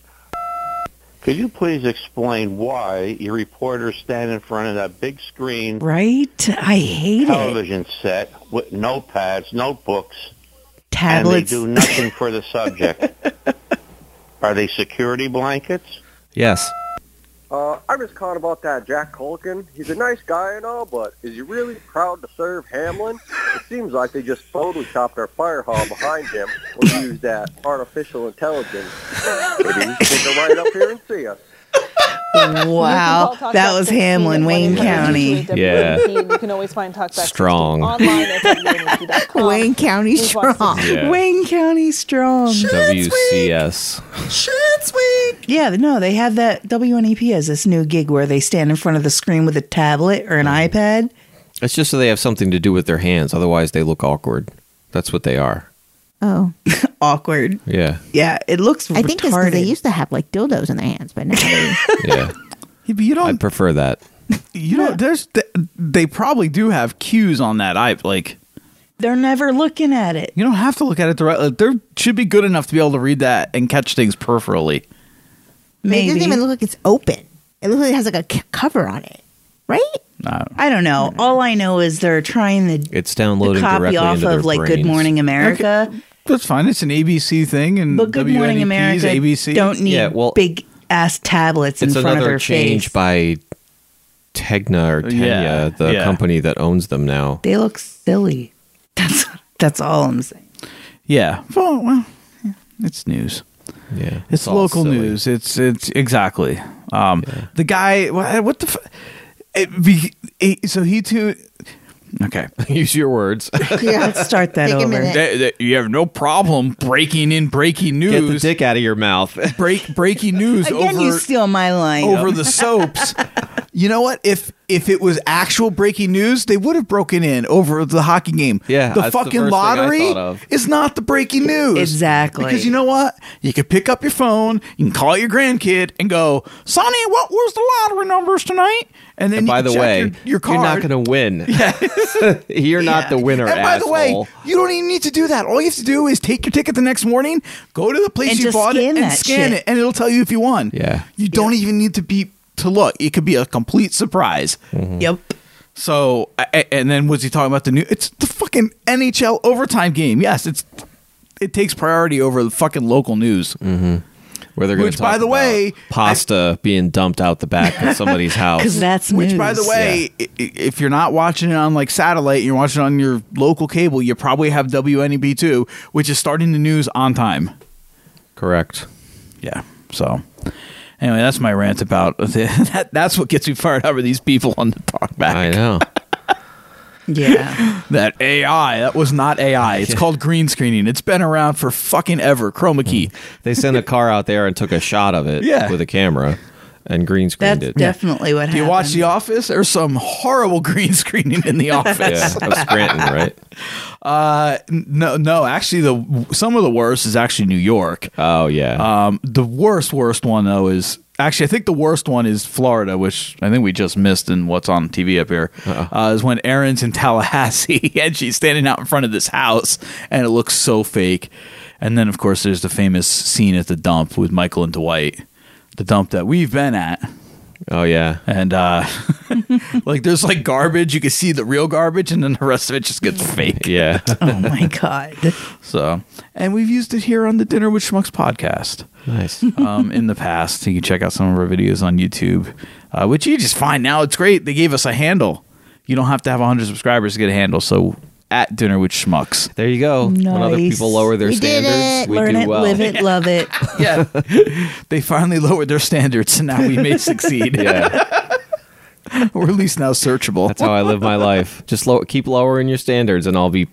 S17: Could you please explain why your reporters stand in front of that big screen
S9: right? I hate it.
S17: television set with notepads, notebooks,
S9: Tablets.
S17: and they do nothing for the subject. Are they security blankets?
S8: Yes.
S26: Uh, I'm just calling about that Jack Culkin. He's a nice guy and all, but is he really proud to serve Hamlin? It seems like they just photoshopped our fire hall behind him or used that artificial intelligence. Maybe he should come right up here and see us.
S9: Wow, Oh, that was Hamlin, Wayne County.
S8: Yeah.
S12: You can always find Talkback
S8: Strong.
S12: online at E
S3: Wayne County
S12: We've watched
S3: strong.
S8: Yeah.
S9: Wayne County strong.
S8: WCS.
S9: Shit's week. Yeah, no, they have that WNEP has this new gig where they stand in front of the screen with a tablet or an iPad.
S8: It's just so they have something to do with their hands. Otherwise, they look awkward. That's what they are.
S3: Oh,
S9: awkward.
S8: Yeah.
S9: Yeah, it looks.
S3: I think it's because they used to have like dildos in their hands, but now they-
S8: Yeah.
S4: but you don't.
S8: I prefer that.
S4: You know, there's th- they probably do have cues on that. I like.
S9: They're never looking at it.
S4: You don't have to look at it directly. There should be good enough to be able to read that and catch things peripherally.
S3: it doesn't
S9: Maybe.
S3: even look like it's open. It looks like it has like a c- cover on it, right?
S9: I don't know. All I know is they're trying to
S8: It's downloading
S9: copy
S8: directly
S9: off
S8: into their
S9: of like Good
S8: brains.
S9: Morning America.
S4: Okay, E That's fine. It's an ABC thing, and
S9: But Good Morning
S4: WNEP's
S9: America
S4: ABC.
S9: don't need
S8: Yeah, well,
S9: big ass tablets in
S8: it's
S9: front of
S8: another
S9: their
S8: change
S9: face.
S8: by Tegna or Tenya,
S9: Yeah,
S8: the
S9: yeah.
S8: company that owns them now.
S9: They look silly. That's that's all I'm saying.
S4: Yeah. Well, well yeah, it's news.
S8: Yeah.
S4: It's, local news. It's it's exactly. Um the guy what, what the f- it be, it- so he too Okay.
S8: Use your words.
S9: Yeah, let's start that Take a over. minute.
S4: you have no problem breaking in breaking news.
S8: Get the dick out of your mouth.
S4: Break breaking news
S9: Again,
S4: over
S9: you steal my line
S4: over the soaps. you know what? If if it was actual breaking news, they would have broken in over the hockey game.
S8: Yeah,
S4: the
S8: that's the
S4: fucking
S8: first thing I
S4: lottery
S8: thought of.
S4: is not the breaking news.
S9: Exactly.
S4: Because you know what? You can pick up your phone, you can call your grandkid, and go, Sonny, what was the lottery numbers tonight? And then
S8: And
S4: you
S8: by
S4: can
S8: the
S4: check
S8: way,
S4: your, your card.
S8: you're not going to win. you're not the winner,
S4: And by the
S8: asshole.
S4: way, you don't even need to do that. All you have to do is take your ticket the next morning, go to the place
S9: And
S4: you
S9: just
S4: bought it,
S9: scan
S4: and
S9: that
S4: scan
S9: shit.
S4: it, and it'll tell you if you won.
S8: Yeah.
S4: You don't even need to be to look. It could be a complete surprise.
S8: Mm-hmm.
S9: Yep.
S4: So, I- I- and then was he talking about the new? It's the fucking NHL overtime game. Yes, it's it takes priority over the fucking local news. Mm-hmm.
S8: Where they're going
S4: Which, by the way,
S8: pasta being dumped out the back of somebody's house.
S4: which, by the way, i i- if you're not watching it on like satellite, you're watching it on your local cable. You probably have WNEB two, which is starting the news on time.
S8: Correct.
S4: Yeah. So, anyway, that's my rant about that. That's what gets me fired up with these people on the talkback. I
S8: know.
S9: Yeah.
S4: that AI. That was not AI. It's called green screening. It's been around for fucking ever. Chroma key.
S8: They sent a car out there and took a shot of it
S4: Yeah.
S8: with a camera and green screened
S9: That's
S8: it.
S9: definitely what
S4: Do you
S9: happened.
S4: watch The Office? There's some horrible green screening in The Office.
S8: Yeah, that's Scranton, right?
S4: Uh, n- no, no. Actually, the some of the worst is actually New York.
S8: Oh yeah.
S4: Um, the worst, worst one though is actually I think the worst one is Florida, which I think we just missed in what's on TV up here. Uh, is when Erin's in Tallahassee and she's standing out in front of this house and it looks so fake. And then of course there's the famous scene at the dump with Michael and Dwight, the dump that we've been at.
S8: Oh yeah.
S4: And uh, like there's like garbage, you can see the real garbage, and then the rest of it just gets fake.
S8: Yeah.
S9: oh my god.
S4: So, and we've used it here on the Dinner with Schmucks podcast.
S8: Nice.
S4: um, in the past, you can check out some of our videos on YouTube, uh, which you just find now. It's great. They gave us a handle. You don't have to have 100 subscribers to get a handle. So, at Dinner with Schmucks.
S8: There you go. When other
S4: Nice.
S8: people lower their
S4: We did
S8: standards,
S4: it.
S8: we
S9: Learn
S8: do
S9: it,
S8: well.
S9: live it, love it.
S4: yeah. They finally lowered their standards, and now we may succeed.
S8: Yeah.
S4: We're at least now searchable.
S8: That's how I live my life. Just low, keep lowering your standards, and I'll be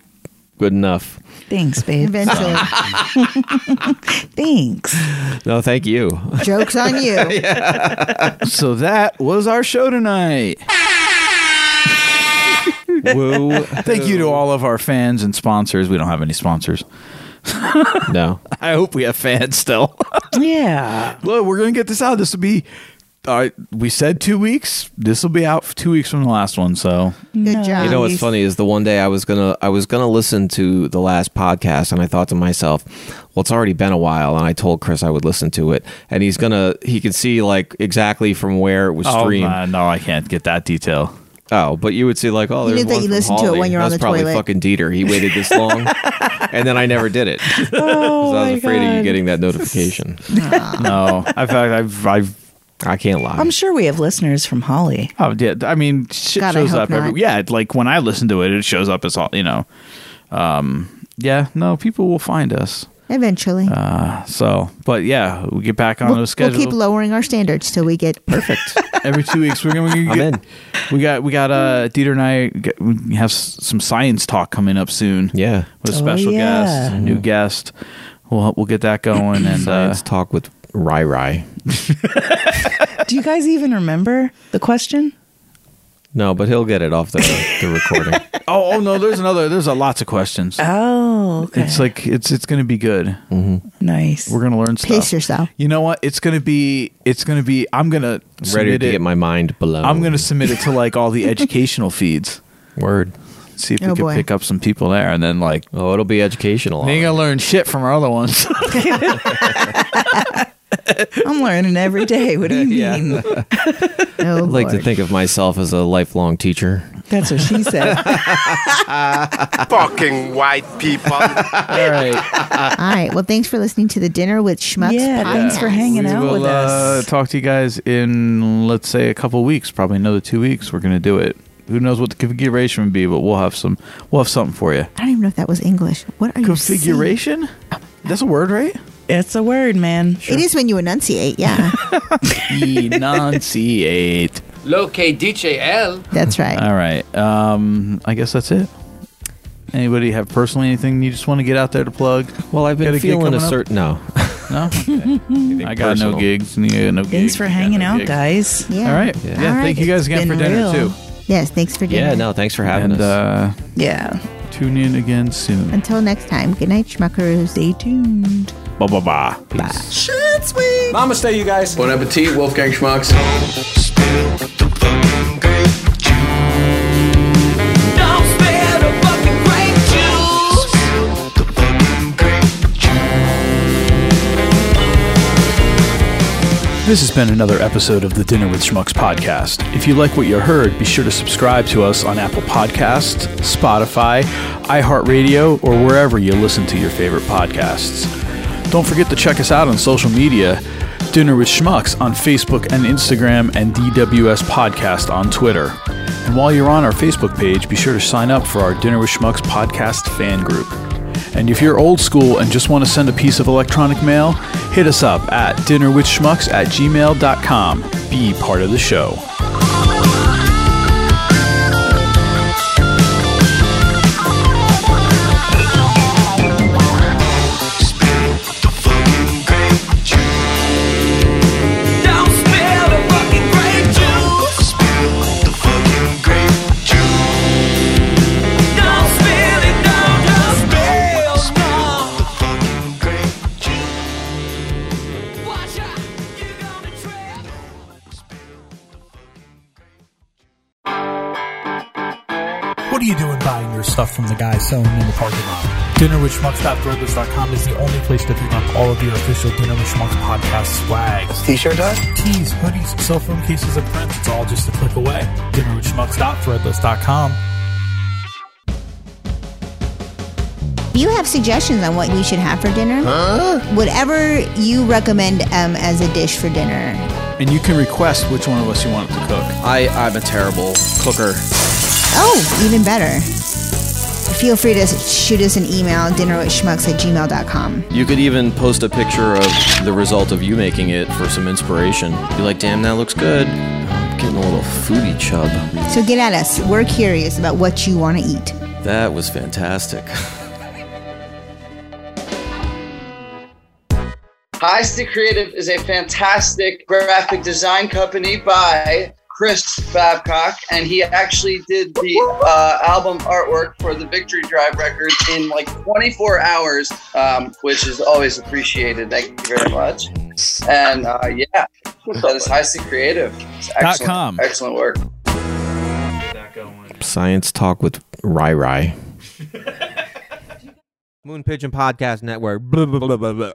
S8: good enough.
S9: Thanks, babe.
S3: Eventually.
S9: Thanks.
S8: No, thank you.
S3: Joke's on you.
S4: So that was our show tonight. Woo. Thank you to all of our fans and sponsors. We don't have any sponsors.
S8: no.
S4: I hope we have fans still.
S9: yeah.
S4: Look, we're going to get this out. This will be, all right, we said two weeks. This will be out f- two weeks from the last one. So,
S3: Good job.
S8: You know what's funny is the one day I was gonna I was gonna listen to the last podcast and I thought to myself, well, it's already been a while, and I told Chris I would listen to it, and he's gonna he could see like exactly from where it was
S4: Oh,
S8: streamed.
S4: my- no, I can't get that detail.
S8: Oh, but you would see like, oh,
S3: You
S8: there's
S3: knew that
S8: one
S3: you
S8: from
S3: listened to it
S8: Holly.
S3: when you were
S8: That
S3: on
S8: was
S3: the
S8: probably
S3: toilet.
S8: fucking Dieter. He waited this long, and then I never did it because
S3: Oh
S8: I
S9: my
S8: was afraid of
S9: God.
S8: you getting that notification.
S4: no, in fact, I've, I've
S8: I can't lie.
S9: I'm sure we have listeners from Holly.
S4: Oh, yeah. I mean, shit
S9: God, I
S4: shows
S9: hope
S4: up every.
S9: not.
S4: Yeah, it's like when I listen to it, it shows up as all, you know. Um, yeah, no, people will find us.
S3: Eventually.
S4: Uh, so, but yeah, we get back on
S3: We'll,
S4: the
S3: we'll
S4: schedule.
S3: keep lowering our standards till we get
S4: perfect. Every two weeks, we're gonna. We're
S8: I'm
S4: gonna get, We got we got uh Dieter and I get, we have s- some science talk coming up soon.
S8: Yeah,
S4: with a
S8: Oh,
S4: special
S8: yeah.
S4: guest, a new guest. We'll we'll get that going and
S8: Science
S4: uh,
S8: talk with Rai Rai.
S9: Do you guys even remember the question?
S8: No, but he'll get it off the, the recording.
S4: oh, oh no, there's another. There's a lots of questions.
S9: Oh, okay.
S4: It's like it's it's going to be good. Mm-hmm.
S9: Nice.
S4: We're going to learn stuff.
S3: pace yourself.
S4: You know what? It's going to be. It's going to be. I'm going to
S8: Ready
S4: submit
S8: to
S4: it.
S8: get my mind blown.
S4: I'm going to submit it to like all the educational feeds.
S8: Word.
S4: See if
S3: Oh,
S4: we can
S3: boy.
S4: pick up some people there, and then like
S8: oh, it'll be educational.
S4: They ain't gonna learn shit from our other ones.
S9: I'm learning every day. What do you mean?
S8: I'd like to think of myself as a lifelong teacher.
S9: That's what she said.
S10: Fucking white people. All right.
S3: All right. Well, thanks for listening to the Dinner with Schmucks
S9: Yeah,
S3: podcast.
S9: thanks for hanging
S4: we
S9: out
S4: will,
S9: with us.
S4: Uh, talk to you guys in let's say a couple weeks, probably another two weeks. We're gonna do it. Who knows what the configuration would be, but we'll have some. We'll have something for you.
S3: I don't even know if that was English. What are you saying?
S4: Configuration? That's a word, right?
S9: It's a word, man.
S3: It is when you enunciate. Yeah.
S4: Enunciate.
S13: Loke DJL.
S3: That's right.
S4: All right. Um, I guess that's it. Anybody have personally anything you just want to get out there to plug?
S8: Well, I've been
S4: Got a gig
S8: feeling a
S4: coming up?
S8: certain. No.
S4: No. I got no
S8: personal?
S4: gigs. Yeah, no gigs.
S9: Thanks for hanging out,
S4: gigs.
S9: guys.
S3: Yeah.
S4: All right. Yeah. Thank you guys
S9: It's
S4: again for
S9: been
S4: dinner
S9: real.
S4: too.
S3: Yes. Thanks for dinner.
S8: Thanks for having
S4: and, us. Uh,
S9: Yeah.
S4: Tune in again soon.
S3: Until next time. Good night, schmuckers.
S9: Stay tuned.
S4: Bye bye bye. Bye.
S9: Shit, sweet.
S10: Namaste, you guys. Bon appetit, Wolfgang Schmucks.
S18: Don't spare the fucking grape juice.
S4: This has been another episode of the Dinner with Schmucks podcast. If you like what you heard, be sure to subscribe to us on Apple Podcasts, Spotify, iHeartRadio, or wherever you listen to your favorite podcasts. Don't forget to check us out on social media Dinner with Schmucks on Facebook and Instagram, and DWS Podcast on Twitter. And while you're on our Facebook page, be sure to sign up for our Dinner with Schmucks podcast fan group. And if you're old school and just want to send a piece of electronic mail, hit us up at dinnerwithschmucks at gmail.com. Be part of the show.
S18: Don't spill the fucking grape juice. Spill the fucking grape juice. Don't spill it, don't, don't spill, no. the fucking grape juice. Watch out, you're gonna trip.
S1: What are you doing buying your stuff from the guy selling in the parking lot? DinnerWithSchmucks.threadless.com is the only place to pick up all of your official Dinner with Schmucks podcast swag. T-shirt does? Tees, hoodies, cell phone cases, and prints. It's all just a click away. DinnerWithSchmucks.threadless.com.
S3: If you have suggestions on what we should have for dinner, whatever you recommend um, as a dish for dinner,
S4: And you can request which one of us you want it to cook.
S8: I, I'm a terrible cooker.
S3: oh, even better. Feel free to shoot us an email, dinner with schmucks at gmail.com.
S8: You could even post a picture of the result of you making it for some inspiration. Be like, damn, that looks good. Oh, I'm getting a little foodie chub.
S3: So get at us. We're curious about what you want to eat.
S8: That was fantastic.
S13: Heisty Creative is a fantastic graphic design company by Chris Babcock, and he actually did the uh, album artwork for the Victory Drive record in like 24 hours, um, which is always appreciated. Thank you very much. And uh, yeah, that is Heisty Creative. It's excellent,
S4: com.
S13: excellent work.
S8: Science talk with Rai Rai.
S16: Moon Pigeon Podcast Network. Blah, blah, blah, blah, blah.